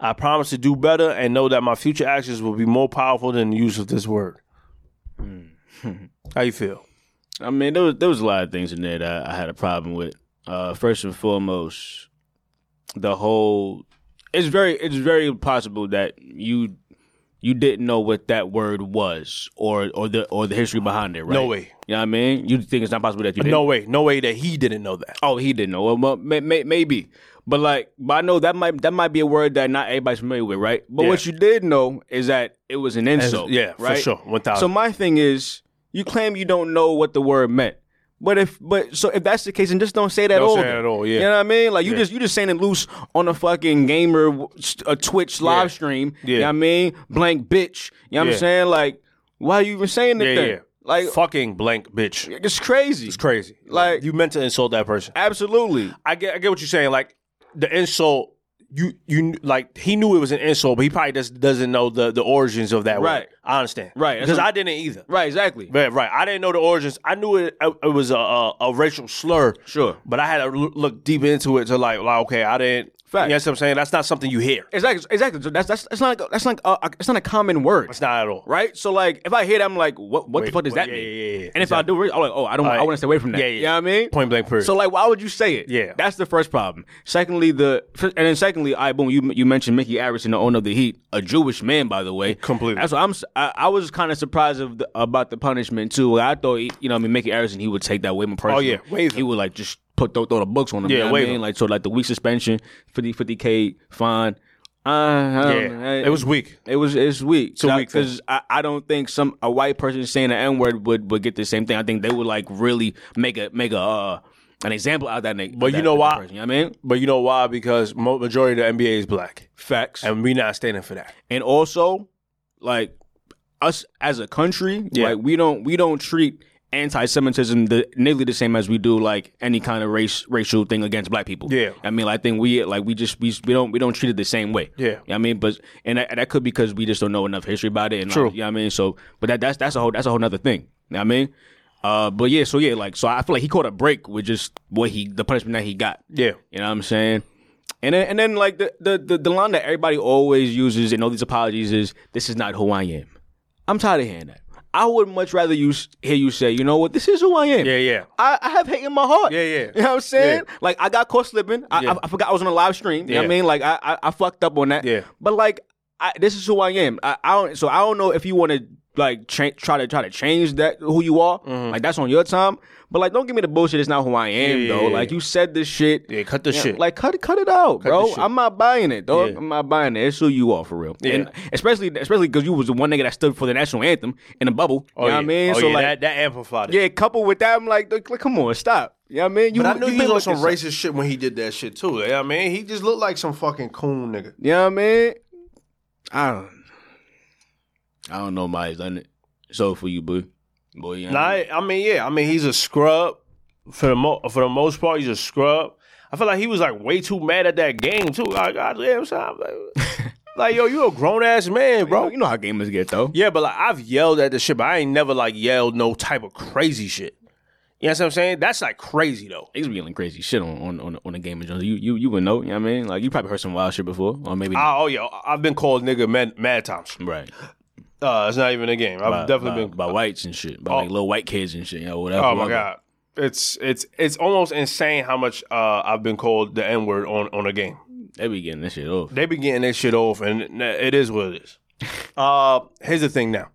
S1: I promise to do better and know that my future actions will be more powerful than the use of this word.
S2: Hmm.
S1: How you feel?
S2: I mean, there was there was a lot of things in there that I, I had a problem with. Uh, first and foremost, the whole it's very it's very possible that you you didn't know what that word was or or the or the history behind it, right?
S1: No way.
S2: You know what I mean? You think it's not possible that you didn't
S1: No way, no way that he didn't know that.
S2: Oh, he didn't know. Well, Well, may, may, maybe, but like, but I know that might that might be a word that not everybody's familiar with, right? But what you did know is that it was an insult.
S1: yeah, for
S2: right?
S1: sure, 1000.
S2: So my thing is, you claim you don't know what the word meant. But if but so if that's the case, then just don't say that
S1: Don't
S2: all.
S1: say
S2: then.
S1: that at all, yeah.
S2: You know what I mean? Like you just you just saying it loose on a fucking gamer w- st- a Twitch live stream. You
S1: Yeah.
S2: know what I mean? Blank bitch. You know what
S1: Yeah.
S2: I'm saying? Like, why are you even saying that
S1: Yeah,
S2: thing?
S1: yeah.
S2: Like
S1: Fucking blank bitch.
S2: it's crazy.
S1: It's crazy.
S2: Like-
S1: you meant to insult that person.
S2: Absolutely.
S1: I get, I get what you're saying. Like the insult, you, you like he knew it was an insult, but he probably just doesn't know the the origins of that
S2: Right.
S1: word. I understand.
S2: Right, that's
S1: because
S2: what-
S1: I didn't either.
S2: Right, exactly.
S1: Right, right. I didn't know the origins. I knew it. It was a, a, a racial slur.
S2: Sure.
S1: but I had to loo- look deep into it to like, like okay, I didn't.
S2: Fact.
S1: You know what I'm saying? That's not something you hear.
S2: Exactly, exactly. So that's that's that's not like, that's not like a, it's not a common word,
S1: It's not at all.
S2: right? So like, if I hear that, I'm like, what what the
S1: Wait,
S2: fuck does
S1: wait,
S2: that
S1: yeah,
S2: mean?
S1: yeah, yeah, yeah.
S2: And if I do, re- I'm like, oh, I don't, I
S1: Alright.
S2: want to stay away from that.
S1: Yeah, yeah.
S2: You know what I mean?
S1: Point blank period.
S2: So like, why would you say it?
S1: Yeah.
S2: that's the first problem. Secondly, the and then secondly, I boom, you you mentioned Mickey Arison, the owner of the Heat, a Jewish man, by the way.
S1: Completely.
S2: That's what I'm. s- I, I was kind of surprised of the, about the punishment too. I thought, he, you know, what I mean, Mickey Arison, he would take that way more personally.
S1: Oh, yeah. Waive
S2: he would like just put throw, throw the books on him.
S1: Yeah,
S2: you know what I
S1: waive
S2: mean?
S1: him.
S2: Like so, like the week suspension, 50 k fine. Uh, I don't-
S5: Um,
S1: yeah,
S2: I-
S1: it was weak.
S2: it was it's weak. It's
S1: a weak thing.
S2: because I, I don't think some a white person saying the n word would would get the same thing. I think they would like really make a make a uh, an example out of that nigga.
S1: But you know why?
S2: You know what I mean?
S1: But you know why? Because mo- majority of the NBA is black,
S2: Facts.
S1: and we not standing for that.
S2: and also like us as a country
S1: Yeah.
S2: like we don't we don't treat anti-semitism the, nearly the same as we do like any kind of race racial thing against black people
S1: Yeah.
S2: i mean like, i think we like we just we, we don't we don't treat it the same way
S1: Yeah.
S2: You know what i mean but and that, that could be because we just don't know enough history about it and like,
S1: True.
S2: you know what i mean so but that that's that's a whole that's a whole nother thing you know what i mean uh but yeah so yeah like so i feel like he caught a break with just what he the punishment that he got
S1: Yeah.
S2: you know what I'm saying? And then, and then like the, the the the line that everybody always uses in all these apologies is this is not who I am. I'm tired of hearing that. I would much rather you s- hear you say, you know what, this is who I am.
S1: Yeah, yeah.
S2: I, I have hate in my heart.
S1: Yeah, yeah.
S2: You know what I'm saying?
S1: Yeah.
S2: Like I got caught slipping. I,
S1: Yeah.
S2: I, I forgot I was on a live stream. You know what
S1: Yeah.
S2: I mean? Like I, I I fucked up on that.
S1: Yeah.
S2: But like I, this is who I am. I, I don't so I don't know if you want to like cha- try to try to change that who you are. Like that's on your time. But like don't give me the bullshit. It's not who I am
S1: Mm-hmm. Yeah, yeah,
S2: though.
S1: yeah.
S2: Like you said this shit.
S1: Yeah, cut the
S2: Yeah,
S1: shit.
S2: Like cut cut it out,
S1: the
S2: bro.
S1: shit.
S2: I'm not buying it, dog.
S1: Yeah.
S2: I'm not buying it. It's who you are for real.
S1: Yeah.
S2: And especially especially because you was the one nigga that stood for the national anthem in the bubble. You
S1: Oh,
S2: know
S1: yeah.
S2: what I mean?
S1: Oh,
S2: so
S1: yeah,
S2: like
S1: that, that amplified it.
S2: yeah, coupled with that, I'm like, like, come on, stop. You know what I mean? You,
S5: But I knew
S2: you
S5: he
S2: been
S5: was on
S2: with
S5: some
S2: this-
S5: racist shit when he did that shit too. Yeah, I mean, he just looked like some fucking coon nigga.
S2: You know what I mean? I don't. I don't know, my done it. So for you, boo, boy. You know what I
S1: Nah,
S2: mean?
S1: I I mean, yeah. I mean, he's a scrub for the mo- for the most part. He's a scrub. I feel like he was like way too mad at that game too. Like, God damn, son. I'm Like, like, yo, you a grown ass man,
S2: bro,
S1: bro.
S2: you know how gamers get though.
S1: Yeah, but like I've yelled at the shit, but I ain't never like yelled no type of crazy shit. You know what I'm saying? That's like crazy though.
S2: Niggas be yelling crazy shit on on on, on the game of Jones. You you you would know. You know what I mean? Like you probably heard some wild shit before, or maybe not.
S1: I, oh, yo, I've been called nigga mad, mad times.
S2: right.
S1: Uh, it's not even a game. I've
S2: By,
S1: definitely
S2: by,
S1: been.
S2: by whites and shit, by like little white kids and shit, you know, whatever.
S1: oh my
S2: whatever.
S1: god, it's it's it's almost insane how much uh, I've been called the N word on on a game.
S2: they be getting this shit off.
S1: They be getting that shit off, and n- it is what it is. Uh, here's the thing now,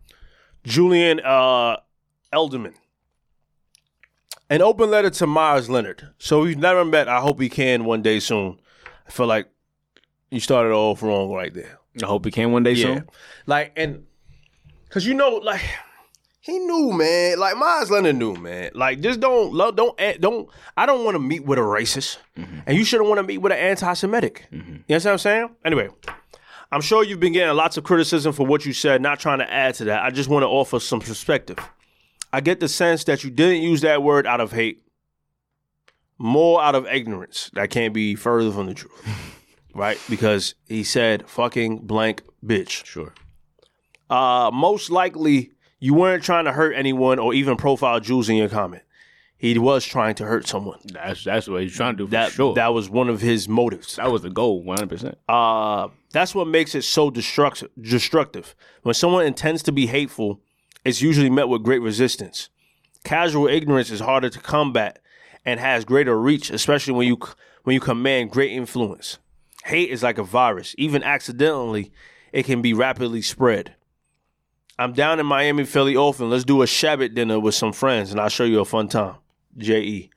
S1: Julian uh, Elderman, an open letter to Myers Leonard. So we've never met. I hope we can one day soon. I feel like you started off wrong right there.
S2: I hope it can one day soon.
S1: like and because you know, like
S5: He knew, man. Like Miles Leonard knew, man.
S1: Like, just don't love, don't act- don't. I don't want to meet with a racist, and you shouldn't want to meet with an anti-Semitic. You know what I'm saying? Anyway, I'm sure you've been getting lots of criticism for what you said. Not trying to add to that. I just want to offer some perspective. I get the sense that you didn't use that word out of hate, more out of ignorance. That can't be further from the truth, right? Because he said "fucking blank bitch."
S2: Sure.
S1: Uh, most likely, you weren't trying to hurt anyone or even profile Jews in your comment. He was trying to hurt someone.
S2: That's that's what he's trying to do for
S1: That
S2: sure.
S1: that
S2: That,
S1: was one of his motives.
S2: was the goal, one hundred percent.
S1: Uh, that's what makes it so destructive. Destructive. When someone intends to be hateful, it's usually met with great resistance. Casual ignorance is harder to combat and has greater reach, especially when you c- when you command great influence. Hate is like a virus. Even accidentally, it can be rapidly spread. I'm down in Miami fairly often. Let's do a Shabbat dinner with some friends, and I'll show you a fun time. E. J.E.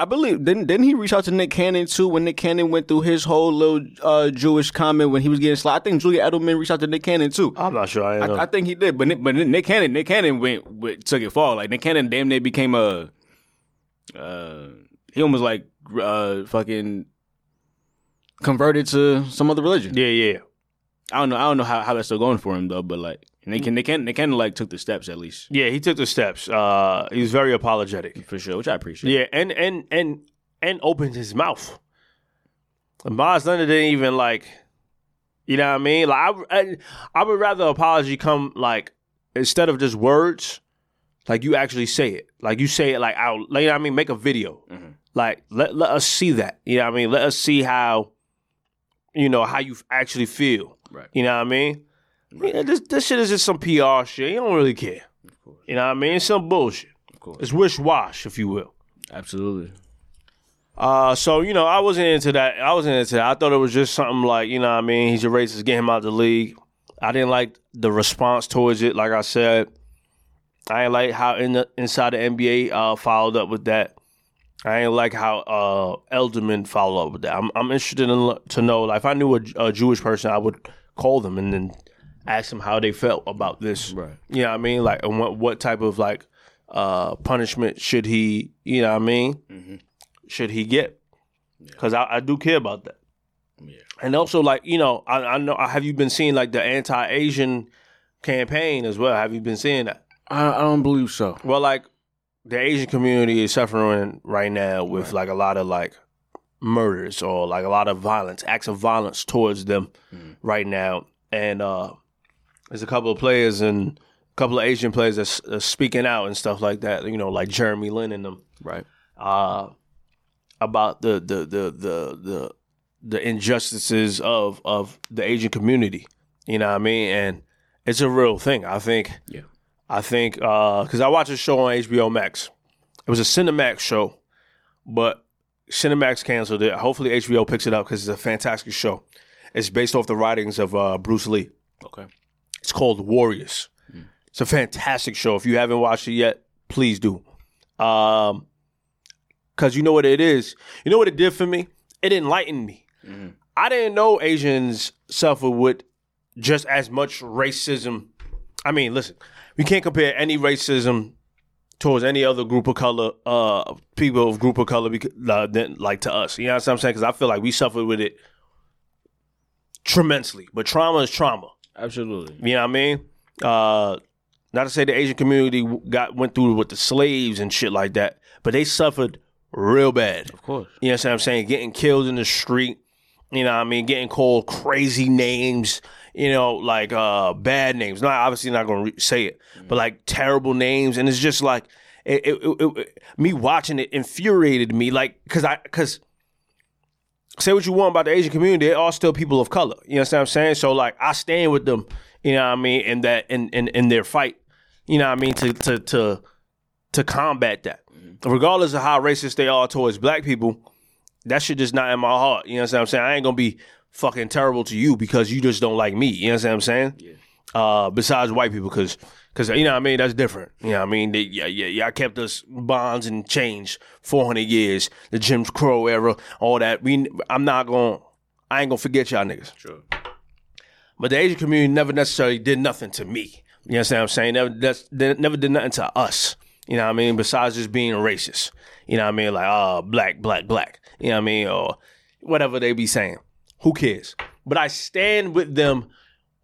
S2: I believe didn't didn't he reach out to Nick Cannon too when Nick Cannon went through his whole little uh, Jewish comment when he was getting slapped? I think Julia Edelman reached out to Nick Cannon too.
S1: I'm not sure. I,
S2: I,
S1: know.
S2: I think he did, but uh, Nick, but Nick Cannon Nick Cannon went, went took it far. Like Nick Cannon damn near became a uh, he almost like uh, fucking converted to some other religion.
S1: yeah, yeah.
S2: I don't know. I don't know how, how that's still going for him though. But like, they can they can they can like took the steps at least
S1: Yeah, he took the steps. Uh, he was very apologetic.
S2: for sure, which I appreciate.
S1: Yeah, and and and and opened his mouth. Miles Leonard didn't even like, you know what I mean? Like I, I, I would rather apology come like instead of just words, like you actually say it, like you say it like out. Like, you know what I mean? Make a video, like let let us see that. You know what I mean? Let us see how, you know how you actually feel.
S2: Right.
S1: You know what I mean? Yeah, this this shit is just some PR shit. You don't really care. You know what I mean? It's some bullshit.
S2: course.
S1: It's wish wash, if you will.
S2: absolutely.
S1: Uh, so you know, I wasn't into that. I wasn't into that. I thought it was just something like, you know, what I mean, he's a racist. Get him out of the league. I didn't like the response towards it. Like I said, I ain't like how in the, inside the NBA uh, followed up with that. I ain't like how uh, Elderman followed up with that. I'm, I'm interested in lo- to know. Like, if I knew a, a Jewish person, I would call them and then ask them how they felt about this.
S2: Right.
S1: You know what I mean? Like, and what what type of like uh, punishment should he, you know what I mean, should he get? Because I, I do care about that. And also, like you know, I, I know. Have you been seeing like the anti-Asian campaign as well? Have you been seeing that?
S2: I, I don't believe so.
S1: Well, like the Asian community is suffering right now with like a lot of like murders or like a lot of violence, acts of violence towards them right now. And uh there's a couple of players and a couple of Asian players that's uh, speaking out and stuff like that. You know, like Jeremy Lin and them
S2: Right.
S1: uh, about the the the the the the injustices of of the Asian community. You know what I mean? And it's a real thing. I think.
S2: Yeah.
S1: I think because I watched a show on HBO Max. It was a Cinemax show, but Cinemax canceled it. Hopefully HBO picks it up because it's a fantastic show. It's based off the writings of uh, Bruce Lee.
S2: Okay.
S1: It's called Warriors. It's a fantastic show. If you haven't watched it yet, please do. Um, cause you know what it is. You know what it did for me? It enlightened me. I didn't know Asians suffer with just as much racism. I mean, listen, we can't compare any racism towards any other group of color, uh, people of group of color, because, uh, than, like to us. You know what I'm saying? Because I feel like we suffered with it tremendously. But trauma is trauma.
S2: Absolutely.
S1: You know what I mean? Uh, not to say the Asian community w- got went through with the slaves and shit like that, but they suffered real bad.
S2: Of course.
S1: You know what I'm saying? Getting killed in the street. You know what I mean? Getting called crazy names. You know, like uh, bad names. Not obviously not gonna re- say it, but like terrible names. And it's just like it, it, it, it- me watching it infuriated me. Like, cause I cause say what you want about the Asian community, they are still people of color. You know what I'm saying? So like I stand with them, you know what I mean, in that in in, in their fight. You know what I mean, to to to to combat that. Regardless of how racist they are towards black people, that shit just not in my heart. You know what I'm saying? I ain't gonna be fucking terrible to you because you just don't like me. You know what I'm saying? Uh, besides white people, because you know what I mean that's different. You know what I mean? They, yeah, yeah, yeah. I kept us bonds and chains 400 years, the Jim Crow era, all that. We, I'm not gonna, I ain't gonna forget y'all niggas.
S2: Sure.
S1: But the Asian community never necessarily did nothing to me. You know what I'm saying? Never, that's, they never did nothing to us. You know what I mean? Besides just being racist. You know what I mean? Like, oh, black, black, black. You know what I mean? Or whatever they be saying. Who cares? But I stand with them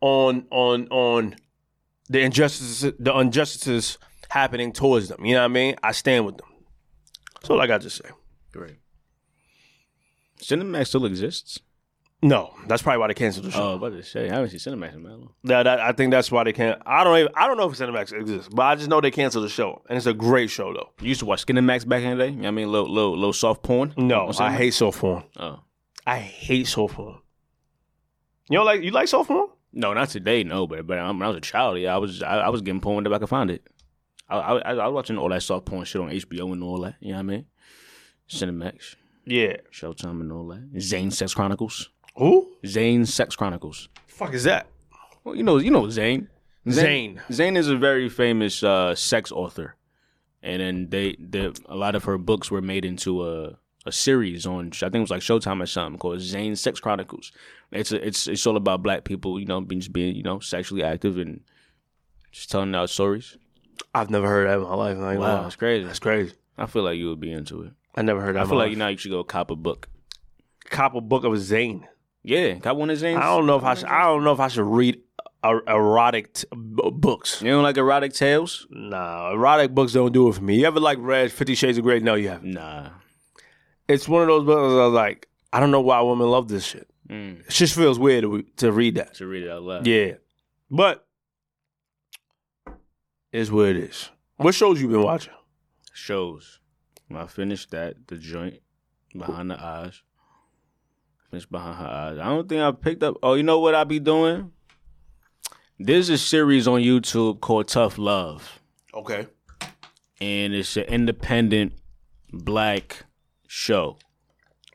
S1: on on on the injustices the injustices happening towards them. You know what I mean? I stand with them. That's all I got to say.
S2: Great. Cinemax still exists.
S1: No, that's probably why they canceled the show.
S2: Oh, I was about to say, I haven't seen Cinemax in a while.
S1: That, that I think that's why they can't. I don't even. I don't know if Cinemax exists, but I just know they canceled the show, and it's a great show though.
S2: You used to watch Cinemax back in the day. You know what I mean, little, little, little soft porn.
S1: No,
S2: On
S1: I
S2: Cinemax?
S1: hate soft porn.
S2: Oh.
S1: I hate soft porn. You don't like you like soft porn?
S2: No, not today. No, but but um, when I was a child, yeah, I was I, I was getting porn if I could find it. I, I I I was watching all that soft porn shit on HBO and all that. You know what I mean? Cinemax,
S1: Yeah.
S2: Showtime, and all that. Zane Sex Chronicles.
S1: Who?
S2: Zane Sex Chronicles.
S1: fuck is that?
S2: Well, you know, you know Zane.
S1: Zane.
S2: Zane is a very famous uh, sex author, and then they, they a lot of her books were made into a a series on I think it was like Showtime or something called Zane Sex Chronicles. It's a, it's it's all about black people, you know, being just being you know sexually active and just telling our stories.
S1: I've never heard that in my life. Like,
S2: Wow,
S1: wow,
S2: that's crazy.
S1: that's crazy.
S2: I feel like you would be into it.
S1: I never heard that.
S2: I feel like you know you should go cop a book.
S1: cop a book of Zane.
S2: Yeah, got one of Zane's.
S1: I don't know if I should. I don't know if I should read er- erotic t- b- books.
S2: You don't like erotic tales?
S1: Nah, erotic books don't do it for me. You ever like read Fifty Shades of Grey? No, you haven't.
S2: Nah.
S1: it's one of those books I was like, I don't know why women love this shit.
S2: Mm.
S1: It just feels weird to, to read that.
S2: To read it out loud.
S1: Yeah. But it's what it is. What shows you been watching?
S2: shows. When I finished that, the joint behind the eyes. Finished behind her eyes. I don't think I picked up. Oh, you know what I be doing? There's a series on YouTube called Tough Love,
S5: Okay.
S2: and it's an independent black show.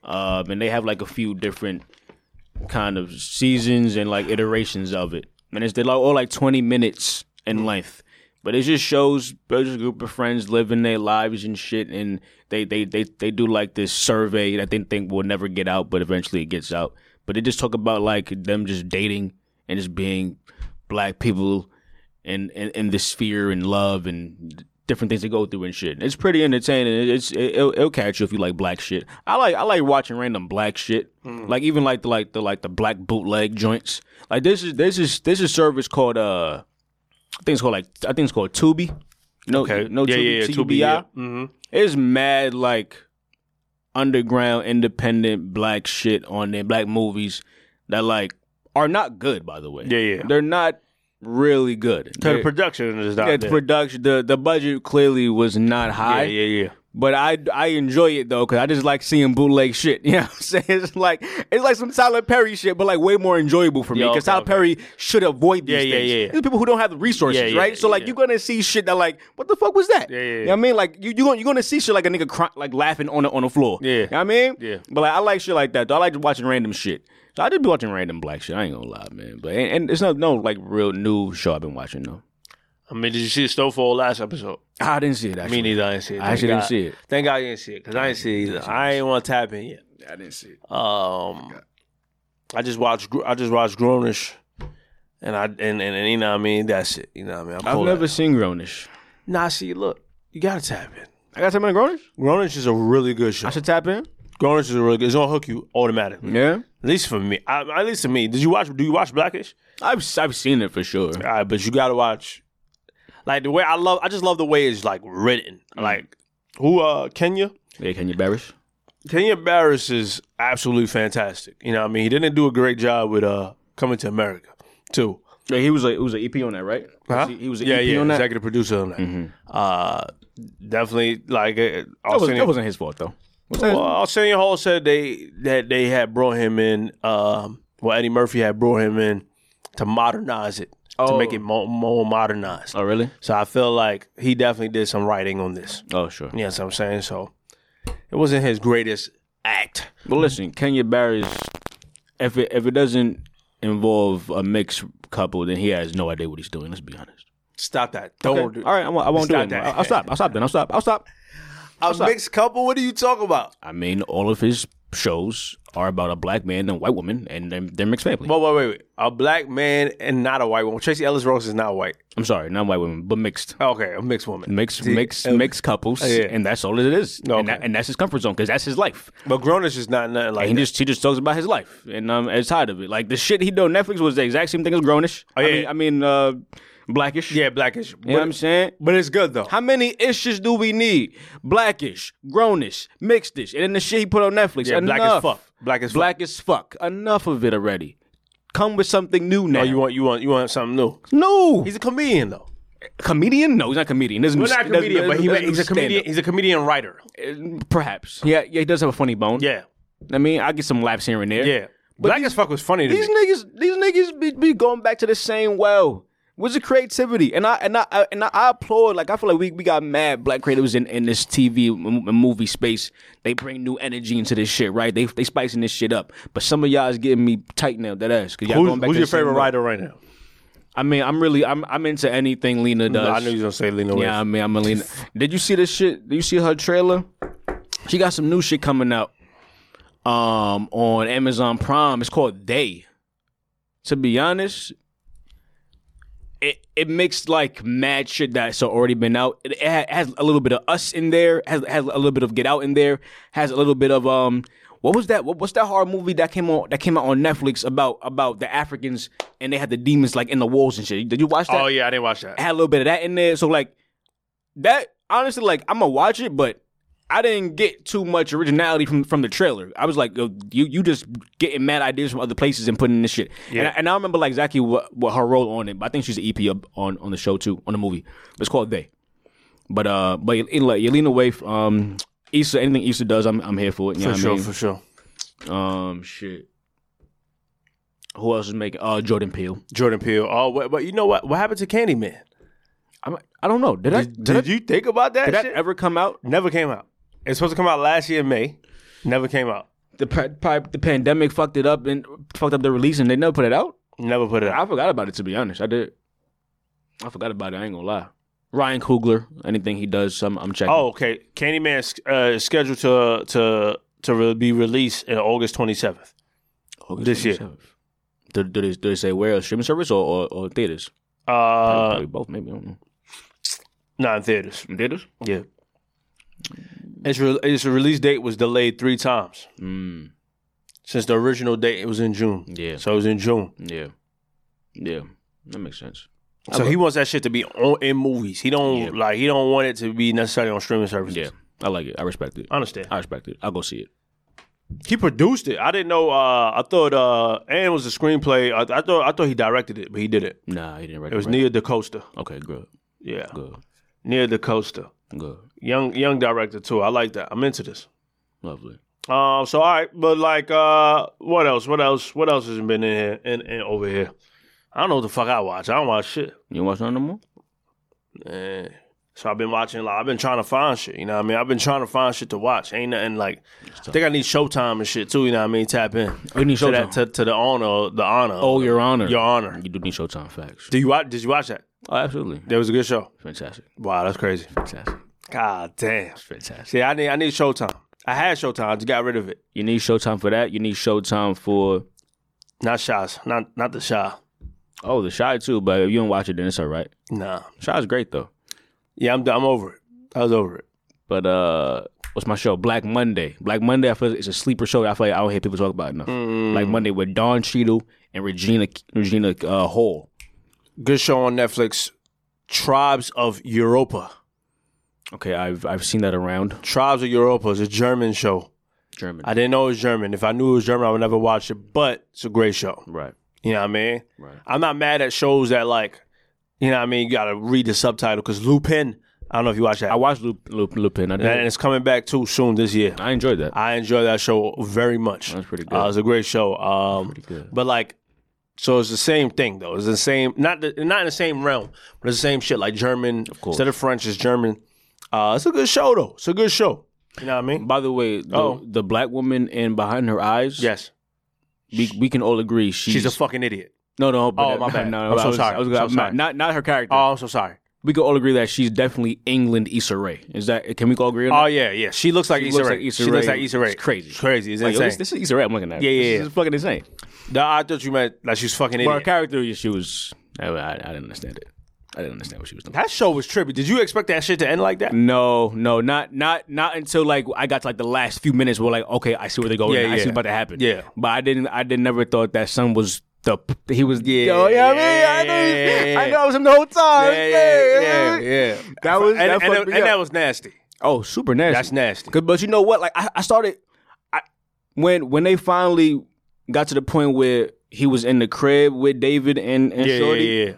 S2: Um, and they have like a few different kind of seasons and like iterations of it. And it's they're like all like twenty minutes in length. But it just shows there's a group of friends living their lives and shit and they, they, they, they do like this survey that they think will never get out but eventually it gets out. But they just talk about like them just dating and just being black people in in, in this sphere and love and different things they go through and shit. It's pretty entertaining. It's it, will it'll catch you if you like black shit. I like I like watching random black shit.
S1: Hmm.
S2: Like even like the like the like the black bootleg joints. Like this is this is this is service called uh I think it's called like I think it's called Tubi. No,
S1: Okay.
S2: no,
S1: Yeah,
S2: Tubi,
S1: yeah, yeah, Tubi,
S2: TUBI.
S1: yeah.
S2: It's mad like underground independent black shit on there, black movies that like are not good by the way.
S1: Yeah, yeah.
S2: They're not really good.
S1: The
S2: They're-
S1: production is not
S2: yeah, the
S1: there.
S2: production the the budget clearly was not
S1: yeah,
S2: high.
S1: yeah, yeah.
S2: But I I enjoy it though because I just like seeing bootleg shit. (laughs) You know what I'm saying? It's like it's like some Tyler Perry shit, but like way more enjoyable for me
S1: Yeah,
S2: because
S1: okay,
S2: Tyler
S1: okay.
S2: Perry should avoid these
S1: Yeah, yeah,
S2: things.
S1: yeah, yeah.
S2: These are people who don't have the resources,
S1: Yeah, yeah,
S2: right? So
S1: yeah,
S2: like
S1: yeah.
S2: you're gonna see shit that like what the fuck was that?
S1: yeah,
S2: You
S1: yeah.
S2: know what I mean? Like you you gonna, you're gonna see shit like a nigga cry, like laughing on the on the floor.
S1: Yeah.
S2: You know what I mean?
S1: Yeah.
S2: But like I like shit like that. Though. I like watching random shit. So I just be watching random black shit. I ain't gonna lie, man. But and, and it's not no like real new show I've been watching though.
S1: I mean, did you see Snowfall last episode?
S2: I didn't see it
S1: Me
S2: actually.
S1: neither. I Ah, didn't see it.
S2: I actually
S1: Thank
S2: didn't
S1: God-
S2: see it.
S1: Thank God you didn't see it because I didn't see it either. I ain't want to tap in yet.
S3: I didn't see it.
S1: Um, I just watched. Gr- I just watched Grownish, and I and, and and you know what I mean. That's it. You know what I mean. I'm
S2: I've
S1: cool
S2: never
S1: at it.
S2: seen Grownish.
S1: Nah, see, look, you gotta tap in.
S2: I got something on Grownish.
S1: Grownish is a really good show.
S2: I should tap in.
S1: Grownish is a really good. It's gonna hook you automatically.
S2: Yeah,
S1: At least for me. I, at least for me. Did you watch? Do you watch Blackish?
S2: I've I've seen it for sure.
S1: All right, but you gotta watch. Like the way I love, I just love the way it's like written. Like who? uh Kenya.
S2: Yeah, Kenya Barris.
S1: Kenya Barris is absolutely fantastic. You know, what I mean, he didn't do a great job with uh coming to America too.
S2: Yeah, he was a it was an EP on that, right?
S1: Huh?
S2: He, he was an
S1: yeah,
S2: EP
S1: yeah,
S2: on that. Mm-hmm.
S1: executive producer on that. Uh, definitely, like uh,
S2: That, was,
S1: Arsenio,
S2: that wasn't his fault though. Was that his-
S1: well, Arsenio Hall said they that they had brought him in. Um, well, Eddie Murphy had brought him in to modernize it, to
S2: Oh.
S1: make it more, more modernized.
S2: oh really?
S1: So I feel like he definitely did some writing on this.
S2: Oh sure.
S1: You know what I'm saying? So it wasn't his greatest act.
S2: But listen, Kenya Barris, if it if it doesn't involve a mixed couple, then he has no idea what he's doing. Let's be honest.
S1: Stop that! Don't
S2: Okay.
S1: do
S2: All right, I won't, I won't do
S1: Stop
S2: it.
S1: that.
S2: I'll, I'll stop. I'll stop. Then I'll stop. I'll stop.
S1: A mixed couple? What are you talking about?
S2: I mean, all of his shows are about a black man and a white woman and their, their mixed family.
S1: Wait, wait, wait, wait. A black man and not a white woman. Tracy Ellis Ross is not white.
S2: I'm sorry, not white women, but mixed.
S1: Okay, a mixed woman.
S2: Mix, mix, mix couples,
S1: yeah.
S2: and that's all it is,
S1: Okay.
S2: and, that, and that's his comfort zone because that's his life.
S1: But Grownish is not nothing like
S2: And he
S1: that.
S2: just he just talks about his life, and um, it's tired of it. Like the shit he did on Netflix was the exact same thing as Grownish.
S1: Oh, yeah.
S2: I mean, I mean uh, Blackish.
S1: yeah, blackish.
S2: you know what I'm
S1: but,
S2: saying.
S1: but it's good though.
S2: How many issues do we need? Blackish, grownish, mixedish, and then the shit he put on Netflix.
S1: Yeah,
S2: Enough.
S1: black as fuck. Black as fuck.
S2: Black as fuck. Enough of it already. Come with something new now.
S1: Oh, you want you want you want something new?
S2: no, he's
S1: He's a comedian though.
S2: a comedian. No, he's not a comedian. Doesn't
S1: Well,
S2: do-
S1: not a
S2: doesn't-
S1: comedian, but he,
S2: doesn't
S1: he's
S2: do
S1: a
S2: stand-up.
S1: comedian. He's a comedian writer.
S2: Perhaps. Yeah, yeah, he does have a funny bone.
S1: Yeah,
S2: I mean, I get some laughs here and there.
S1: yeah. black as fuck was funny to
S2: These
S1: me.
S2: niggas, these niggas be, be going back to the same well. What's the creativity? And I and I I- and I, I applaud. Like I feel like we, we got mad black creators in, in this TV m- and movie space. They bring new energy into this shit, right? They they spicing this shit up. But some of y'all is getting me tight now. That ass. Cause y'all
S1: Who's,
S2: going back
S1: who's
S2: to
S1: your
S2: the same
S1: favorite
S2: well.
S1: writer right now?
S2: I mean, I'm really I'm I'm into anything Lena does.
S1: I knew you was gonna say Lena.
S2: Yeah, I
S1: Yeah,
S2: mean, I'm a lean. Did you see this shit? Did you see her trailer? She got some new shit coming out um on Amazon Prime. It's called They. To be honest, it it makes like mad shit that's already been out. It, it ha- has a little bit of us in there. Has has a little bit of Get Out in there. Has a little bit of um. What was that? What, what's that horror movie that came on that came out on Netflix about about the Africans and they had the demons like in the walls and shit? Did you watch that?
S1: oh yeah, I didn't watch that.
S2: had a little bit of that in there. So like that honestly, like I'm gonna watch it, but I didn't get too much originality from from the trailer. I was like, Yo, you you just getting mad ideas from other places and putting in this shit. And, I, and I remember like exactly what, what her role on it. But I think she's an EP up on on the show too on the movie. It's called They. But uh, but Yelena Yelena Waif, um, Issa, anything Issa does, I'm I'm here for it. You
S1: For
S2: know what
S1: sure,
S2: I mean?
S1: for sure.
S2: Um, shit. Who else is making? Uh, Jordan Peele.
S1: Jordan Peele. Oh, but, but you know what? What happened to Candyman?
S2: I'm, I don't know. Did, I
S1: Did, you think about that?
S2: did that
S1: shit?
S2: ever come out?
S1: Never came out. It's supposed to come out last year in May. Never came out.
S2: the pa- pa- the pandemic fucked it up and fucked up the release, and they never put it out.
S1: Never put it out.
S2: I forgot about it to be honest. I did. I forgot about it. I ain't gonna lie. Ryan Coogler, anything he does, I'm, I'm checking.
S1: Oh, okay. Candyman's uh, is scheduled to to to re- be released in August 27th.
S2: August
S1: this year.
S2: 27th. Do, do, they, do they say where? Streaming service or, or, or theaters?
S1: Uh,
S2: Probably both, maybe. I don't know.
S1: Not in theaters.
S2: In theaters?
S1: Yeah. Its, re- its release date was delayed three times. Since the original date, it was in June.
S2: Mm, Yeah.
S1: So it was in June.
S2: Yeah. Yeah. That makes sense.
S1: So he wants that shit to be on in movies. He don't
S2: Yeah.
S1: like. He don't want it to be necessarily on streaming services.
S2: Yeah. I like it. I respect it.
S1: I understand.
S2: I respect it. I'll go see it.
S1: He produced it. I didn't know. Uh, I thought uh, and was the screenplay. I, I thought I thought he directed it, but he did it.
S2: Nah, he didn't write
S1: It was
S2: right.
S1: Nia DaCosta.
S2: Okay, good.
S1: Yeah,
S2: Good.
S1: Nia DaCosta,
S2: Good.
S1: young young director too. I like that. I'm into this.
S2: Lovely.
S1: Um, so all right, but like, uh, what else? What else? What else has been in here and in, in over here? I don't know what the fuck I watch. I don't watch shit.
S2: You watch none no more?
S1: Eh. So I've been watching. Like, I've been trying to find shit. You know what I mean? I've been trying to find shit to watch. Ain't nothing like. I think I need Showtime and shit too. You know what I mean? Tap in.
S2: You need
S1: to that
S2: Showtime.
S1: to, to the honor, the honor.
S2: Oh, Your Honor.
S1: Your honor.
S2: You do need Showtime facts.
S1: Do you watch? Did you watch that?
S2: Oh, absolutely.
S1: That was a good show.
S2: Fantastic.
S1: Wow, that's crazy.
S2: Fantastic.
S1: God damn.
S2: Fantastic.
S1: See, I need I need Showtime. I had Showtime. I just got rid of it.
S2: You need Showtime for that. You need Showtime for
S1: Not shots. Not not the shot.
S2: oh the Shy too. But if you don't watch it, then it's all right.
S1: Nah.
S2: Shy's great though.
S1: Yeah, I'm I'm over it. I was over it.
S2: But uh, what's my show? Black Monday. Black Monday. I feel it's a sleeper show. That I feel like I don't hear people talk about enough.
S1: Mm.
S2: Black Monday with Don Cheadle and Regina Regina uh, Hall.
S1: Good show on Netflix. Tribes of Europa.
S2: Okay, I've I've seen that around.
S1: Tribes of Europa is a German show.
S2: German.
S1: I didn't know it was German. If I knew it was German, I would never watch it. But it's a great show.
S2: right.
S1: You know what I mean?
S2: Right.
S1: I'm not mad at shows that like, you know what I mean? You gotta read the subtitle because Lupin. I don't know if you watch that.
S2: I watched Lup, Lup, Lupin. I, did.
S1: and it's coming back too soon this year.
S2: I enjoyed that.
S1: I enjoy that show very much.
S2: That's pretty
S1: Uh,
S2: good.
S1: it's a great show. Um,
S2: good.
S1: But like, so it's the same thing though. It's the same, not the, not in the same realm, but it's the same shit. Like German
S2: course.
S1: instead of French, it's German. Uh, it's a good show though. It's a good show. You know what I mean?
S2: By the way, the,
S1: Oh.
S2: the black woman and behind her eyes.
S1: yes,
S2: we, we can all agree she's,
S1: she's a fucking idiot.
S2: no (laughs) no. But
S1: Oh, my bad.
S2: No, no,
S1: I'm so
S2: I was,
S1: sorry.
S2: I was,
S1: I'm so sorry.
S2: Not not her character.
S1: Oh, I'm so sorry.
S2: we can all agree that she's definitely England Issa Rae. Is that can we all agree on
S1: Oh
S2: that?
S1: yeah, yeah. She looks like
S2: She
S1: Issa
S2: looks
S1: Rae.
S2: like Issa
S1: she looks
S2: Rae.
S1: like Issa Rae.
S2: It's crazy.
S1: It's crazy. It's
S2: Like, yo,
S1: insane.
S2: this, this is Issa Rae. I'm looking at.
S1: Yeah, yeah,
S2: This
S1: yeah.
S2: is fucking insane.
S1: No, I thought you meant like she's fucking
S2: But her
S1: idiot.
S2: character, she was. I, I, I didn't understand it. I didn't understand what she was doing.
S1: that show was trippy. Did you expect that shit to end like that?
S2: No, no, not not not until like I got to like the last few minutes where like okay, I see where they're going.
S1: Yeah,
S2: I see what's
S1: yeah.
S2: about to happen.
S1: Yeah.
S2: but I didn't. I did never thought that son was the he was.
S1: Yeah,
S2: Yo, you know what I mean, I knew,
S1: yeah,
S2: I knew I was him the whole time.
S1: Yeah, yeah,
S2: you know what I
S1: yeah,
S2: mean?
S1: yeah.
S2: That was
S1: and,
S2: that
S1: and-
S2: fucked me
S1: and
S2: up.
S1: that was nasty.
S2: Oh, super nasty.
S1: That's nasty.
S2: 'Cause- But you know what? Like I, I started I when when they finally got to the point where he was in the crib with David and, and
S1: Yeah,
S2: Shorty.
S1: yeah, yeah.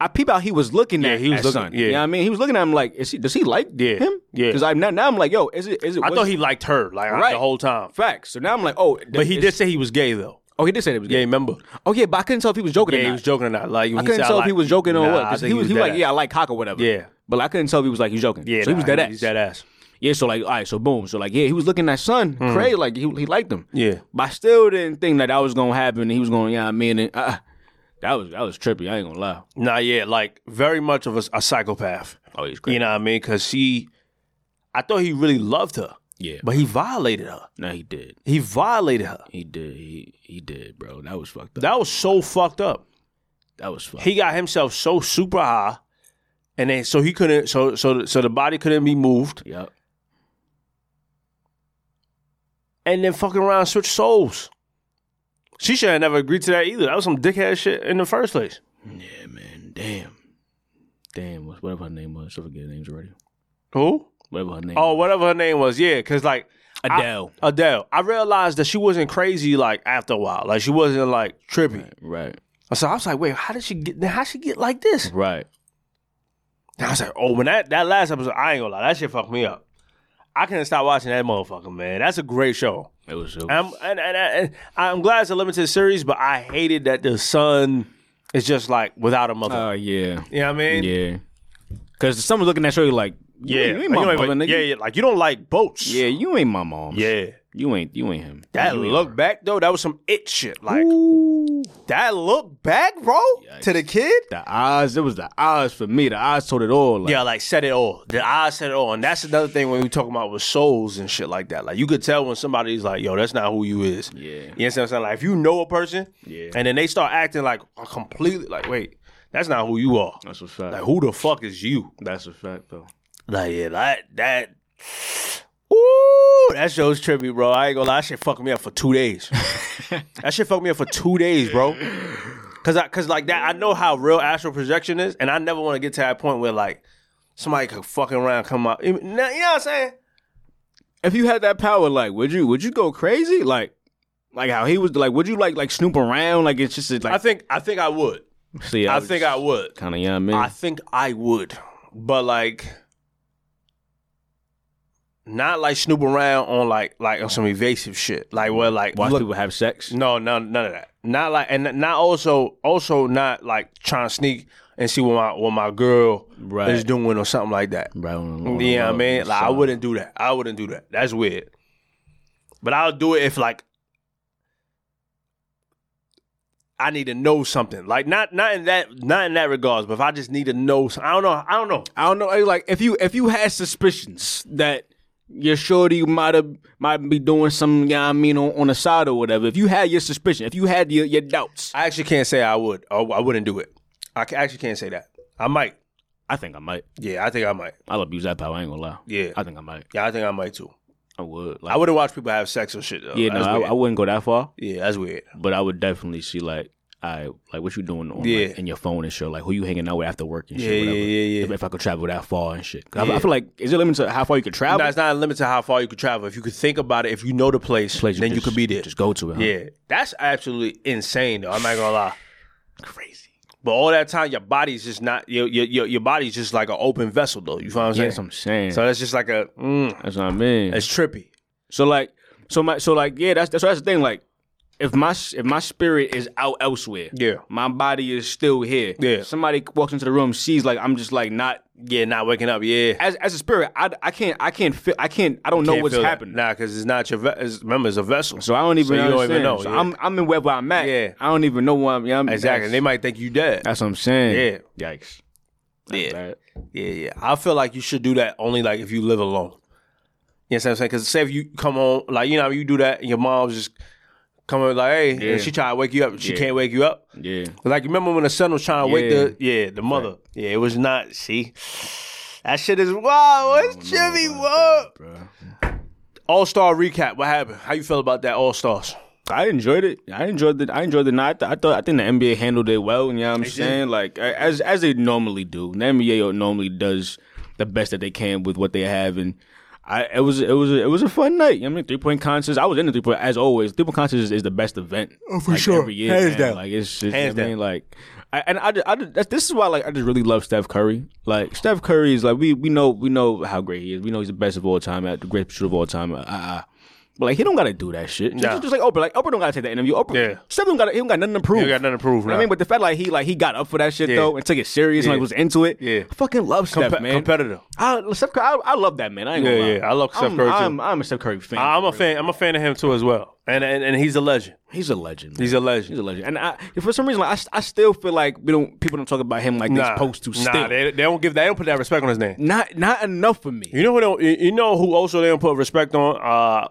S2: I peep out he was looking
S1: Yeah,
S2: at
S1: he was
S2: at
S1: looking-
S2: son.
S1: yeah.
S2: You know what I mean? He was looking at him like, is he does he like
S1: Yeah,
S2: him?
S1: yeah.
S2: Because I'm now, now I'm like, yo, is it is it
S1: I
S2: was-
S1: thought he liked her like
S2: Right.
S1: the whole time.
S2: facts. So now I'm like, oh
S1: But he
S2: it's-
S1: did say he was gay though.
S2: Oh he did say that he was
S1: Yeah,
S2: gay.
S1: remember?
S2: Oh yeah, but I couldn't tell if he was joking
S1: Yeah,
S2: or
S1: he
S2: not.
S1: was joking or not. Like
S2: I couldn't tell if he was joking or what. Because he was, he was like, yeah, I like cock or whatever.
S1: Yeah.
S2: But I couldn't tell if he was like, he's joking.
S1: yeah.
S2: so he was dead ass.
S1: He's dead ass. Hmm.
S2: Yeah, so like, all right, so boom, so like, yeah, he was looking at Son crazy, like he he liked him.
S1: Yeah.
S2: but I still didn't think that that was gonna happen. and He was gonna, yeah, I mean, and, uh, that was that was trippy. I ain't gonna lie.
S1: Nah, yeah, like very much of a, a psychopath.
S2: Oh, he's crazy.
S1: You know what I mean? Because she, I thought he really loved her,
S2: Yeah, but
S1: but he violated her.
S2: no, he did,
S1: He violated her.
S2: he did, he he did, bro. That was fucked up. That,
S1: That was so fucked up.
S2: was fucked.
S1: He got himself so super high, and then so he couldn't. So so so the body couldn't be moved.
S2: Yup.
S1: and then fucking around and switch souls. She should have never agreed to that either. That was some dickhead shit in the first place.
S2: Yeah, man. Damn. Damn. what- Whatever her name was, I forget her names already.
S1: Who?
S2: Whatever her name.
S1: Oh,
S2: was.
S1: whatever her name was. Yeah, because like I-
S2: Adele.
S1: Adele. I realized that she wasn't crazy like after a while. Like she wasn't like trippy.
S2: Right.
S1: So I was like, wait, how did she get? How she get like this?
S2: Right.
S1: And I was like, oh, when that that last episode, I ain't gonna lie, that shit fucked me up. I couldn't stop watching that motherfucker, man. That's a great show.
S2: It was. It was
S1: I'm and, and, and I'm glad it's a limited series, but I hated that the son is just like without a mother.
S2: uh, yeah.
S1: you know what I mean?
S2: Yeah. Because someone looking at you like, you
S1: Yeah,
S2: ain't- you
S1: Like,
S2: ain't my
S1: you don't
S2: mother,
S1: even-
S2: nigga.
S1: yeah, yeah. Like you don't like boats.
S2: Yeah, you ain't my mom.
S1: yeah.
S2: You ain't you ain't him.
S1: That
S2: you ain't
S1: look
S2: her.
S1: back though, that was some it shit. Like that look back, bro, to the kid.
S2: the eyes, it was the eyes for me. The eyes told it all. Like,
S1: Yeah, like said it all. The I said it all, and that's another thing when we talking about with souls and shit like that. Like you could tell when somebody's like, "Yo, that's not who you is."
S2: Yeah.
S1: you understand what I'm saying? Like if you know a person,
S2: Yeah.
S1: and then they start acting like a completely like, wait, That's not who you are.
S2: That's a fact.
S1: Like who the fuck is you?
S2: That's a fact though.
S1: Like yeah, that that. Ooh, that show's trippy, bro. I ain't gonna lie. That shit fucked me up for two (laughs) days. that shit fucked me up for two days, bro. Cause I, cause like that, I know how real astral projection is, and I never want to get to that point where like somebody could fucking around come out. You know you know what I'm saying?
S2: If you had that power, like, would you would you go crazy? Like, like how he was like, would you like like snoop around? Like it's just like
S1: I think, I think I would. I think I would.
S2: kind of yeah, I mean,
S1: I think I would, but like, not like snoop around on like like on some evasive shit. Like where like
S2: watch
S1: look-
S2: people have sex.
S1: no, no, none of that. Not like and not also also not like trying to sneak and see what my what my girl
S2: Right.
S1: is doing or something like that.
S2: Right.
S1: Yeah, I mean, like I wouldn't do that. I wouldn't do that. That's weird. But I'll do it if like I need to know something. Like not not in that not in that regards, but if I just need to know, some- I don't know. I don't know.
S2: I don't know. I- Like if you if you had suspicions that your shorty might have might be doing some, you know what I mean, on, on the side or whatever. If you had your suspicion, if you had your, your doubts,
S1: I actually can't say I would. I, I wouldn't do it. I ca- actually can't say that. I might.
S2: I think I might.
S1: Yeah, I think I might.
S2: I'll abuse that power. I ain't gonna lie.
S1: Yeah.
S2: I think I might.
S1: Yeah, I think I might too.
S2: I would. Like,
S1: I wouldn't watch people have sex or shit though.
S2: Yeah, no,
S1: That's
S2: I,
S1: weird.
S2: I wouldn't go that far,
S1: yeah, that's weird.
S2: but I would definitely see like. I like what you doing on like,
S1: Yeah.
S2: in your phone and shit. Like who you hanging out with after work and shit.
S1: Yeah, yeah,
S2: whatever.
S1: yeah, yeah.
S2: If, if I could travel that far and shit, 'Cause I, I feel like is it limit to how far you could travel?
S1: No, it's not limited to how far you could travel. If you could think about it, if you know the place,
S2: Place
S1: then you
S2: just-
S1: could be there.
S2: Just go to it. huh?
S1: Yeah, that's absolutely insane. Though I'm not gonna lie.
S2: crazy.
S1: But all that time, your body's just not your your your, your body's just like an open vessel, though. You know what I'm saying?
S2: Yeah, that's what I'm saying.
S1: so that's just like a mm,
S2: that's what I mean.
S1: it's trippy.
S2: So like, so my, so like, yeah, that's that's that's the thing. Like, if my if my spirit is out elsewhere,
S1: Yeah.
S2: my body is still here.
S1: Yeah.
S2: somebody walks into the room, sees like I'm just like not
S1: Yeah, not waking up. Yeah,
S2: as as a spirit. I, I can't I can't feel I can't I don't know
S1: Can't
S2: what's
S1: feel that.
S2: happening.
S1: Nah, because it's not your. Ve- it's, remember, it's a vessel.
S2: So I don't even,
S1: you don't
S2: understand.
S1: even know.
S2: So
S1: yeah.
S2: I'm I'm in wherever I'm at.
S1: Yeah.
S2: I don't even know where I'm. Yeah, I'm
S1: exactly. They
S2: That's,
S1: might think you dead.
S2: that's what I'm saying. Yeah. Yikes.
S1: Yeah.
S2: Bad.
S1: Yeah, yeah. I feel like you should do that only like if you live alone. You know what I'm saying? Because say if you come home, like you know, you do that, and your mom's just coming like, hey,
S2: Yeah.
S1: and she try to wake you up, she
S2: Yeah.
S1: can't wake you up.
S2: Yeah.
S1: Like remember when the son was trying to wake
S2: Yeah.
S1: the yeah the mother? Yeah, it was not. See, that shit is wild. What's Jimmy? What?
S2: Bro.
S1: All star recap. What happened? How you feel about that All Stars?
S2: I enjoyed it. I enjoyed it. I enjoyed the night. I, th- I thought I think the NBA handled it well. You know what I'm saying? Like a- as as they normally do. The NBA normally does the best that they can with what they have, and I it was it was it was a fun night. You know what I mean, three point contests. I was in the three point as always. Three point contests is, is the best event. Oh, for sure, every year, hands down. Like it's,
S1: Hands
S2: it's hands
S1: down.
S2: down. Like, I, and I, ju- I, ju- that's, this is why like I just really love Steph Curry. Like Steph Curry is like we we know we know how great he is. We know he's the best of all time, at the greatest shooter of all time. Uh, uh, uh. But like he don't gotta do that shit. Just,
S1: Nah.
S2: just like Oprah, like Oprah don't gotta take that interview. Oprah,
S1: Yeah.
S2: Steph don't gotta, he don't got nothing to prove.
S1: He don't got nothing to prove,
S2: You know what
S1: nah.
S2: I mean, but the fact like he like he got up for that shit
S1: Yeah.
S2: though and took it serious and
S1: Yeah.
S2: like was into it.
S1: Yeah.
S2: I fucking love Steph,
S1: Compe-
S2: man.
S1: competitor.
S2: I, Steph Curry, I, I love that man. I ain't
S1: Yeah,
S2: gonna lie.
S1: yeah. I love Steph
S2: I'm-
S1: Curry, too.
S2: I'm, I'm a Steph Curry fan.
S1: I'm a fan. I'm a fan of him too as well. And and, and he's a legend.
S2: He's a legend. man.
S1: He's a legend.
S2: He's a legend, and I, for some reason, like, I, I still feel like we don't people don't talk about him like they're supposed to.
S1: nah,
S2: Still,
S1: they, they don't give. They don't put that respect on his name.
S2: not not enough for me.
S1: You know who don't, you you know who also they don't put respect on? Uh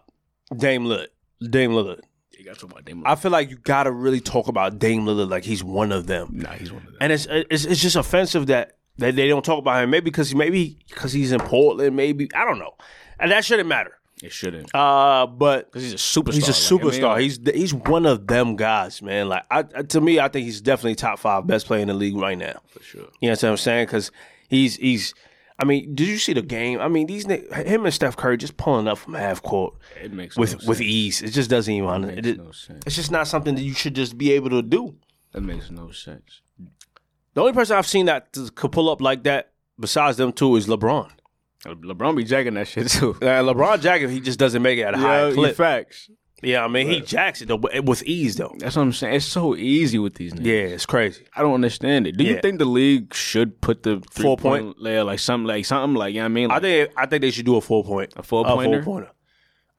S1: Dame Lillard. Dame Lillard.
S2: You got to talk about Dame Lillard.
S1: I feel like you gotta really talk about Dame Lillard like he's one of them.
S2: nah, he's one of them.
S1: And it's it's, it's just offensive that, that they don't talk about him. Maybe because maybe because he's in Portland. Maybe I don't know. And that shouldn't matter.
S2: It shouldn't,
S1: Uh, but
S2: because he's a superstar.
S1: he's a
S2: Like, I mean,
S1: superstar. he's he's one of them guys, man. Like I, I- to me, I think he's definitely top five best player in the league right now. For
S2: sure.
S1: You know what I'm saying? Because he's he's. I mean, did you see the game? I mean, these ni- him and Steph Curry just pulling up from half court
S2: It makes
S1: with
S2: no sense.
S1: with ease. It just doesn't even. It
S2: makes no sense.
S1: It's just not something that you should just be able to do.
S2: That makes no sense.
S1: The only person I've seen that t- could pull up like that besides them two is LeBron.
S2: Le- LeBron be jacking that shit (laughs) too.
S1: Uh, LeBron Jackson, he just doesn't make it at a
S2: Yo,
S1: high
S2: you
S1: clip.
S2: facts.
S1: Yeah, I mean, he jacks it though, but with ease though.
S2: That's what I'm saying. It's so easy with these niggas.
S1: Yeah, it's crazy.
S2: I don't understand it. Do
S1: Yeah.
S2: you think the league should put the
S1: Four
S2: four
S1: point?
S2: point layer like something like something like you know what I mean?
S1: I
S2: Like,
S1: think I think they should do a four point,
S2: A four-pointer?
S1: pointer.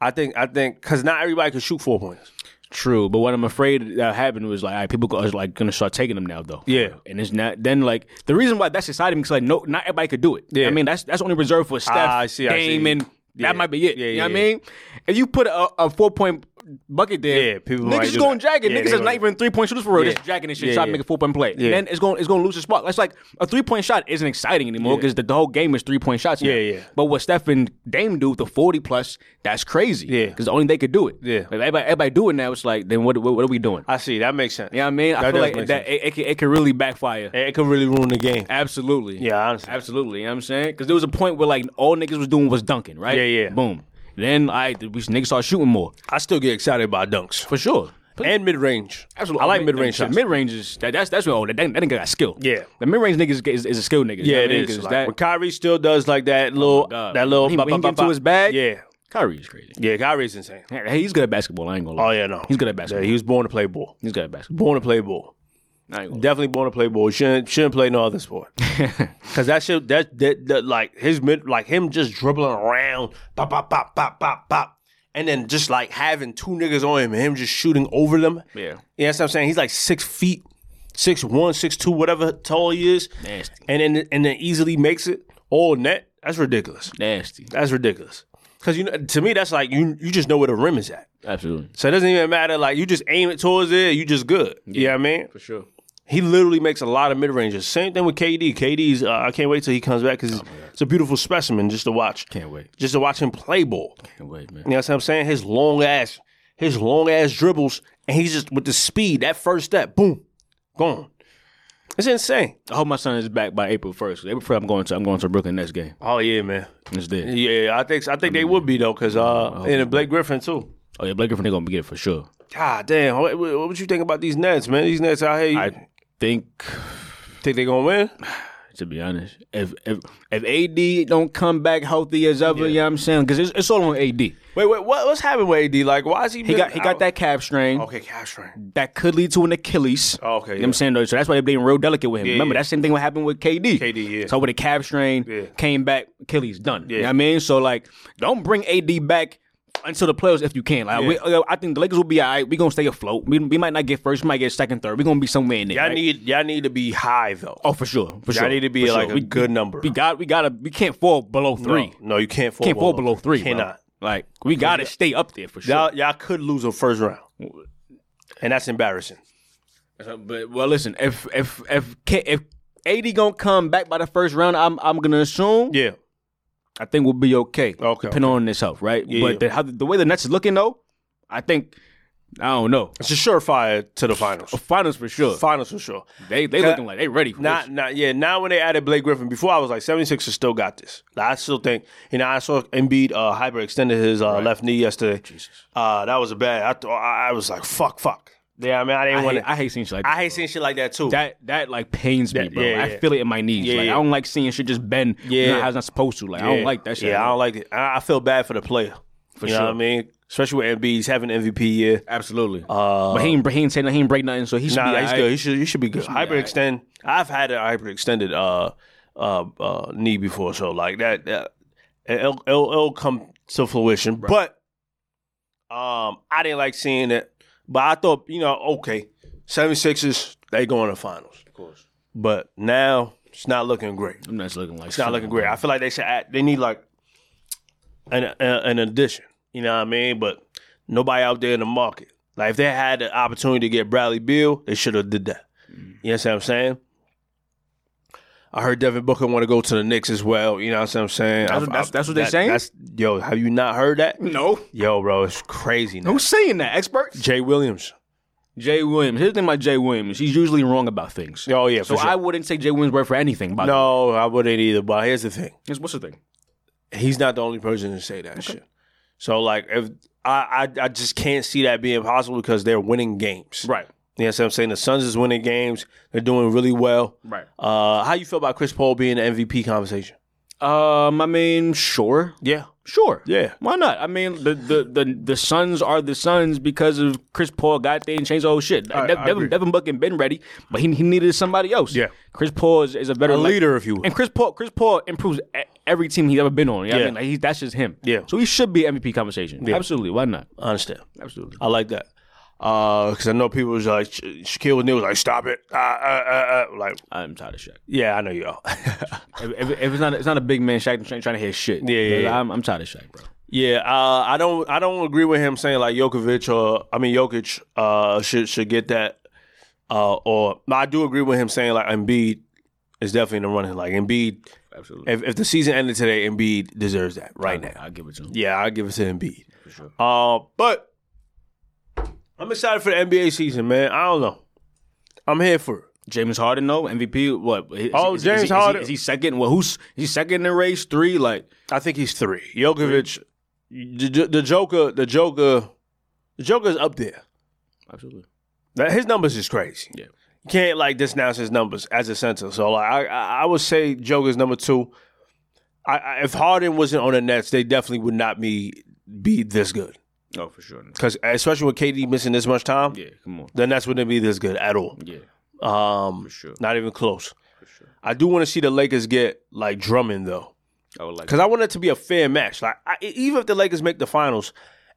S1: I think I think because not everybody can shoot four pointers.
S2: True, but what I'm afraid that happened was like all right, people go, is like gonna start taking them now though.
S1: Yeah.
S2: and it's not. Then like the reason why that's exciting because like no, not everybody could do it.
S1: Yeah.
S2: I mean that's that's only reserved for Steph,
S1: Ah, I see, I see.
S2: Dame, and
S1: Yeah.
S2: that might be it.
S1: Yeah,
S2: you
S1: yeah,
S2: know what
S1: yeah.
S2: I mean? If you put a, a four point bucket there.
S1: Yeah, people might
S2: niggas is
S1: do
S2: going
S1: that.
S2: jagged.
S1: Yeah,
S2: niggas
S1: they
S2: is
S1: gonna-
S2: not even three point shooters for real.
S1: Yeah.
S2: Just jacking and shit,
S1: Yeah,
S2: trying
S1: yeah.
S2: to make a four point play.
S1: Yeah.
S2: And then it's going it's going to lose the spark. That's like a three point shot isn't exciting anymore because the, the whole game is three point shots. now.
S1: Yeah, yeah.
S2: But what Steph and Dame do with the forty plus, that's crazy.
S1: Yeah.
S2: because only they could do it.
S1: Yeah.
S2: If everybody, everybody doing that, it's like then what what, what are we doing?
S1: I see. That makes sense.
S2: you know what I mean? I
S1: That does
S2: feel like
S1: make
S2: that
S1: sense.
S2: it, it, can, it can really backfire.
S1: It, could really ruin the game.
S2: Absolutely.
S1: Yeah, I understand.
S2: Absolutely. You know what I'm saying? Because there was a point where like all niggas was doing was dunking, right?
S1: Yeah, yeah.
S2: Boom. Then I we niggas started shooting more
S1: I still get excited about dunks
S2: for sure.
S1: and mid range. I like mid range shots.
S2: Mid ranges. That, that's that's what. Oh, that, that nigga got skill.
S1: Yeah.
S2: The mid range niggas is, is a skill nigga.
S1: yeah,
S2: you know
S1: it
S2: what I mean?
S1: is.
S2: 'Cause
S1: Like,
S2: that- Oh
S1: when Kyrie still does like that little,
S2: God.
S1: that little.
S2: When he-
S1: bop,
S2: when he
S1: bop,
S2: get
S1: bop,
S2: into
S1: bop.
S2: his bag?
S1: Yeah,
S2: Kyrie is crazy.
S1: yeah. Kyrie's insane.
S2: Hey, he's good at basketball. I ain't gonna lie.
S1: Oh yeah, no.
S2: He's good at
S1: Yeah,
S2: basketball.
S1: he was born to play ball.
S2: he's good at basketball.
S1: Born to play ball.
S2: I ain't gonna lie.
S1: Definitely born to play ball. Shouldn't shouldn't play no other sport. Cause that shit that, that that like his mid like him just dribbling around, pop pop pop pop pop pop, and then just like having two niggas on him and him just shooting over them.
S2: Yeah.
S1: you know what I'm saying. He's like six feet, six one, six two, whatever tall he is,
S2: Nasty.
S1: and then and then easily makes it all net. That's ridiculous.
S2: Nasty.
S1: That's ridiculous. Cause you know to me that's like you you just know where the rim is at.
S2: Absolutely.
S1: So it doesn't even matter. Like you just aim it towards it, you just good. Yeah, I mean, for sure. He literally makes a lot of mid ranges. Same thing with KD. KD's. Uh, I can't wait till he comes back because it's a beautiful specimen just to watch.
S2: Oh, Can't wait.
S1: Just to watch him play ball.
S2: Can't wait, man.
S1: You know what I'm saying? His long ass, his long ass dribbles, and he's just with the speed. That first step, boom, gone. It's insane.
S2: I hope my son is back by April first. April first, I'm going to I'm going to Brooklyn next game.
S1: Oh yeah, man.
S2: It's there.
S1: Yeah, I think I think they would be though, cause uh, and Blake Griffin too.
S2: Oh yeah, Blake Griffin, they're gonna get it for sure.
S1: God damn, what, what, what you think about these Nets, man? These Nets out here, you
S2: I think
S1: think they gonna win?
S2: to be honest. If if if AD don't come back healthy as ever, you know what I'm saying? Because it's, it's all on AD. He
S1: Wait, wait, what, what's happening with AD? Like, why is he?
S2: got he got that calf strain
S1: Okay, cash ring.
S2: that could lead to an Achilles.
S1: Oh, okay,
S2: you know
S1: yeah.
S2: what I'm saying though. So that's why they're being real delicate with him. Remember
S1: yeah.
S2: that same thing what happened with KD.
S1: KD, yeah.
S2: So with a calf strain,
S1: Yeah.
S2: came back, Achilles done. You
S1: Yeah.
S2: know what I mean? So like, don't bring AD back. Until the playoffs, if you can, like we, uh, I think the Lakers will be all right. We gonna stay afloat. We, we might not get first, we might get second, third. We gonna be somewhere in there.
S1: Y'all
S2: right?
S1: need y'all need to be high though.
S2: oh for sure, for
S1: y'all
S2: sure.
S1: need to be
S2: for sure.
S1: like a
S2: We-
S1: good number. Oh,
S2: We got we gotta we can't fall below three.
S1: No, no, you can't fall.
S2: can't fall below three. bro.
S1: Cannot.
S2: Like we gotta stay up there for sure.
S1: Y'all y'all could lose a first round, and that's embarrassing.
S2: But well, listen, if if if K- if AD gonna come back by the first round, I'm I'm gonna assume.
S1: Yeah,
S2: I think we'll be okay.
S1: Okay,
S2: depending on this health, right?
S1: Yeah,
S2: but
S1: yeah.
S2: The, how, the way the Nets is looking though, I think I don't know.
S1: it's a surefire to the finals.
S2: Finals for sure.
S1: Finals for sure.
S2: They they
S1: Ca-
S2: looking like they ready for
S1: Not,
S2: this.
S1: not, yeah. Now when they added Blake Griffin, before I was like 76ers still got this. Like, I still think, you know, I saw Embiid uh, hyperextended his uh, left knee yesterday. Jesus, uh, that was a bad. I thought I I was like, fuck, fuck. Yeah, I mean, I
S2: I
S1: didn't want
S2: hate,
S1: to.
S2: I hate seeing shit like that.
S1: I hate seeing shit like that too.
S2: that that like pains me,
S1: That-
S2: bro.
S1: yeah,
S2: I
S1: yeah.
S2: feel it in my knees.
S1: Yeah,
S2: like
S1: yeah.
S2: I don't like seeing shit just bend.
S1: Yeah.
S2: how it's not supposed to. Like I don't like that shit.
S1: Yeah, I don't like it. I, I feel bad for the player. For you know
S2: sure.
S1: what I mean? Especially with Embiid, he's having MVP year.
S2: Absolutely. but he ain't, he ain't saying he ain't break nothing, so he Uh, should
S1: Nah,
S2: be
S1: he's
S2: aight.
S1: good. He should he should be good. Hyperextend. I've had a hyperextended uh, uh, uh, knee before, so like that, that it'll, it'll, it'll come to fruition. But um, I didn't like seeing it. But I thought, you know, okay, 76ers, they going to finals. Of course. But now it's not looking great.
S2: I'm not looking like
S1: It's not looking great. I feel like they should add, they need like an a, an addition. You know what I mean? But nobody out there in the market. Like if they had the opportunity to get Bradley Beal, they should have did that. You know what I'm saying? I heard Devin Booker want to go to the Knicks as well. You know what I'm saying?
S2: That's what-
S1: I- I-
S2: that's- that's what they
S1: that-
S2: saying?
S1: That's, yo, have you not heard that?
S2: No.
S1: Yo, bro, it's crazy now.
S2: Who's saying that? Experts?
S1: Jay Williams.
S2: Jay Williams. Here's the thing about Jay Williams. He's usually wrong about things.
S1: Oh yeah,
S2: so
S1: for sure.
S2: I wouldn't take Jay Williams' word for anything. By no.
S1: no, I wouldn't either. But here's the thing.
S2: What's the thing?
S1: he's not the only person to say that shit. So like if I, I I just can't see that being possible because they're winning games.
S2: Right.
S1: You know what I'm saying? The Suns is winning games. They're doing really well.
S2: Right.
S1: Uh how you feel about Chris Paul being in the MVP conversation?
S2: Um, I mean, sure.
S1: Yeah.
S2: Sure.
S1: Yeah.
S2: Why not? I mean, the the the, the Suns are the Suns because of Chris Paul got there and changed the whole shit.
S1: I-
S2: Dev-
S1: I
S2: Devin,
S1: agree.
S2: Devin Booker been ready, but he, he needed somebody else.
S1: Yeah.
S2: Chris Paul is, is a better
S1: A
S2: le-
S1: leader, if you will.
S2: And Chris Paul, Chris Paul improves e- every team he's ever been on. You know what I
S1: Yeah.
S2: mean? Like he's, that's just him.
S1: Yeah.
S2: So he should be MVP conversation. Absolutely. Why not?
S1: I understand.
S2: Absolutely.
S1: I like that. Uh, cause I know people was like Sha- Shaquille O'Neal was like, "Stop it!" Uh, uh, uh, uh. Like,
S2: I'm tired of Shaq.
S1: yeah, I know you are. (laughs)
S2: If, if, if it's not it's not a big man Shaq trying, trying to hear shit.
S1: yeah, yeah.
S2: I'm, I'm tired of Shaq, bro.
S1: Yeah, uh, I don't I don't agree with him saying like Jokovic or I mean Jokic uh, should should get that uh, or but I do agree with him saying like Embiid is definitely in the running. Like Embiid,
S2: Absolutely.
S1: if, if the season ended today, Embiid deserves that right now.
S2: I give it to him.
S1: Yeah, I give it to Embiid. Uh, but I'm excited for the NBA season, man. I don't know. I'm here for it.
S2: James Harden, though MVP. What? Is-
S1: Oh,
S2: is- is
S1: James
S2: he- is he-
S1: Harden.
S2: Is he second? Well, who's he's second in the race? Three? Like
S1: I think he's three. Jokovic, the, the Joker, the Joker, the Joker's up there.
S2: absolutely.
S1: That- His numbers is crazy.
S2: Yeah.
S1: You can't like disnounce his numbers as a center. So like I, I I would say Joker's number two. I, I, if Harden wasn't on the Nets, they definitely would not be be this good.
S2: Oh, for sure.
S1: Because especially with KD missing this much time,
S2: Yeah, come on.
S1: the Nets wouldn't be this good at all.
S2: Yeah,
S1: Um,
S2: for sure.
S1: not even close.
S2: For sure.
S1: I do want to see the Lakers get like Drummond though.
S2: I would like.
S1: Because I want it to be a fair match. Like I, e, even if the Lakers make the finals,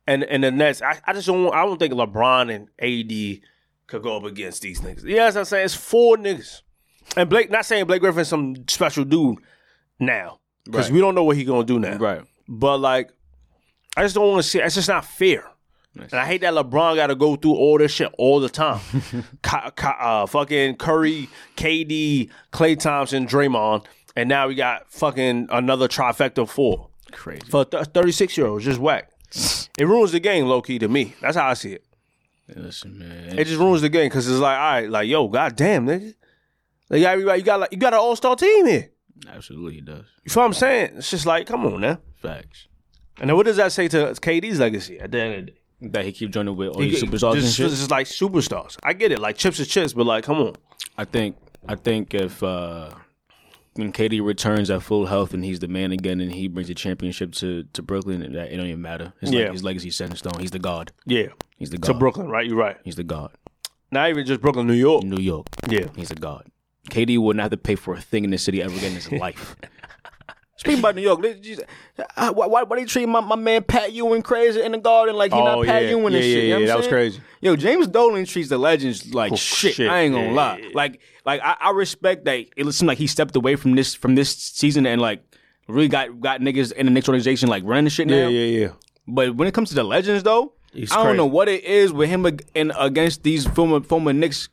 S1: and and the Nets, I, I just don't. Want, I don't think LeBron and AD could go up against these niggas. You know what I'm saying? It's four niggas, and Blake. Not saying Blake Griffin's some special dude now, because
S2: Right.
S1: we don't know what he gonna do now.
S2: Right.
S1: But like, I just don't want to see. It's just not fair. And I hate that LeBron got to go through all this shit all the time. Ka- Ka- uh, fucking Curry, KD, Clay Thompson, Draymond, and now we got fucking another trifecta of four
S2: Crazy.
S1: for thirty six year olds. Just whack. It ruins the game, low key to me. That's how I see it.
S2: Listen,
S1: It
S2: man.
S1: just ruins the game because it's like, all right, like yo, goddamn, nigga, like everybody, you got like you got an all star team here.
S2: Absolutely, it does.
S1: You feel what I'm saying? It's just like, come on now.
S2: Facts.
S1: And then what does that say to KD's legacy at the end of the day?
S2: That he keep joining with all these superstars and
S1: Just,
S2: shit.
S1: just like superstars. I get it. Like chips is chips, but like, come on.
S2: I think I think if uh when KD returns at full health and he's the man again and he brings a championship to, to Brooklyn, and that it don't even matter. His, yeah.
S1: Yeah.
S2: his legacy set in stone. He's the god.
S1: Yeah.
S2: He's the
S1: To
S2: god.
S1: Brooklyn, right? You're right.
S2: he's the god.
S1: Not even just Brooklyn, New York.
S2: New York.
S1: Yeah.
S2: He's a god. KD wouldn't have to pay for a thing in this city ever again
S1: (laughs)
S2: in his life. Speaking about New York, let's just- uh, why, why, why they treat my, my man Pat Ewing crazy in the garden like he
S1: Oh,
S2: not Pat
S1: yeah.
S2: Ewing and
S1: Yeah,
S2: shit?
S1: yeah,
S2: you know what
S1: yeah,
S2: I'm
S1: that was
S2: saying?
S1: crazy.
S2: Yo, James Dolan treats the legends like shit.
S1: shit.
S2: I ain't gonna
S1: Yeah,
S2: lie.
S1: yeah, yeah.
S2: Like, like I, I respect that. It seemed like he stepped away from this from this season and like really got got niggas in the next organization like running the shit now.
S1: Yeah, yeah, yeah.
S2: But when it comes to the legends, though,
S1: He's
S2: I don't
S1: crazy.
S2: know what it is with him ag- and against these former former Knicks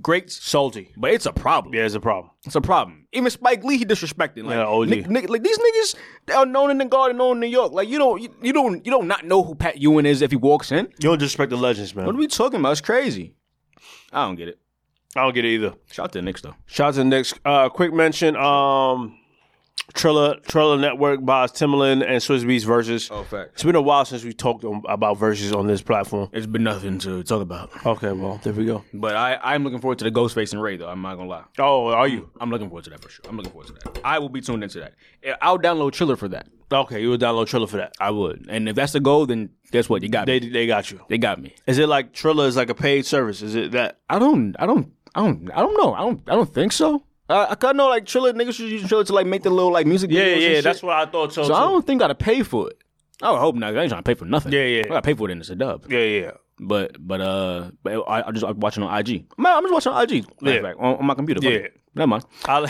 S2: greats,
S1: Salty.
S2: but it's a problem.
S1: Yeah, it's a problem.
S2: It's a problem. Even Spike Lee, he disrespected. Like,
S1: Yeah, OG.
S2: Nick, Nick- like these niggas, they are known in the garden, known in New York. Like you don't, you, you don't, you don't not know who Pat Ewing is if he walks in.
S1: You don't disrespect the legends, man.
S2: What are we talking about? It's crazy. I don't get it.
S1: I don't get it either.
S2: Shout out to the Knicks though.
S1: Shout out to the Knicks. Uh, quick mention: um, Triller Triller Network buys Timberland and Swiss Beats versus.
S3: Oh, fact.
S1: It's been a while since we talked on, about verses on this platform.
S2: It's been nothing to talk about.
S1: Okay, well there we go.
S2: But I, I'm looking forward to the Ghostface and Ray though. I'm not gonna lie.
S1: Oh, are you
S2: I'm looking forward to that for sure. I'm looking forward to that. I will be tuned into that. I'll download Chiller for that.
S1: okay? You would download Triller for that.
S2: I would. And if that's the goal, then guess what? You got
S1: They
S2: me.
S1: they got you.
S2: They got me.
S1: Is it like Triller is like a paid service? Is it that?
S2: I don't. I don't. I don't. I don't know. I don't. I don't think so. I I kind of know like Triller niggas should use Triller to like make the little like music.
S1: Yeah,
S2: videos and
S1: yeah.
S2: shit.
S1: That's what I thought. So,
S2: So I don't think I gotta pay for it. I would hope not. 'cause I ain't trying to pay for nothing.
S1: Yeah, yeah.
S2: I gotta pay for it and it's a dub.
S1: yeah, yeah.
S2: But but uh, but I, I just I'm watching on IG. Man, I'm just watching on IG.
S1: Yeah.
S2: Yeah. on, on my computer. Fuck
S1: Yeah.
S2: it. Never mind.
S1: (laughs)
S3: (laughs)
S1: I'll,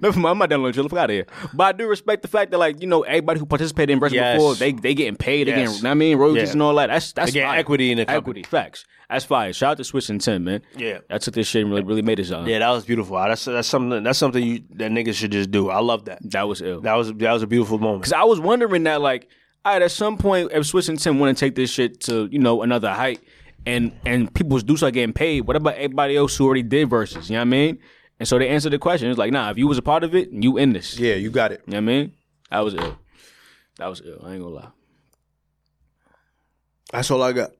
S2: Never mind. I'm not downloading Triller. Fuck out of here. But I do respect the fact that like you know everybody who participated in version
S1: Yes.
S2: before they they getting paid. They
S1: Yes.
S2: getting. know what I mean royalties
S1: Yeah.
S2: and all that. That's that's
S1: They getting
S2: fire.
S1: equity in the company.
S2: equity. Facts. That's fire. Shout out to Swiss and Tim, man.
S1: Yeah.
S2: I took this shit and really really made it uh, something.
S1: yeah, that was beautiful. Ah, That's that's something that's something you, that niggas should just do. I love that.
S2: That was ill.
S1: That was that was a beautiful moment.
S2: Because I was wondering that, like, all right, at some point, if Swiss and Tim want to take this shit to you know another height, and and people do start getting paid, what about everybody else who already did verses? You know what I mean? And so they answered the question. It's like, nah, if you was a part of it, you in this.
S3: Yeah, you got it.
S2: You know what I mean? That was ill. That was ill. I ain't gonna lie.
S3: That's all I got.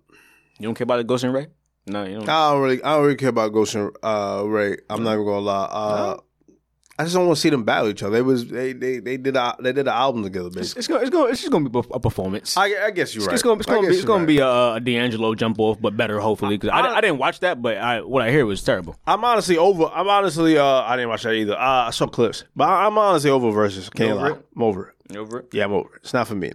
S2: You don't care about the Ghost and Ray? No, you don't.
S3: I don't really, I don't really care about Ghost and uh, Ray. I'm not even gonna lie. Uh, I just don't want to see them battle each other. It was they, they, they did, a, they did an album together,
S2: It's,
S3: basically.
S2: it's gonna, it's gonna, it's just gonna be a performance.
S3: I, I guess you're right.
S2: It's gonna, it's
S3: I
S2: gonna, be,
S3: guess
S2: it's
S3: you're
S2: gonna
S3: right.
S2: be a, a D'Angelo jump off, but better hopefully. Because I,
S1: I-
S2: I didn't watch that, but I, what I hear was terrible.
S1: I'm honestly over. I'm honestly. Uh, I didn't watch that either. Uh, I saw clips, but I- I'm honestly over versus. Can't
S3: over
S1: lie.
S3: it?
S1: I'm over it.
S2: over it?
S1: Yeah, I'm over it.
S3: It's not for me.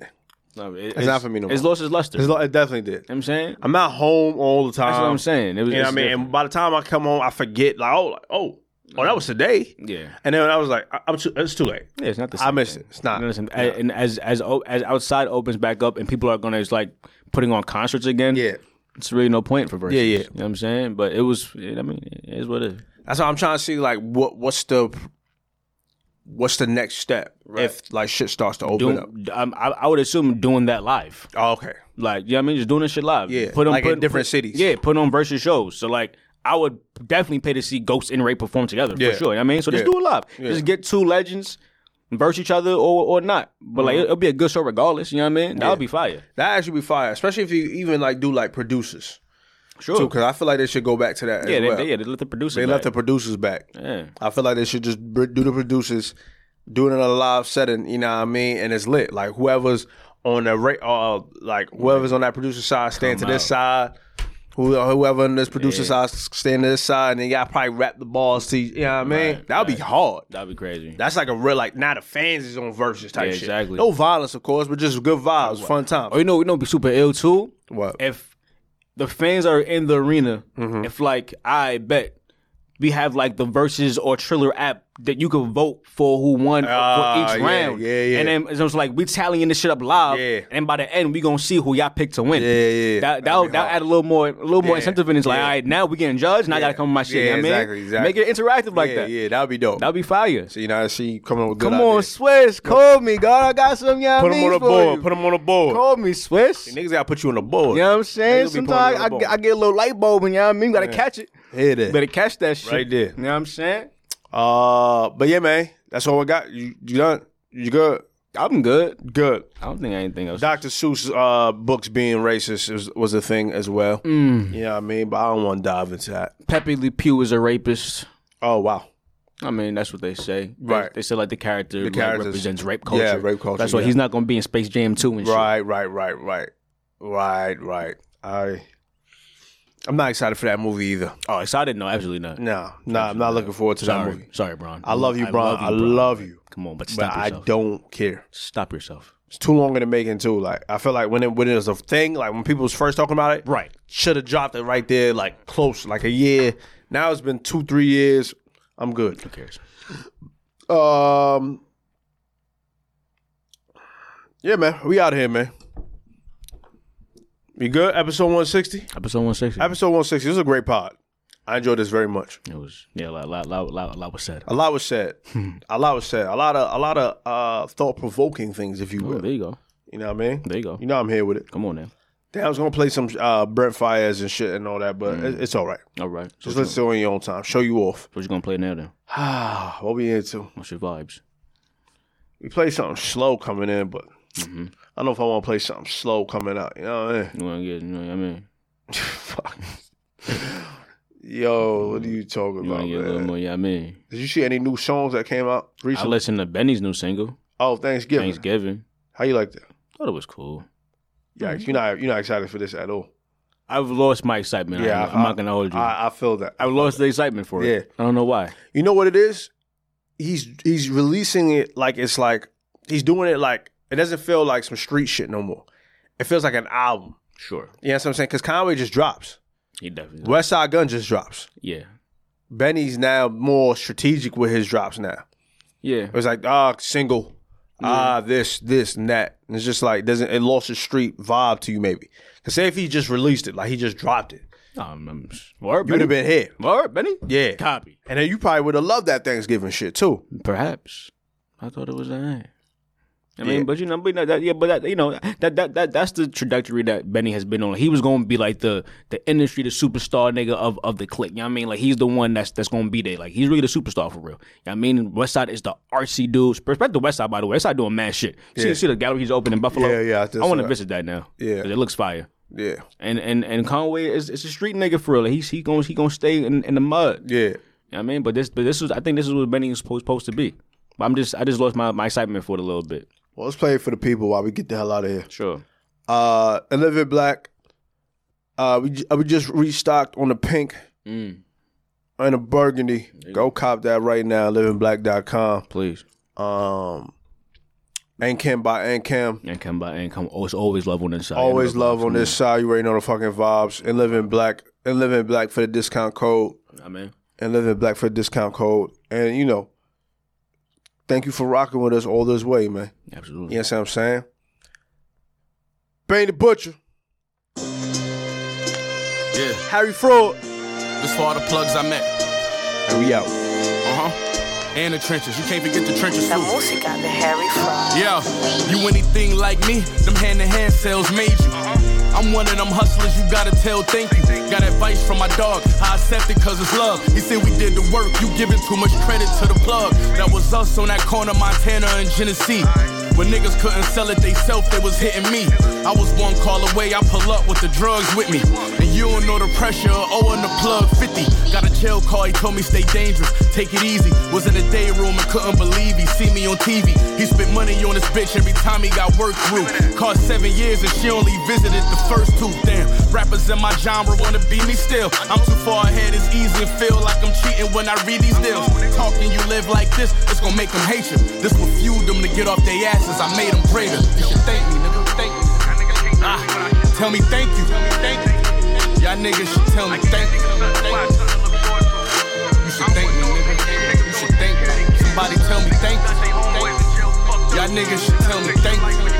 S2: No, it- it's,
S3: not for me no
S2: It's
S3: more.
S2: lost its luster.
S3: It's lo- it definitely did.
S2: You know what I'm saying?
S1: I'm not home all the time.
S2: That's what I'm saying. It was,
S1: You know what I
S2: it's
S1: mean?
S2: different.
S1: And by the time I come home, I forget. Like oh, like, oh, Oh, that was today.
S2: Yeah.
S1: And then I was like, I, I'm too, it's too late.
S2: Yeah, it's not the same.
S3: I missed
S2: thing.
S3: it. It's not.
S2: No, listen, a- And as as o- as outside opens back up and people are gonna it's like putting on concerts again.
S3: Yeah.
S2: it's really no point for versus.
S3: Yeah, yeah.
S2: You know what I'm saying? But it was. I mean, it is what it is.
S1: That's why I'm trying to see like what what's the what's the next step if like shit starts to open up.
S2: Doing, um, I, I would assume doing that live.
S1: Oh, okay.
S2: Like, you know what I mean? Just doing this shit live.
S3: Yeah,
S2: Put on
S3: like in
S2: put-
S3: different
S2: put-
S3: cities.
S2: Yeah, put on versus shows. So like I would definitely pay to see Ghost and Ray perform together
S3: Yeah.
S2: for sure. You know what I mean? So just
S3: Yeah.
S2: do it live. Just get two legends verse each other or or not. But
S3: Mm-hmm.
S2: like it'll be a good show regardless, you know what I mean? That'll be fire.
S3: That actually be fire, especially if you even like do like producers
S2: Sure.
S3: too, because I feel like they should go back to that.
S2: yeah,
S3: as
S2: they,
S3: well.
S2: they, yeah, they let the producer.
S3: They left the producers back.
S2: Yeah.
S3: I feel like they should just br- do the producers, do it in a live setting. You know what I mean? And it's lit. Like whoever's on the ra- uh, like whoever's on that producer side, stand to this side. Who, whoever on this producer side, stand to this side, and then y'all probably wrap the balls to. You know what I mean? That'd be hard.
S2: That'd be crazy.
S3: That's like a real like not a fans is on versus type
S2: Yeah,
S3: shit.
S2: exactly. Oh,
S3: No violence, of course, but just good vibes, fun time.
S2: Or you know, you know, it'd be super ill too.
S3: What?
S2: if the fans are in the arena,
S3: Mm-hmm.
S2: if like I bet we have like the verses or Triller app that you can vote for who won
S3: Ah,
S2: for each
S3: yeah,
S2: round.
S3: yeah, yeah.
S2: And then it's just like we tallying this shit up live.
S3: Yeah.
S2: And by the end, we gonna see who y'all picked to win.
S3: Yeah, yeah, yeah.
S2: That
S3: That'd
S2: that'll,
S3: be
S2: that'll
S3: hard.
S2: add a little more, a little more
S3: Yeah,
S2: incentive, and it's like,
S3: yeah.
S2: all right, now we getting judged, and I gotta come with my shit.
S3: Yeah,
S2: you know what I mean?
S3: exactly, exactly.
S2: Make it interactive like
S3: yeah,
S2: that.
S3: Yeah, that'd be dope.
S2: That'd be fire.
S3: so you know, she coming up with good
S2: Come on,
S3: ideas.
S2: Swiss, call me, God. I got some y'all
S3: Put them on
S2: means
S3: the
S2: for
S3: board.
S2: you.
S3: Put them on the board.
S2: Call me, Swiss.
S3: Niggas gotta put you on the board.
S2: You know what I'm saying?
S3: Niggas be pulling
S2: Sometimes
S3: up
S2: I,
S3: the
S2: get-
S3: ball.
S2: I get a little light bulb, and you know what I mean? You gotta catch it.
S3: Hit it.
S2: Better catch that shit.
S3: Right there.
S2: You know what I'm saying?
S3: Uh, but yeah, man, that's all I got. You, you done? You good?
S2: I'm good.
S3: Good.
S2: I don't think anything else.
S3: Dr. Seuss uh, books being racist is, was a thing as well.
S2: Mm.
S3: You know what I mean? But I don't want to dive into that.
S2: Pepe Le Pew is a rapist.
S3: Oh wow.
S2: I mean, that's what they say. They-
S3: Right.
S2: They, say like the character like,
S3: characters.
S2: represents rape culture.
S3: Yeah, rape culture,
S2: That's why
S3: yeah.
S2: he's not gonna be in Space Jam 2 and
S3: Right, right, right, right, right, right. I, I'm not excited for that movie either.
S2: shit. Oh, excited? No, absolutely not.
S3: No, no, I'm not looking forward to Mm. that
S2: Sorry,
S3: movie.
S2: sorry, Bron.
S3: I love you, Bron. I
S2: Bron.
S3: love you,
S2: Come on, but
S3: but
S2: stop
S3: I
S2: yourself.
S3: don't care.
S2: Stop yourself.
S3: It's too long in the making too. Like I feel like when it when it was a thing, like when people was first talking about it,
S2: Right.
S3: should have dropped it right there, like close, like a year. Now it's been two, three years. I'm good.
S2: Who cares?
S3: Um, yeah, man, we out here, man. We good? Episode 160.
S2: Episode 160.
S3: Episode 160. This is a great pod. I enjoyed this very much.
S2: It was yeah, a lot, lot, lot, lot, lot was said.
S3: A lot was said.
S2: Hmm.
S3: a lot was said. A lot of a lot of uh, thought provoking things, if you
S2: Oh,
S3: will.
S2: there you go.
S3: You know what I mean?
S2: There you go.
S3: You know I'm here with it.
S2: Come on now.
S3: Damn, I was gonna play some uh, Brent Fires and shit and all that, but it- it's all right.
S2: All right. So
S3: Just
S2: Mm. what you-
S3: listen to it on your own time. Show you
S2: (sighs)
S3: off. (sighs)
S2: what you gonna play now then?
S3: Ah, what we into?
S2: What's your vibes?
S3: We play something slow coming in, but
S2: Mm-hmm.
S3: I don't know if I want to play something slow coming out. You know what I mean? (laughs)
S2: You wanna get, you know what I mean?
S3: Fuck. Yo, what are you talking
S2: You wanna
S3: about,
S2: get a little
S3: man?
S2: more, yeah, I mean.
S3: Did you see any new songs that came out
S2: I
S3: recently?
S2: listened to Benny's new single,
S3: oh, Thanksgiving.
S2: Thanksgiving.
S3: How you like that?
S2: Thought it was cool. Mm-hmm.
S3: Yikes! You're not you're not excited for this at all.
S2: I've lost my excitement.
S3: Yeah,
S2: Yeah, I, am
S3: I-
S2: not gonna hold you. I,
S3: I, I feel that.
S2: have lost the excitement for it.
S3: Yeah.
S2: I don't know why.
S3: You know what it is? He's he's releasing it like it's like he's doing it like it doesn't feel like some street shit no more. It feels like an album.
S2: Sure.
S3: You know what I'm saying? Because Conway just drops.
S2: He definitely.
S3: West Side Gun just drops.
S2: Yeah.
S3: Benny's now more strategic with his drops now.
S2: Yeah.
S3: It was like ah single, ah this this and that. And it's just like doesn't it lost its street vibe to you maybe? Cause say if he just released it like he just dropped it,
S2: Um, I'm, word,
S3: you would
S2: Benny.
S3: have been here.
S2: Word, Benny.
S3: Yeah.
S2: Copy.
S3: And then you probably would have loved that Thanksgiving shit too.
S2: Perhaps. I thought it was that. I
S3: Yeah.
S2: mean, but you know, but that, yeah, but that, you know, that, that that that's the trajectory that Benny has been on. He was going to be like the the industry, the superstar nigga of of the clique. You know what I mean? Like he's the one that's that's going to be there. Like he's really the superstar for real. You know what I mean, Westside is the artsy dude. Respect the Westside, by the way. Westside doing mad shit. See, see the gallery he's opened in Buffalo.
S3: Yeah, yeah, I
S2: I,
S3: just
S2: want
S3: saw
S2: to
S3: that.
S2: visit that now.
S3: Yeah.
S2: 'Cause it looks fire.
S3: Yeah.
S2: And and and Conway is it's a street nigga for real. Like, he's he going he going to stay in, in the mud.
S3: Yeah.
S2: You know what I mean, but this, but this was, I think this is what Benny was supposed, supposed to be. But I'm just, I just lost my, my excitement for it a little bit.
S3: Well, let's play it for the people while we get the hell out of here.
S2: Sure.
S3: Uh, Olivia Black. Uh, we ju- we just restocked on the pink and a burgundy. Go cop that right now. LivingBlack.com.
S2: Please.
S3: Um, and Kim by and Kim.
S2: And come by and come. Oh, it's always love on the inside.
S3: Always love on this side. You already know the fucking vibes. And living black and living black for the discount code.
S2: I mean,
S3: and live in Blackfoot discount code. And you know, thank you for rocking with us all this way, man.
S2: Absolutely.
S3: You know what I'm saying? Bane the Butcher,
S6: Yeah,
S3: Harry Fraud,
S6: this for all the plugs I met.
S3: and we out.
S6: Uh huh. And the trenches. You can't forget the trenches
S7: La
S6: too.
S7: música de Harry Fry.
S6: Yeah, you anything like me, them hand to hand sales made you. I'm one of them hustlers, you gotta tell thank you. Got advice from my dog, I accept it cause it's love. He said we did the work, you giving too much credit to the plug. That was us on that corner, Montana and Genesee. When niggas couldn't sell it they self, they was hitting me. I was one call away, I pull up with the drugs with me. And you don't know the pressure, of owing the plug 50. Got a jail call, he told me stay dangerous, take it easy. Was in the day room and couldn't believe he see me on TV. He spent money on this bitch every time he got work through. Cost seven years and she only visited the first two. Damn, rappers in my genre wanna be me still. I'm too far ahead, it's easy and feel like I'm cheating when I read these deals. Talking you live like this, it's gonna make them hate you. This will fuel them to get off their asses. I made them greater. You should thank me, nigga. Thank me. Ah, tell me thank you. Thank you. Y'all niggas should tell me thank you. Thank you. You should thank me, nigga. You should thank me. Somebody tell me thank you. Thank you. Y'all niggas should tell me thank you.